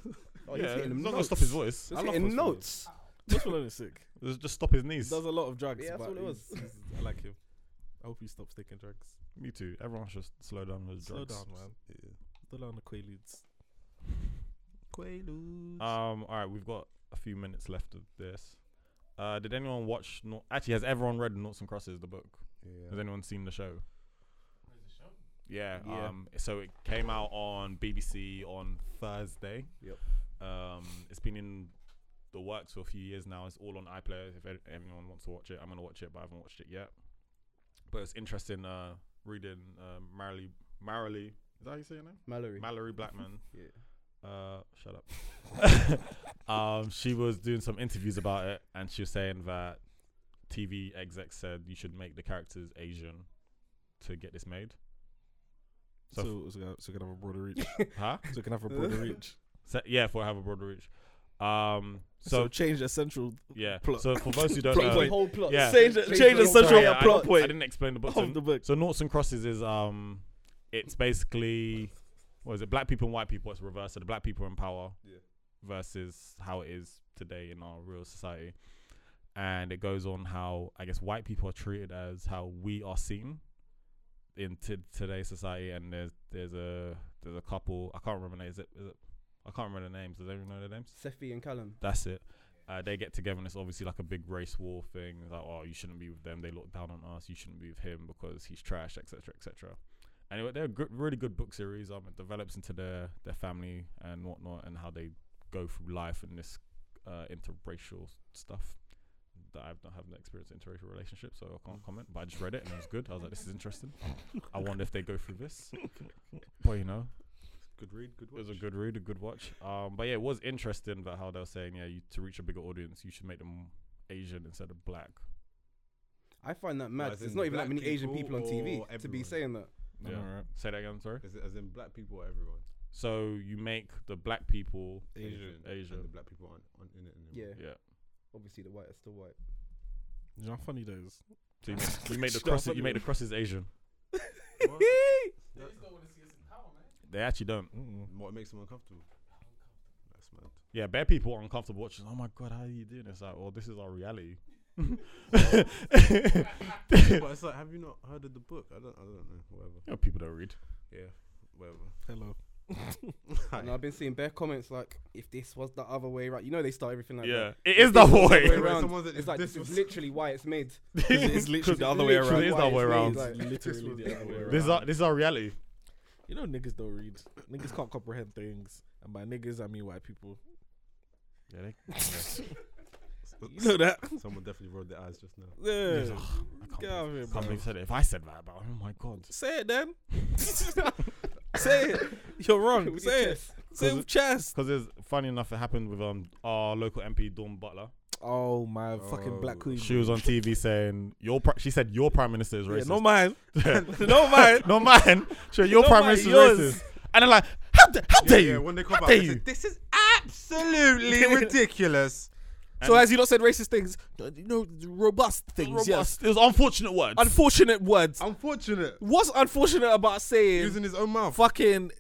[SPEAKER 5] Oh, he's hitting
[SPEAKER 2] it's
[SPEAKER 5] them
[SPEAKER 2] not gonna
[SPEAKER 5] notes.
[SPEAKER 2] stop his voice.
[SPEAKER 5] Just
[SPEAKER 4] I love
[SPEAKER 5] hitting
[SPEAKER 4] Post Malone.
[SPEAKER 5] notes.
[SPEAKER 4] Post Malone is sick.
[SPEAKER 2] It's Just stop his knees.
[SPEAKER 4] Does a lot of drugs.
[SPEAKER 5] Yeah, that's
[SPEAKER 4] but
[SPEAKER 5] all it was.
[SPEAKER 4] he's- he's- I like him. I hope he stops taking drugs.
[SPEAKER 2] Me too. Everyone should slow down with
[SPEAKER 4] Slow
[SPEAKER 2] drugs.
[SPEAKER 4] down, man. Slow down the
[SPEAKER 2] (laughs)
[SPEAKER 4] Quaaludes. Quaaludes.
[SPEAKER 2] Um. All right, we've got a few minutes left of this. Uh, did anyone watch? No- Actually, has everyone read Noughts and Crosses, the book? Has
[SPEAKER 3] Yeah.
[SPEAKER 2] anyone seen the show?
[SPEAKER 7] Where's the show?
[SPEAKER 2] Yeah.
[SPEAKER 5] Yeah.
[SPEAKER 2] Um. So it came out on BBC on Thursday.
[SPEAKER 5] Yep.
[SPEAKER 2] Um. It's been in the works for a few years now. It's all on iPlayer. If e- anyone wants to watch it, I'm gonna watch it, but I haven't watched it yet. But it's interesting. Uh, reading uh, Marilee Marilee. Is that how you say your name?
[SPEAKER 5] Mallory.
[SPEAKER 2] Mallory
[SPEAKER 4] (laughs)
[SPEAKER 2] Blackman.
[SPEAKER 5] Yeah.
[SPEAKER 2] Uh, shut up. (laughs) um, she was doing some interviews about it, and she was saying that TV execs said you should make the characters Asian to get this made.
[SPEAKER 4] so,
[SPEAKER 2] So,
[SPEAKER 4] so, we so we can have a broader reach.
[SPEAKER 2] huh?
[SPEAKER 4] so we can have a broader
[SPEAKER 3] (laughs)
[SPEAKER 4] reach.
[SPEAKER 2] So, yeah, for have a broader reach. Um,
[SPEAKER 4] So,
[SPEAKER 2] so
[SPEAKER 4] change the central
[SPEAKER 2] yeah.
[SPEAKER 4] plot.
[SPEAKER 2] So for those who
[SPEAKER 4] (laughs)
[SPEAKER 2] don't
[SPEAKER 4] Plot
[SPEAKER 2] know,
[SPEAKER 4] point.
[SPEAKER 5] whole plot.
[SPEAKER 2] Yeah.
[SPEAKER 4] Change the- change the
[SPEAKER 5] whole
[SPEAKER 4] central
[SPEAKER 5] plot.
[SPEAKER 2] yeah, I,
[SPEAKER 4] plot
[SPEAKER 2] I
[SPEAKER 4] point
[SPEAKER 2] didn't explain the book. So,
[SPEAKER 4] of the book.
[SPEAKER 2] so noughts and crosses is um, it's basically what is it? Black people and white people. It's reversed. So the black people are in power
[SPEAKER 3] Yeah.
[SPEAKER 2] versus how it is today in our real society, and it goes on how I guess white people are treated as how we are seen in t- today's society. And there's there's a there's a couple I can't remember. Is it, is it I can't remember their names. Does anyone know their names?
[SPEAKER 5] Seffi and Callum.
[SPEAKER 2] That's it. Uh, they get together and it's obviously like a big race war thing. It's like, oh, you shouldn't be with them. They look down on us. You shouldn't be with him because he's trash, etc., etc. Anyway, they're a good, really good book series. Um, it develops into their their family and whatnot and how they go through life and this uh, interracial stuff. That I've not have no experience in interracial relationships, so I can't comment. But I just read it and it was good. I was like, this is interesting. I wonder if they go through this. But you know,
[SPEAKER 3] Good read, good
[SPEAKER 2] it was
[SPEAKER 3] watch.
[SPEAKER 2] a good read, a good watch. Um, but yeah, it was interesting about how they were saying, yeah, you, to reach a bigger audience, you should make them Asian instead of black.
[SPEAKER 5] I find that mad.
[SPEAKER 3] As
[SPEAKER 5] 'cause There's
[SPEAKER 3] in
[SPEAKER 5] not even that
[SPEAKER 3] black
[SPEAKER 5] many Asian
[SPEAKER 3] people
[SPEAKER 5] people on TV
[SPEAKER 3] or
[SPEAKER 5] to be
[SPEAKER 3] everyone?
[SPEAKER 5] saying that.
[SPEAKER 2] Yeah. Say that again, sorry.
[SPEAKER 3] Is it as in black people or everyone?
[SPEAKER 2] So you make the black people,
[SPEAKER 4] Asian.
[SPEAKER 2] Asian.
[SPEAKER 3] And the black people aren't, aren't in it anymore.
[SPEAKER 5] Yeah.
[SPEAKER 2] yeah.
[SPEAKER 5] Obviously, the white are
[SPEAKER 4] (laughs)
[SPEAKER 5] still white.
[SPEAKER 4] You know how funny that is.
[SPEAKER 2] So you make, you make the
[SPEAKER 4] Shut
[SPEAKER 2] crosses,
[SPEAKER 4] up,
[SPEAKER 2] you make the
[SPEAKER 4] man.
[SPEAKER 2] crosses Asian.
[SPEAKER 3] What?
[SPEAKER 7] They just don't want to see us in power, man.
[SPEAKER 2] They actually don't.
[SPEAKER 3] What makes them uncomfortable? That's mad.
[SPEAKER 4] (laughs)
[SPEAKER 2] Yeah, bare people are uncomfortable watching. Oh my god, how are you doing? It's like, well, this is our reality.
[SPEAKER 3] but it's like, have you not heard of the book? I don't, I don't know. Whatever.
[SPEAKER 2] You know, Oh, people don't read.
[SPEAKER 3] Yeah. Whatever.
[SPEAKER 4] Hello.
[SPEAKER 5] (laughs) And I've been seeing bare comments like, if this was the other way right, you know they start everything like
[SPEAKER 2] yeah,
[SPEAKER 5] that.
[SPEAKER 2] it
[SPEAKER 5] If
[SPEAKER 2] is
[SPEAKER 5] this
[SPEAKER 2] that
[SPEAKER 5] was the
[SPEAKER 2] way.
[SPEAKER 5] other
[SPEAKER 3] Wait,
[SPEAKER 5] way around,
[SPEAKER 3] someone said,
[SPEAKER 5] it's
[SPEAKER 3] if
[SPEAKER 5] like
[SPEAKER 3] this
[SPEAKER 5] this is
[SPEAKER 3] was-
[SPEAKER 5] literally why it's made.
[SPEAKER 4] (laughs) It's literally the other way
[SPEAKER 5] Literally
[SPEAKER 2] It
[SPEAKER 4] around.
[SPEAKER 2] is
[SPEAKER 5] why
[SPEAKER 2] that
[SPEAKER 5] it's
[SPEAKER 2] way
[SPEAKER 5] made,
[SPEAKER 2] around.
[SPEAKER 5] like-
[SPEAKER 4] Literally the other way around.
[SPEAKER 2] This is our, this is our reality.
[SPEAKER 4] You know niggas don't read. Niggas can't comprehend things. And by niggas I mean white people.
[SPEAKER 2] Yeah,
[SPEAKER 4] (laughs)
[SPEAKER 2] they,
[SPEAKER 4] You
[SPEAKER 2] (laughs)
[SPEAKER 4] know that.
[SPEAKER 3] Someone definitely rolled their eyes just now.
[SPEAKER 4] Yeah.
[SPEAKER 2] I can't
[SPEAKER 4] Get out of here,
[SPEAKER 2] I can't
[SPEAKER 4] bro.
[SPEAKER 2] believe I said it. If I said that about him, oh my god.
[SPEAKER 4] Say
[SPEAKER 2] (laughs)
[SPEAKER 4] it then. Say it. You're wrong.
[SPEAKER 5] With
[SPEAKER 4] Say
[SPEAKER 5] your
[SPEAKER 4] it. Say it with chest.
[SPEAKER 2] Because it's funny enough, it happened with um our local MP Dawn Butler.
[SPEAKER 4] Oh my fucking black
[SPEAKER 3] Oh.
[SPEAKER 4] queen.
[SPEAKER 2] She was on
[SPEAKER 4] (laughs)
[SPEAKER 2] TV saying your pri- she said your prime minister is
[SPEAKER 4] Yeah,
[SPEAKER 2] racist.
[SPEAKER 4] no mine.
[SPEAKER 2] (laughs) no,
[SPEAKER 4] No
[SPEAKER 2] mine.
[SPEAKER 4] mine.
[SPEAKER 2] Sure, your
[SPEAKER 4] No
[SPEAKER 2] prime
[SPEAKER 4] mine,
[SPEAKER 2] minister
[SPEAKER 4] yours.
[SPEAKER 2] is racist. And they're like, how, d- how dare
[SPEAKER 3] Yeah,
[SPEAKER 2] you?
[SPEAKER 3] when they
[SPEAKER 2] how
[SPEAKER 3] come out,
[SPEAKER 2] dare
[SPEAKER 3] they
[SPEAKER 2] you?
[SPEAKER 3] said, this is absolutely ridiculous.
[SPEAKER 4] So has he not said racist things? No, You know, robust things. Yes.
[SPEAKER 2] Robust. It was unfortunate words.
[SPEAKER 4] Unfortunate words.
[SPEAKER 3] Unfortunate.
[SPEAKER 4] What's unfortunate about saying
[SPEAKER 3] Using his own mouth.
[SPEAKER 4] fucking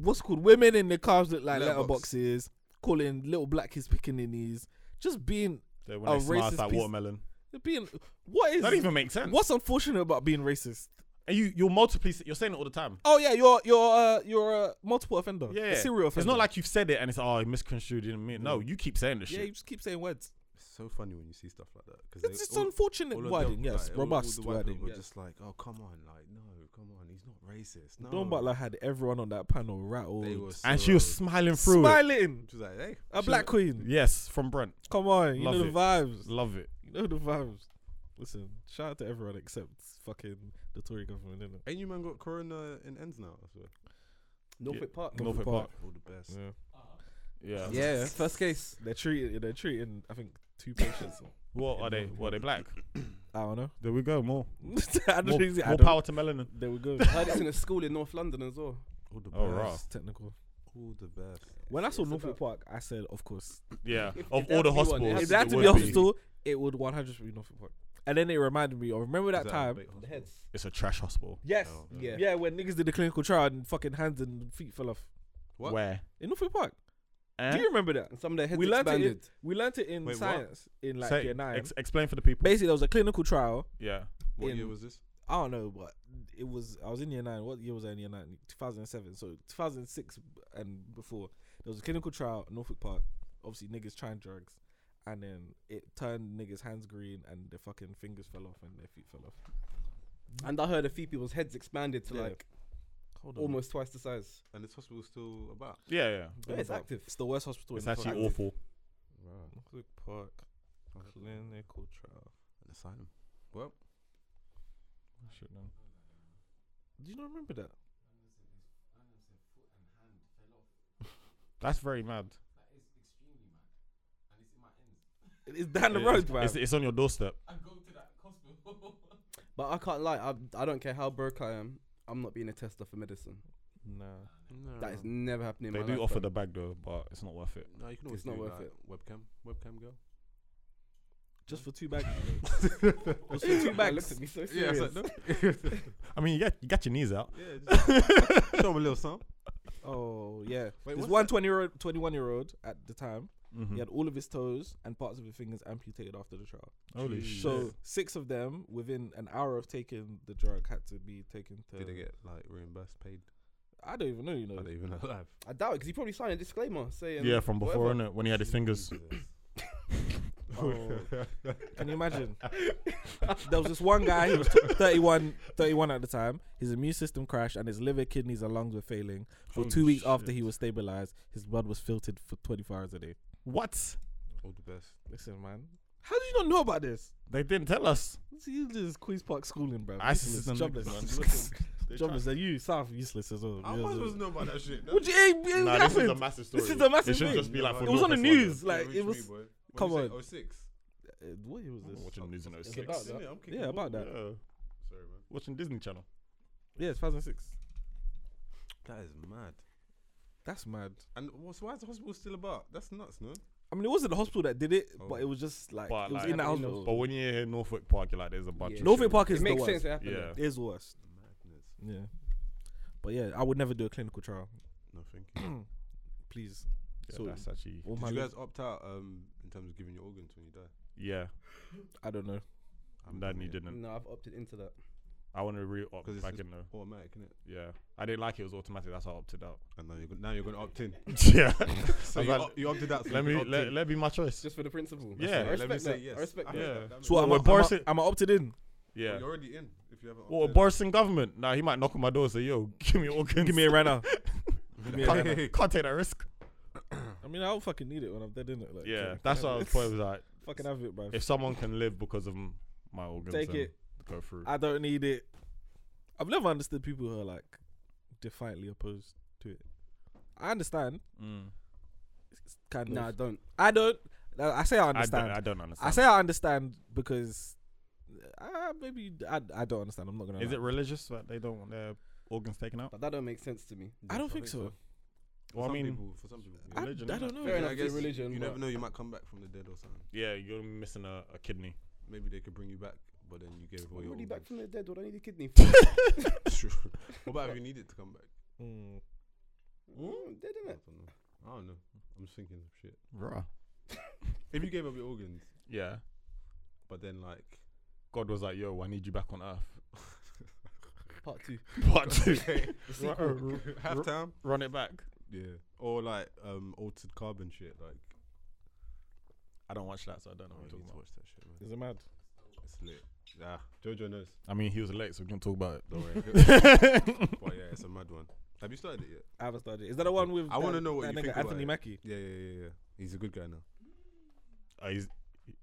[SPEAKER 4] what's it called women in the cars look like
[SPEAKER 3] Letterbox.
[SPEAKER 4] letterboxes, calling little black kids pickaninnies, just being
[SPEAKER 2] So
[SPEAKER 4] a
[SPEAKER 2] when they smile,
[SPEAKER 4] racist
[SPEAKER 2] it's like
[SPEAKER 4] piece-
[SPEAKER 2] watermelon.
[SPEAKER 4] being what is
[SPEAKER 2] That even makes sense.
[SPEAKER 4] what's unfortunate about being racist?
[SPEAKER 2] And you you're multiply you're saying it all the time.
[SPEAKER 4] Oh yeah, you're you're uh, you're a multiple offender,
[SPEAKER 2] Yeah,
[SPEAKER 4] a serial offender. Mm.
[SPEAKER 2] It's not like you've said it and it's oh I misconstrued you. didn't mean it." No, you keep saying this
[SPEAKER 4] yeah, you
[SPEAKER 2] shit.
[SPEAKER 4] just keep saying words.
[SPEAKER 3] It's so funny when you see stuff like that. Cause
[SPEAKER 4] It's
[SPEAKER 3] they-
[SPEAKER 4] just
[SPEAKER 3] all-
[SPEAKER 4] unfortunate
[SPEAKER 3] all of
[SPEAKER 4] wording,
[SPEAKER 3] them,
[SPEAKER 4] yes,
[SPEAKER 3] like, all- all
[SPEAKER 4] robust
[SPEAKER 3] the white
[SPEAKER 4] wording.
[SPEAKER 3] people were
[SPEAKER 4] yes.
[SPEAKER 3] just like, oh, come on. Like, no, come on. He's not racist. No.
[SPEAKER 4] Don Butler had everyone on that panel rattled,
[SPEAKER 3] Oh. They were so
[SPEAKER 2] And she was smiling through it.
[SPEAKER 4] smiling.
[SPEAKER 3] She was like, hey.
[SPEAKER 4] A black queen.
[SPEAKER 2] Yes, from Brent.
[SPEAKER 4] Come on, you
[SPEAKER 2] Love
[SPEAKER 4] know the
[SPEAKER 2] it.
[SPEAKER 4] vibes.
[SPEAKER 2] Love it.
[SPEAKER 4] You know the vibes. Listen, shout out to everyone except fucking the Tory government, innit?
[SPEAKER 3] Ain't you man got corona in ends now? I swear.
[SPEAKER 5] Norfolk Park.
[SPEAKER 2] Norfolk Park.
[SPEAKER 3] All the best.
[SPEAKER 2] Yeah.
[SPEAKER 4] Yeah.
[SPEAKER 2] Yeah.
[SPEAKER 5] Yeah, first case.
[SPEAKER 4] They're treating they're treating I think
[SPEAKER 2] (coughs)
[SPEAKER 4] two patients.
[SPEAKER 2] What are they? What are they black?
[SPEAKER 4] I don't know. (laughs)
[SPEAKER 2] There we go. More.
[SPEAKER 4] I don't
[SPEAKER 2] More,
[SPEAKER 4] really- I
[SPEAKER 2] more
[SPEAKER 4] don't-
[SPEAKER 2] power to melanin.
[SPEAKER 4] There
[SPEAKER 2] (laughs)
[SPEAKER 4] we go.
[SPEAKER 5] I heard it's in a school in North London as well.
[SPEAKER 3] All the best.
[SPEAKER 2] Oh,
[SPEAKER 4] (laughs)
[SPEAKER 2] raw.
[SPEAKER 4] That's technical.
[SPEAKER 3] All the best.
[SPEAKER 4] When I saw
[SPEAKER 5] It's
[SPEAKER 4] Norfolk
[SPEAKER 5] about-
[SPEAKER 4] Park, I said, of course.
[SPEAKER 2] Yeah.
[SPEAKER 5] If-
[SPEAKER 2] of
[SPEAKER 5] if
[SPEAKER 2] all
[SPEAKER 5] there
[SPEAKER 2] the
[SPEAKER 5] has to be
[SPEAKER 2] hospitals,
[SPEAKER 5] one, Yes,
[SPEAKER 4] if that had to
[SPEAKER 2] would
[SPEAKER 4] be a hospital, it would 100 be Norfolk Park. And then it reminded me of remember that
[SPEAKER 3] Is a
[SPEAKER 4] time.
[SPEAKER 3] bait hospital?
[SPEAKER 2] It's a trash hospital.
[SPEAKER 4] Yes.
[SPEAKER 3] Oh,
[SPEAKER 4] yeah.
[SPEAKER 5] yeah.
[SPEAKER 4] Yeah, when niggas did the clinical trial and fucking hands and feet fell off
[SPEAKER 3] What?
[SPEAKER 2] Where?
[SPEAKER 4] in Norfolk Park.
[SPEAKER 2] Eh?
[SPEAKER 4] Do you remember that?
[SPEAKER 5] And some of their heads
[SPEAKER 4] We learned it in-
[SPEAKER 5] expanded.
[SPEAKER 4] We learnt it in
[SPEAKER 3] Wait, what?
[SPEAKER 4] science in like
[SPEAKER 2] Say-
[SPEAKER 4] year nine.
[SPEAKER 2] ex- explain for the people.
[SPEAKER 4] Basically, there was a clinical trial
[SPEAKER 2] yeah.
[SPEAKER 3] What
[SPEAKER 4] In-
[SPEAKER 3] year was this?
[SPEAKER 4] I don't know, but it was I was in year nine. What year was I in year nine? Two thousand and seven. So two thousand and six and before there was a clinical trial at Norfolk Park. Obviously, niggas trying drugs, and then it turned niggas hands green, and their fucking fingers fell off and their feet fell off.
[SPEAKER 5] And I heard a few people's heads expanded to
[SPEAKER 4] Yeah.
[SPEAKER 5] like
[SPEAKER 4] Hold
[SPEAKER 5] almost twice the size.
[SPEAKER 3] And this hospital's still about.
[SPEAKER 2] Yeah. Yeah.
[SPEAKER 4] Been
[SPEAKER 5] Yeah, it's
[SPEAKER 4] about-
[SPEAKER 5] active.
[SPEAKER 4] It's the worst hospital.
[SPEAKER 2] It's
[SPEAKER 4] in the
[SPEAKER 2] actually
[SPEAKER 4] fucking-
[SPEAKER 2] awful.
[SPEAKER 4] Norfolk Park clinical trial.
[SPEAKER 3] An asylum.
[SPEAKER 4] Do you not remember that?
[SPEAKER 2] That's very mad.
[SPEAKER 4] It's down the
[SPEAKER 2] It-
[SPEAKER 4] road,
[SPEAKER 2] it's,
[SPEAKER 4] man.
[SPEAKER 2] It's, it's on your doorstep.
[SPEAKER 5] But I can't lie. I, I don't care how broke I am. I'm not being a tester for medicine.
[SPEAKER 4] Nah.
[SPEAKER 5] That
[SPEAKER 3] Oh.
[SPEAKER 5] is never happening. In
[SPEAKER 2] They
[SPEAKER 5] my
[SPEAKER 2] do
[SPEAKER 5] life,
[SPEAKER 2] offer
[SPEAKER 5] fam.
[SPEAKER 2] the bag though, but it's not worth it.
[SPEAKER 3] No, you can always
[SPEAKER 5] It's not
[SPEAKER 3] do
[SPEAKER 5] worth
[SPEAKER 3] that.
[SPEAKER 5] it.
[SPEAKER 3] Webcam, webcam girl.
[SPEAKER 4] Just for two bags. Just for two (laughs)
[SPEAKER 5] Man looked
[SPEAKER 4] bags.
[SPEAKER 5] at me so
[SPEAKER 3] Yeah, I
[SPEAKER 5] serious.
[SPEAKER 3] said no.
[SPEAKER 2] I mean, you get you got your knees out.
[SPEAKER 3] Yeah, just show him a little something.
[SPEAKER 4] Oh yeah.
[SPEAKER 3] Wait,
[SPEAKER 4] There's
[SPEAKER 3] what's
[SPEAKER 4] one 20 year old, 21 year old at the time.
[SPEAKER 2] Mhm.
[SPEAKER 3] Mm-hmm.
[SPEAKER 4] He had all of his toes and parts of his fingers amputated after the trial.
[SPEAKER 2] Holy
[SPEAKER 3] Jeez.
[SPEAKER 2] shit!
[SPEAKER 4] So six of them, within an hour of taking the drug, had to be taken to.
[SPEAKER 3] Did they get like reimbursed, paid?
[SPEAKER 4] I don't even know. You
[SPEAKER 3] Are
[SPEAKER 4] know.
[SPEAKER 3] they even alive?
[SPEAKER 5] I doubt it because he probably signed a disclaimer saying.
[SPEAKER 2] yeah, from before,
[SPEAKER 5] whatever.
[SPEAKER 2] innit? When he had his fingers.
[SPEAKER 3] (laughs)
[SPEAKER 4] Oh. Can you imagine? there was this one
[SPEAKER 3] (laughs)
[SPEAKER 4] guy. He was t- 31, 31 at the time. His immune system crashed, and his liver, kidneys, and lungs were failing. For
[SPEAKER 2] Holy
[SPEAKER 4] two weeks after
[SPEAKER 2] shit.
[SPEAKER 4] he was stabilized, his blood was filtered for twenty four hours a day.
[SPEAKER 2] What?
[SPEAKER 3] All the best.
[SPEAKER 4] Listen, man. How do you not know about this?
[SPEAKER 2] They didn't tell us.
[SPEAKER 4] You just Queen's Park schooling, bro.
[SPEAKER 2] ISIS is
[SPEAKER 4] Useless,
[SPEAKER 2] them
[SPEAKER 4] jobless,
[SPEAKER 2] (laughs) niggas,
[SPEAKER 4] man.
[SPEAKER 2] man.
[SPEAKER 4] Jobless, and you South useless as well.
[SPEAKER 3] How am I supposed to know about that shit?
[SPEAKER 4] Would you, it, it
[SPEAKER 2] Nah, this is
[SPEAKER 4] happened.
[SPEAKER 2] a massive story.
[SPEAKER 4] This is a massive
[SPEAKER 2] It should
[SPEAKER 4] thing.
[SPEAKER 2] just be like for
[SPEAKER 4] It was on the
[SPEAKER 2] Norfolk Wonder.
[SPEAKER 4] news. (laughs) Like it was. come on.
[SPEAKER 3] Oh six.
[SPEAKER 4] Uh, what year was
[SPEAKER 2] I'm
[SPEAKER 4] this?
[SPEAKER 2] Watching the news in
[SPEAKER 4] It's
[SPEAKER 2] 06.
[SPEAKER 4] about that. Yeah, about that.
[SPEAKER 2] Yeah.
[SPEAKER 3] Sorry, man.
[SPEAKER 2] Watching Disney Channel.
[SPEAKER 4] Yeah, it's 2006.
[SPEAKER 3] That is mad.
[SPEAKER 4] That's mad.
[SPEAKER 3] And what's, why is the hospital still about? That's nuts, no?
[SPEAKER 4] I mean, it wasn't the hospital that did it,
[SPEAKER 3] Oh.
[SPEAKER 4] but it was just like
[SPEAKER 2] But
[SPEAKER 4] it was
[SPEAKER 2] like-
[SPEAKER 4] in that
[SPEAKER 5] Yeah,
[SPEAKER 4] hospital.
[SPEAKER 2] But when you hear Norfolk Park, you're like, there's a bunch
[SPEAKER 5] Yeah.
[SPEAKER 2] of
[SPEAKER 4] Norfolk
[SPEAKER 2] shit.
[SPEAKER 4] Park is
[SPEAKER 5] It
[SPEAKER 4] the
[SPEAKER 5] makes
[SPEAKER 4] worst.
[SPEAKER 5] sense it happened.
[SPEAKER 2] Yeah.
[SPEAKER 4] It is worst.
[SPEAKER 3] Madness.
[SPEAKER 4] Yeah. But yeah, I would never do a clinical trial.
[SPEAKER 3] No, thank you. (clears throat)
[SPEAKER 4] Please.
[SPEAKER 2] Yeah,
[SPEAKER 4] So-
[SPEAKER 2] that's actually.
[SPEAKER 4] All my
[SPEAKER 3] Did you guys
[SPEAKER 4] liv-
[SPEAKER 3] opt out um, in terms of giving your organs when you die?
[SPEAKER 2] Yeah.
[SPEAKER 4] I don't know.
[SPEAKER 3] I haven't
[SPEAKER 2] Then
[SPEAKER 3] done
[SPEAKER 2] you
[SPEAKER 3] it yet.
[SPEAKER 2] didn't.
[SPEAKER 5] No, I've opted into that.
[SPEAKER 2] I want to re opt
[SPEAKER 3] 'Cause it's
[SPEAKER 2] back
[SPEAKER 3] just-
[SPEAKER 2] in
[SPEAKER 3] (laughs)
[SPEAKER 2] though.
[SPEAKER 3] Automatic, innit?
[SPEAKER 2] Yeah. I didn't like it. It was automatic. That's how I opted out. (laughs)
[SPEAKER 3] And now you're, go- now you're going to opt in.
[SPEAKER 2] yeah.
[SPEAKER 3] (laughs) So
[SPEAKER 2] I'm
[SPEAKER 3] you,
[SPEAKER 2] like,
[SPEAKER 3] op- you opted out. So
[SPEAKER 2] let
[SPEAKER 3] you
[SPEAKER 2] me
[SPEAKER 3] can
[SPEAKER 2] let,
[SPEAKER 3] opt
[SPEAKER 2] let be my choice.
[SPEAKER 5] Just for the principle.
[SPEAKER 2] Yeah.
[SPEAKER 5] I
[SPEAKER 3] in.
[SPEAKER 5] respect
[SPEAKER 3] let me
[SPEAKER 5] that.
[SPEAKER 3] say yes.
[SPEAKER 5] I respect
[SPEAKER 3] heard
[SPEAKER 2] Yeah.
[SPEAKER 3] that. That
[SPEAKER 4] So
[SPEAKER 3] makes
[SPEAKER 4] I'm,
[SPEAKER 2] with
[SPEAKER 4] I'm,
[SPEAKER 2] Boris
[SPEAKER 4] I'm,
[SPEAKER 2] it-
[SPEAKER 4] opted in.
[SPEAKER 3] sense.
[SPEAKER 2] yeah.
[SPEAKER 3] You're already in if you haven't opted
[SPEAKER 2] Or a
[SPEAKER 3] in.
[SPEAKER 2] Borising government. Nah, he might knock on my door and say, yo, (laughs) give me organs.
[SPEAKER 4] Give me a right
[SPEAKER 2] (laughs)
[SPEAKER 4] now. Give me a right now.
[SPEAKER 2] can't, can't take that risk.
[SPEAKER 4] I mean, I don't fucking need it when I'm dead, innit? Like,
[SPEAKER 2] Yeah,
[SPEAKER 4] can-
[SPEAKER 2] that's
[SPEAKER 4] can
[SPEAKER 2] what
[SPEAKER 4] I
[SPEAKER 2] I
[SPEAKER 4] have
[SPEAKER 2] was
[SPEAKER 4] it?
[SPEAKER 2] point was like.
[SPEAKER 4] Fucking have it, bro.
[SPEAKER 2] If someone can live because of m- my organs,
[SPEAKER 4] Take
[SPEAKER 2] then
[SPEAKER 4] it.
[SPEAKER 2] Go through.
[SPEAKER 4] I don't need it. I've never understood people who are like defiantly opposed to it. I understand,
[SPEAKER 2] Mm.
[SPEAKER 4] kind
[SPEAKER 5] No, I
[SPEAKER 4] of.
[SPEAKER 5] don't.
[SPEAKER 4] I don't. I I say I
[SPEAKER 2] I, don't,
[SPEAKER 4] understand.
[SPEAKER 2] I
[SPEAKER 4] I,
[SPEAKER 2] don't understand.
[SPEAKER 4] say I understand because uh, maybe I, I don't understand. I'm not gonna.
[SPEAKER 2] Is
[SPEAKER 4] lie.
[SPEAKER 2] it religious that they don't want their organs taken out?
[SPEAKER 5] But that don't make sense to me.
[SPEAKER 4] I don't think so.
[SPEAKER 3] For
[SPEAKER 2] Well, I
[SPEAKER 3] some
[SPEAKER 2] mean,
[SPEAKER 3] people, for some people,
[SPEAKER 4] I, I
[SPEAKER 2] Religion, innit?
[SPEAKER 4] don't know.
[SPEAKER 5] Fair
[SPEAKER 3] I
[SPEAKER 5] enough to
[SPEAKER 3] guess
[SPEAKER 5] religion.
[SPEAKER 3] you
[SPEAKER 5] but
[SPEAKER 3] never know. You might come back from the dead or something.
[SPEAKER 2] yeah, you're missing a, a kidney.
[SPEAKER 3] Maybe they could bring you back, but then you gave away
[SPEAKER 5] I'm
[SPEAKER 3] your
[SPEAKER 5] already back
[SPEAKER 3] organs. (laughs)
[SPEAKER 5] from the dead. What do I need a kidney for?
[SPEAKER 3] True. what about if
[SPEAKER 5] (laughs)
[SPEAKER 3] you needed to come back?
[SPEAKER 2] Hmm.
[SPEAKER 4] Mm.
[SPEAKER 5] Mm, dead,
[SPEAKER 3] I
[SPEAKER 5] innit?
[SPEAKER 3] don't know. I don't know. I'm just thinking of shit.
[SPEAKER 2] Bruh.
[SPEAKER 3] If you gave up your organs,
[SPEAKER 2] Yeah.
[SPEAKER 3] but then
[SPEAKER 5] (laughs)
[SPEAKER 3] like (laughs)
[SPEAKER 2] God was like, yo, I need you back on earth. (laughs)
[SPEAKER 5] Part two.
[SPEAKER 2] Part two. (laughs)
[SPEAKER 5] (laughs)
[SPEAKER 3] Ru- half time,
[SPEAKER 2] Run it back.
[SPEAKER 3] yeah, or like um altered carbon shit. Like
[SPEAKER 2] I don't watch that, so I don't know
[SPEAKER 3] oh,
[SPEAKER 2] what you're
[SPEAKER 3] you
[SPEAKER 2] talking
[SPEAKER 3] need to
[SPEAKER 2] about.
[SPEAKER 3] watch that shit, man.
[SPEAKER 4] Is it mad?
[SPEAKER 3] It's lit. Yeah, Jojo knows.
[SPEAKER 2] I mean, he was late, so we can talk about it.
[SPEAKER 3] Don't
[SPEAKER 5] (laughs)
[SPEAKER 3] worry. (laughs) but yeah, it's a mad one. Have you started it yet?
[SPEAKER 4] I haven't started. it. Is that the one with?
[SPEAKER 3] I wanna
[SPEAKER 4] that-
[SPEAKER 3] know what you
[SPEAKER 4] that nigga
[SPEAKER 3] think about
[SPEAKER 4] Anthony
[SPEAKER 3] it.
[SPEAKER 4] Mackie.
[SPEAKER 3] Yeah, yeah, yeah, yeah. He's a good guy now.
[SPEAKER 2] Uh, he's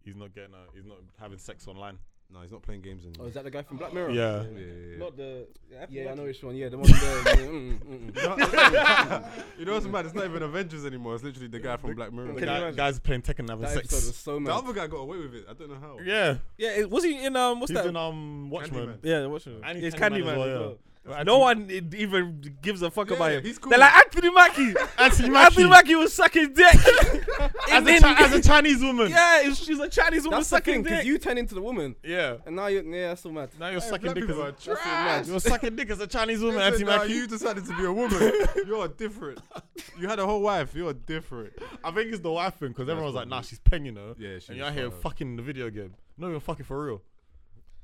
[SPEAKER 2] he's not getting a, he's not uh, having sex online.
[SPEAKER 3] No, he's not playing games anymore.
[SPEAKER 5] Oh, is that the guy from Black Mirror?
[SPEAKER 2] Yeah.
[SPEAKER 3] yeah, yeah, yeah.
[SPEAKER 5] Not the. Yeah,
[SPEAKER 7] Yeah,
[SPEAKER 5] I
[SPEAKER 7] I
[SPEAKER 5] know
[SPEAKER 7] know
[SPEAKER 5] which one. Yeah, the (laughs) one. mm,
[SPEAKER 3] (laughs)
[SPEAKER 5] mm, mm.
[SPEAKER 3] you know what's mad? It's not even Avengers anymore. It's literally the guy from Black
[SPEAKER 2] The
[SPEAKER 3] Mirror.
[SPEAKER 5] Can you
[SPEAKER 3] The
[SPEAKER 2] guy-
[SPEAKER 5] imagine?
[SPEAKER 2] guys playing Tekken having
[SPEAKER 5] That
[SPEAKER 2] sex.
[SPEAKER 5] episode was so mad.
[SPEAKER 3] other guy got away with it. I don't know how.
[SPEAKER 2] (laughs) yeah,
[SPEAKER 4] Yeah, it, was he in um? What's
[SPEAKER 2] he's
[SPEAKER 4] that?
[SPEAKER 2] in um Watchmen.
[SPEAKER 3] Candyman.
[SPEAKER 4] yeah, what's it?
[SPEAKER 2] And he's
[SPEAKER 4] It's
[SPEAKER 2] Candyman as
[SPEAKER 4] Candyman.
[SPEAKER 2] well,
[SPEAKER 4] as
[SPEAKER 2] yeah.
[SPEAKER 4] well.
[SPEAKER 2] Well,
[SPEAKER 4] No one i- even gives a fuck
[SPEAKER 3] Yeah,
[SPEAKER 4] about
[SPEAKER 3] yeah,
[SPEAKER 4] him.
[SPEAKER 3] he's cool.
[SPEAKER 4] They're like
[SPEAKER 3] (laughs)
[SPEAKER 4] Anthony Mackie.
[SPEAKER 2] Anthony
[SPEAKER 4] Anthony
[SPEAKER 2] Mackie,
[SPEAKER 4] Mackie was sucking dick. (laughs)
[SPEAKER 2] as,
[SPEAKER 4] And
[SPEAKER 2] a
[SPEAKER 4] then-
[SPEAKER 2] Chi- as a Chinese woman.
[SPEAKER 4] yeah, it was, she's a Chinese woman
[SPEAKER 5] That's the
[SPEAKER 4] sucking
[SPEAKER 5] thing, because
[SPEAKER 4] dick.
[SPEAKER 5] you turn into the woman,
[SPEAKER 2] yeah.
[SPEAKER 5] and now you're yeah, that's so mad.
[SPEAKER 2] Now you're sucking
[SPEAKER 3] Black
[SPEAKER 2] dick as
[SPEAKER 3] people are
[SPEAKER 2] a
[SPEAKER 3] trash.
[SPEAKER 2] you're sucking dick as a Chinese woman,
[SPEAKER 3] They
[SPEAKER 2] Anthony
[SPEAKER 3] said, "Nah,
[SPEAKER 2] Mackie.
[SPEAKER 3] you decided to be a woman. You're different. You had a whole wife. You're different.
[SPEAKER 2] I think it's the wife thing because everyone was like,
[SPEAKER 3] probably-
[SPEAKER 2] "Nah, she's peng, you know."
[SPEAKER 3] Yeah,
[SPEAKER 2] and
[SPEAKER 3] she was
[SPEAKER 2] you're out here
[SPEAKER 3] fine.
[SPEAKER 2] fucking in the video game, not even fucking for real.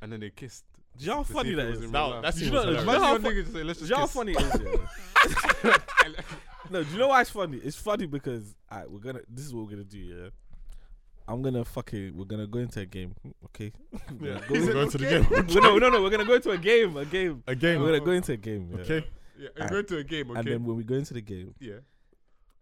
[SPEAKER 3] And then they kissed.
[SPEAKER 4] Do you know how
[SPEAKER 3] to see
[SPEAKER 4] funny
[SPEAKER 3] if
[SPEAKER 4] that
[SPEAKER 3] it was
[SPEAKER 4] is?
[SPEAKER 3] in
[SPEAKER 2] That-
[SPEAKER 3] real life.
[SPEAKER 2] that's
[SPEAKER 4] Do
[SPEAKER 2] even
[SPEAKER 4] you know- do you
[SPEAKER 2] hilarious.
[SPEAKER 4] know
[SPEAKER 3] Imagine
[SPEAKER 4] how
[SPEAKER 3] your nigga
[SPEAKER 4] fu-
[SPEAKER 3] just say, let's
[SPEAKER 4] do
[SPEAKER 3] just
[SPEAKER 4] you know how
[SPEAKER 3] kiss."
[SPEAKER 4] funny it is? yeah? (laughs)
[SPEAKER 3] (laughs)
[SPEAKER 4] No, do you know why it's funny? It's funny because all right, we're gonna. This is what we're gonna do. Yeah, I'm gonna fucking. We're gonna go into a game. Okay.
[SPEAKER 2] (laughs)
[SPEAKER 4] We're gonna go-
[SPEAKER 2] We're going to the game.
[SPEAKER 4] no, no, no. We're gonna go into a game. A game.
[SPEAKER 2] (laughs) A game.
[SPEAKER 4] We're gonna go into a game. yeah.
[SPEAKER 2] Okay.
[SPEAKER 3] Yeah, and go to a game, okay?
[SPEAKER 4] And then when we go into the game,
[SPEAKER 3] yeah.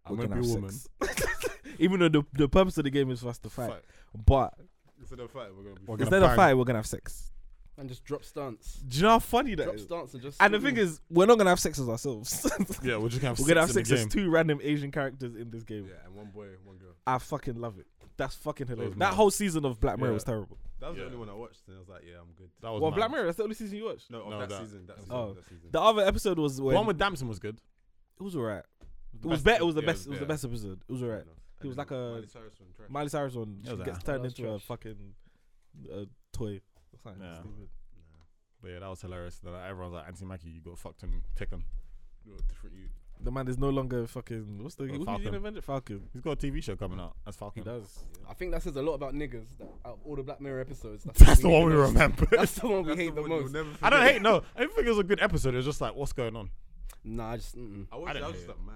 [SPEAKER 2] I'm
[SPEAKER 4] we're
[SPEAKER 2] gonna be
[SPEAKER 4] have
[SPEAKER 2] a woman.
[SPEAKER 4] sex. (laughs) Even though the, the purpose of the game is for us to fight,
[SPEAKER 3] Fight.
[SPEAKER 4] but
[SPEAKER 3] Instead of fight, we're going to
[SPEAKER 2] We're
[SPEAKER 3] be friends.
[SPEAKER 2] gonna
[SPEAKER 4] instead of
[SPEAKER 2] bang.
[SPEAKER 4] fight, we're gonna have sex.
[SPEAKER 5] And just drop stance.
[SPEAKER 4] Do you know how funny that
[SPEAKER 5] Drop
[SPEAKER 4] is?
[SPEAKER 5] stance and just.
[SPEAKER 4] And the thing is, we're not gonna have sex as ourselves. (laughs)
[SPEAKER 2] Yeah, we're just gonna have
[SPEAKER 4] we're gonna have
[SPEAKER 2] sex
[SPEAKER 4] sex
[SPEAKER 2] in the
[SPEAKER 4] as
[SPEAKER 2] game.
[SPEAKER 4] two random Asian characters in this game.
[SPEAKER 3] Yeah, and one boy, one girl.
[SPEAKER 4] I fucking love it. That's fucking hilarious.
[SPEAKER 2] was
[SPEAKER 4] That
[SPEAKER 2] mad.
[SPEAKER 4] whole season of Black Mirror
[SPEAKER 2] Yeah.
[SPEAKER 4] was terrible.
[SPEAKER 3] That was
[SPEAKER 2] Yeah.
[SPEAKER 3] the only one I watched, and I was like, yeah, I'm good.
[SPEAKER 2] That was
[SPEAKER 4] Well,
[SPEAKER 2] mad.
[SPEAKER 4] Black Mirror, that's the only season you watched.
[SPEAKER 3] No, of
[SPEAKER 2] No,
[SPEAKER 3] that,
[SPEAKER 2] that-
[SPEAKER 3] season. That season.
[SPEAKER 4] Oh.
[SPEAKER 3] That season.
[SPEAKER 4] The other episode was
[SPEAKER 2] The
[SPEAKER 4] when
[SPEAKER 2] one with Damson was good.
[SPEAKER 4] it was alright. It
[SPEAKER 2] The
[SPEAKER 4] was
[SPEAKER 2] best-
[SPEAKER 4] better. It was the
[SPEAKER 2] yeah,
[SPEAKER 4] best. It was the
[SPEAKER 2] better.
[SPEAKER 4] best episode. It was alright. He was like a- Miley Cyrus one she
[SPEAKER 2] was
[SPEAKER 4] gets
[SPEAKER 2] alright.
[SPEAKER 4] turned
[SPEAKER 5] That was
[SPEAKER 4] into a
[SPEAKER 5] trash.
[SPEAKER 4] fucking uh, toy. or something
[SPEAKER 2] Yeah.
[SPEAKER 4] stupid.
[SPEAKER 2] But yeah, that was hilarious. Then like, everyone's like, "Anthony Mackie, you got fucked and Tekken."
[SPEAKER 3] different you.
[SPEAKER 4] The man is no longer fucking. What's the
[SPEAKER 2] Or
[SPEAKER 4] who's
[SPEAKER 2] Falcon.
[SPEAKER 4] in Avenger? Falcon.
[SPEAKER 2] He's got a TV show coming out as
[SPEAKER 4] He
[SPEAKER 2] Falcon.
[SPEAKER 4] does.
[SPEAKER 5] I think that says a lot about niggas. That out of all the Black Mirror episodes.
[SPEAKER 2] (laughs) That's the
[SPEAKER 5] hate
[SPEAKER 2] one we
[SPEAKER 5] most.
[SPEAKER 4] (laughs)
[SPEAKER 2] remember.
[SPEAKER 5] (laughs) That's the one we
[SPEAKER 3] That's
[SPEAKER 5] hate the,
[SPEAKER 3] one you'll
[SPEAKER 5] most.
[SPEAKER 3] never
[SPEAKER 2] (laughs) I don't
[SPEAKER 3] forget.
[SPEAKER 2] hate. No, I didn't think it was a good episode. It was just like, what's going on?
[SPEAKER 5] Nah, I just. Mm-mm.
[SPEAKER 3] I watched.
[SPEAKER 2] don't
[SPEAKER 3] it, I was
[SPEAKER 2] hate
[SPEAKER 3] just like mad.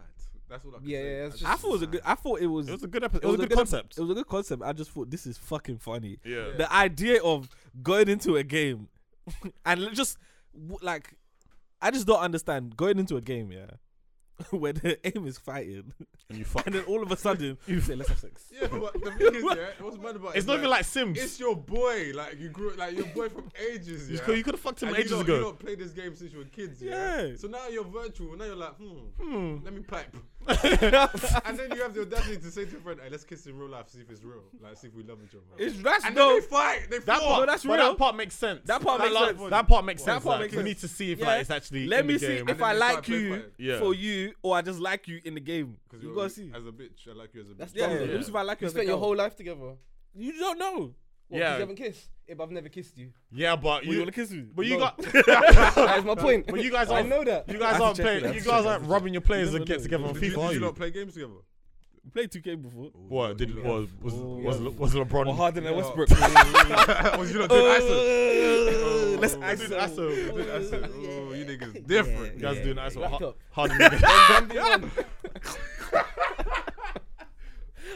[SPEAKER 3] That's all I. Could
[SPEAKER 5] Yeah,
[SPEAKER 3] say.
[SPEAKER 5] yeah, it's
[SPEAKER 3] I
[SPEAKER 5] just-
[SPEAKER 4] I thought it was a good. I thought it was.
[SPEAKER 2] It was a good episode. It, was a good concept.
[SPEAKER 4] It was a good concept. I just thought this is fucking funny.
[SPEAKER 2] yeah.
[SPEAKER 4] The idea of going into a game (laughs) and li- just w- like, I just don't understand going into a game. Yeah, (laughs) where the aim is fighting, (laughs)
[SPEAKER 2] And you fuck.
[SPEAKER 4] and then all of a sudden (laughs) you say, "Let's have sex."
[SPEAKER 3] Yeah,
[SPEAKER 2] (laughs)
[SPEAKER 3] but the thing is, yeah, what's mad about it
[SPEAKER 2] It's
[SPEAKER 3] is,
[SPEAKER 2] not even like Sims.
[SPEAKER 3] it's your boy. Like you grew, like your boy from ages.
[SPEAKER 2] You
[SPEAKER 3] Yeah.
[SPEAKER 2] could- you could have fucked him
[SPEAKER 3] And
[SPEAKER 2] ages
[SPEAKER 3] you don't, You
[SPEAKER 2] ago.
[SPEAKER 3] don't play this game since you were kids. Yeah.
[SPEAKER 4] Yeah.
[SPEAKER 3] So now you're virtual. Now you're like, hmm,
[SPEAKER 2] Hmm.
[SPEAKER 3] let me pipe. (laughs)
[SPEAKER 2] (laughs)
[SPEAKER 4] (laughs)
[SPEAKER 3] and then you have the audacity to say to your friend, hey, let's kiss in real life, see if it's real. Like, see if we love each other.
[SPEAKER 4] It's that's
[SPEAKER 3] and
[SPEAKER 4] no.
[SPEAKER 3] then they fight. They
[SPEAKER 2] That
[SPEAKER 3] fought.
[SPEAKER 2] part,
[SPEAKER 4] No, that's
[SPEAKER 2] but
[SPEAKER 4] real.
[SPEAKER 2] that part makes sense.
[SPEAKER 4] That part makes
[SPEAKER 2] like,
[SPEAKER 4] sense.
[SPEAKER 2] That part makes
[SPEAKER 4] That
[SPEAKER 2] sense.
[SPEAKER 4] part
[SPEAKER 2] like,
[SPEAKER 4] makes
[SPEAKER 2] we
[SPEAKER 4] sense.
[SPEAKER 2] need to see if
[SPEAKER 4] Yeah.
[SPEAKER 2] like it's actually.
[SPEAKER 4] Let
[SPEAKER 2] in
[SPEAKER 4] me
[SPEAKER 2] the
[SPEAKER 4] see
[SPEAKER 2] game.
[SPEAKER 4] if
[SPEAKER 3] then
[SPEAKER 4] I
[SPEAKER 3] they
[SPEAKER 4] like
[SPEAKER 3] start play
[SPEAKER 4] you
[SPEAKER 3] fighting.
[SPEAKER 2] Yeah.
[SPEAKER 4] for you, or I just like you in the game.
[SPEAKER 3] Because
[SPEAKER 4] You
[SPEAKER 3] you're
[SPEAKER 4] gotta
[SPEAKER 3] a-
[SPEAKER 4] see.
[SPEAKER 3] As a bitch, I like you as a bitch.
[SPEAKER 5] That's
[SPEAKER 4] Yeah,
[SPEAKER 5] dumb,
[SPEAKER 4] yeah,
[SPEAKER 5] though.
[SPEAKER 4] yeah. if I like you.
[SPEAKER 5] You
[SPEAKER 4] as a
[SPEAKER 5] spent your
[SPEAKER 4] girl.
[SPEAKER 5] whole life together. What,
[SPEAKER 4] You don't know.
[SPEAKER 2] Yeah.
[SPEAKER 5] yeah. You haven't kissed. Yeah, but I've never kissed you.
[SPEAKER 2] yeah, but
[SPEAKER 4] Well, you
[SPEAKER 2] you.
[SPEAKER 4] wanna kiss me?
[SPEAKER 2] But you
[SPEAKER 5] No.
[SPEAKER 2] got.
[SPEAKER 5] That is my point.
[SPEAKER 2] But you guys
[SPEAKER 5] I
[SPEAKER 2] aren't.
[SPEAKER 5] know that.
[SPEAKER 2] You guys
[SPEAKER 4] to
[SPEAKER 2] aren't
[SPEAKER 4] check it, I
[SPEAKER 2] playing.
[SPEAKER 4] have
[SPEAKER 2] You guys
[SPEAKER 4] to check, I have
[SPEAKER 2] aren't rubbing your players and get together on
[SPEAKER 3] Did you,
[SPEAKER 2] FIFA,
[SPEAKER 3] did
[SPEAKER 2] are
[SPEAKER 3] you
[SPEAKER 2] you?
[SPEAKER 3] not play
[SPEAKER 2] (laughs)
[SPEAKER 3] games together?
[SPEAKER 4] (laughs) Played 2K before.
[SPEAKER 2] What did
[SPEAKER 3] Yeah.
[SPEAKER 2] was was was, Le- was LeBron?
[SPEAKER 4] Or harder than
[SPEAKER 3] Yeah.
[SPEAKER 4] Westbrook.
[SPEAKER 3] was (laughs) you not doing ISO?
[SPEAKER 4] Uh, Let's
[SPEAKER 3] Oh,
[SPEAKER 4] ice
[SPEAKER 2] Dude,
[SPEAKER 4] up.
[SPEAKER 2] that's a-
[SPEAKER 3] Doing ISO? Oh, you niggas different.
[SPEAKER 2] You guys doing that?
[SPEAKER 5] Wrapped
[SPEAKER 2] So
[SPEAKER 5] up.
[SPEAKER 2] hard,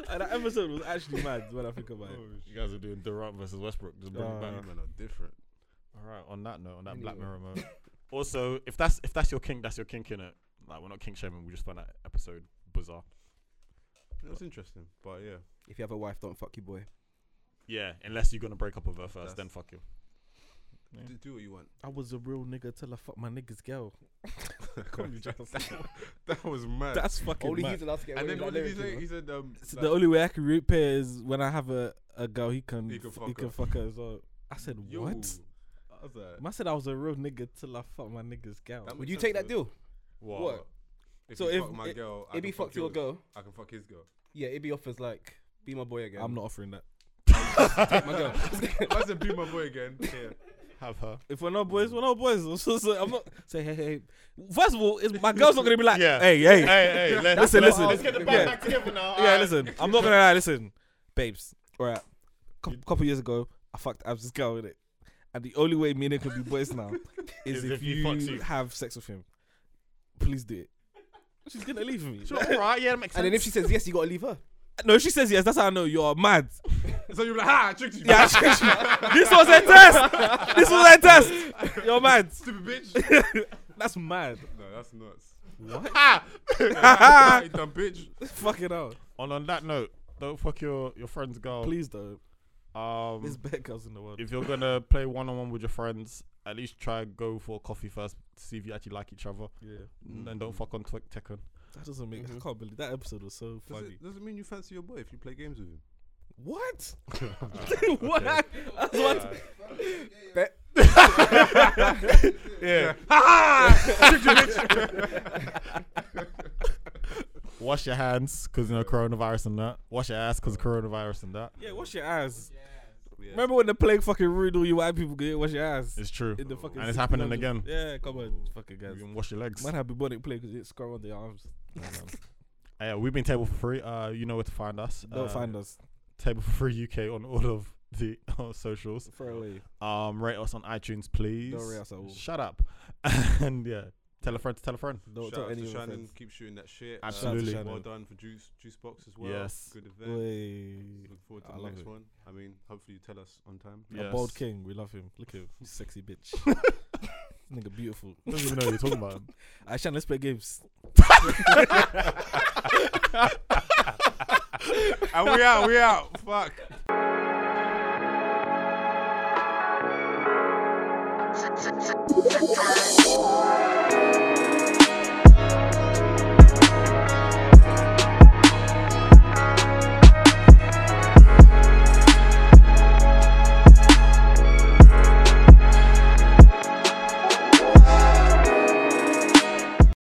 [SPEAKER 4] And That (laughs) episode was actually mad when I think about it.
[SPEAKER 2] You guys are doing Durant versus Westbrook. Just bring it
[SPEAKER 4] Nah.
[SPEAKER 2] back.
[SPEAKER 3] You men are different.
[SPEAKER 2] All right. On that note, on that Black
[SPEAKER 5] Anyway.
[SPEAKER 2] Mirror moment. also, if that's if that's your kink, that's your kink in it. Like we're not kink shaming. We just found that episode bizarre.
[SPEAKER 3] That's interesting, but yeah.
[SPEAKER 5] (laughs) If you have a wife, don't fuck your boy.
[SPEAKER 2] Yeah, unless you're gonna break up with her first,
[SPEAKER 3] That's-
[SPEAKER 2] then fuck you.
[SPEAKER 3] Do, do what you want.
[SPEAKER 4] I was a real nigga till I fucked my nigga's girl.
[SPEAKER 3] that was mad.
[SPEAKER 4] That's fucking
[SPEAKER 5] Only
[SPEAKER 4] mad.
[SPEAKER 5] he's allowed to get away
[SPEAKER 3] and then
[SPEAKER 5] with
[SPEAKER 3] what
[SPEAKER 5] that
[SPEAKER 3] did he
[SPEAKER 5] lyric,
[SPEAKER 3] say?
[SPEAKER 5] you
[SPEAKER 3] He said, um,
[SPEAKER 4] So
[SPEAKER 3] like,
[SPEAKER 4] the only way I can root pair is when I have a, a girl he can he can fuck, her. as well. I said
[SPEAKER 3] yo.
[SPEAKER 4] what?
[SPEAKER 3] I was like,
[SPEAKER 4] Man said I was a real nigga till I fucked my nigga's
[SPEAKER 3] That
[SPEAKER 4] girl.
[SPEAKER 5] know?
[SPEAKER 3] makes
[SPEAKER 5] Would you
[SPEAKER 3] sense
[SPEAKER 5] take that
[SPEAKER 3] though.
[SPEAKER 5] deal?
[SPEAKER 2] What?
[SPEAKER 5] What?
[SPEAKER 3] If you
[SPEAKER 5] So if-
[SPEAKER 3] fuck my
[SPEAKER 5] i-
[SPEAKER 3] girl, I
[SPEAKER 5] If
[SPEAKER 3] can
[SPEAKER 5] he
[SPEAKER 3] fuck
[SPEAKER 5] fucked your
[SPEAKER 3] yours.
[SPEAKER 5] girl,
[SPEAKER 3] I can fuck his girl.
[SPEAKER 5] yeah, it'd be offers like, be my boy again.
[SPEAKER 4] I'm not offering that.
[SPEAKER 5] Take my girl.
[SPEAKER 3] I said, be my boy again. Yeah.
[SPEAKER 2] Have her.
[SPEAKER 4] If we're not boys, we're not boys. (laughs) I'm, so, so, I'm not say hey hey. hey. First of all, it's, my girl's not gonna be like
[SPEAKER 2] Yeah.
[SPEAKER 4] hey
[SPEAKER 2] (laughs)
[SPEAKER 4] hey.
[SPEAKER 2] hey, hey. Let's,
[SPEAKER 4] Listen, listen.
[SPEAKER 2] Let's get the band
[SPEAKER 4] Yeah.
[SPEAKER 2] back together now.
[SPEAKER 4] Yeah,
[SPEAKER 2] alright.
[SPEAKER 4] listen. I'm not gonna lie. Listen, babes. All right. Cou- couple years ago, I fucked Abs' girl with it, and the only way me and him can be boys now is, if, you,
[SPEAKER 2] fucks you.
[SPEAKER 4] have sex with him. Please do it. She's gonna leave me.
[SPEAKER 2] Sure, all right. Yeah, that makes sense.
[SPEAKER 5] and then if she says yes, you gotta leave her.
[SPEAKER 4] No, she says yes. That's how I know you're mad.
[SPEAKER 3] So you're like, ha, I tricked you.
[SPEAKER 4] Yeah, I tricked you. this was a test. This was a test. You're mad.
[SPEAKER 3] Stupid bitch.
[SPEAKER 4] That's mad.
[SPEAKER 3] no, that's nuts.
[SPEAKER 2] Ah!
[SPEAKER 3] Ah, you dumb bitch.
[SPEAKER 4] Fucking hell.
[SPEAKER 2] on on that note, don't fuck your your friend's girl.
[SPEAKER 4] Please though.
[SPEAKER 2] Oh. Um,
[SPEAKER 4] There's better girls in the world.
[SPEAKER 2] if you're gonna play one on one with your friends, at least try and go for coffee first to see if you actually like each other,
[SPEAKER 4] Yeah,
[SPEAKER 2] and then don't fuck on Tek- Tekken.
[SPEAKER 4] that doesn't make. I
[SPEAKER 3] Mhm.
[SPEAKER 4] can't believe that episode was so
[SPEAKER 3] Does
[SPEAKER 4] funny.
[SPEAKER 3] it, does it mean you fancy your boy if you play games with him?
[SPEAKER 4] What? what? That's what.
[SPEAKER 2] Yeah. Wash your hands because you know coronavirus and that. Wash your ass because coronavirus and that.
[SPEAKER 4] Yeah, wash your ass.
[SPEAKER 3] Yeah.
[SPEAKER 4] Remember when the plague fucking ruined all you white people? Get wash your ass.
[SPEAKER 2] It's true.
[SPEAKER 4] in the fucking
[SPEAKER 2] And it's
[SPEAKER 4] 1600s.
[SPEAKER 2] happening again.
[SPEAKER 4] Yeah, come on, fucking
[SPEAKER 2] You
[SPEAKER 4] guys.
[SPEAKER 2] can wash your legs.
[SPEAKER 4] Might have bubonic plague because it's scar on their arms.
[SPEAKER 2] Hey, we've been table for free. Uh, you know where to find us.
[SPEAKER 4] (laughs) Don't
[SPEAKER 2] Uh,
[SPEAKER 4] find us.
[SPEAKER 2] Table for free UK on all of the (laughs) on socials.
[SPEAKER 4] Throw away.
[SPEAKER 2] Um, rate us on iTunes, please.
[SPEAKER 4] Don't rate us at all.
[SPEAKER 2] Shut up. (laughs) and yeah, tell a friend to tell a friend.
[SPEAKER 4] Don't
[SPEAKER 3] Shout
[SPEAKER 4] tell
[SPEAKER 3] out
[SPEAKER 4] any
[SPEAKER 3] to
[SPEAKER 4] of your
[SPEAKER 3] Shannon,
[SPEAKER 4] friends.
[SPEAKER 3] keep shooting that shit.
[SPEAKER 2] Absolutely.
[SPEAKER 3] Uh,
[SPEAKER 4] Shout out to
[SPEAKER 3] well
[SPEAKER 4] Shannon.
[SPEAKER 3] done for Juice Juice Box as well.
[SPEAKER 2] Yes.
[SPEAKER 3] Good event.
[SPEAKER 4] Way.
[SPEAKER 3] Look forward to
[SPEAKER 4] I
[SPEAKER 3] the
[SPEAKER 4] love
[SPEAKER 3] next
[SPEAKER 4] it.
[SPEAKER 3] one. I mean, hopefully you tell us on time.
[SPEAKER 2] Yes.
[SPEAKER 4] A bald king, we love him. Look at him, he's a
[SPEAKER 2] (laughs)
[SPEAKER 4] sexy bitch. Nigga, beautiful.
[SPEAKER 2] Don't even know what you're talking about.
[SPEAKER 4] I Shannon, let's play games.
[SPEAKER 3] and we out, we out. Fuck.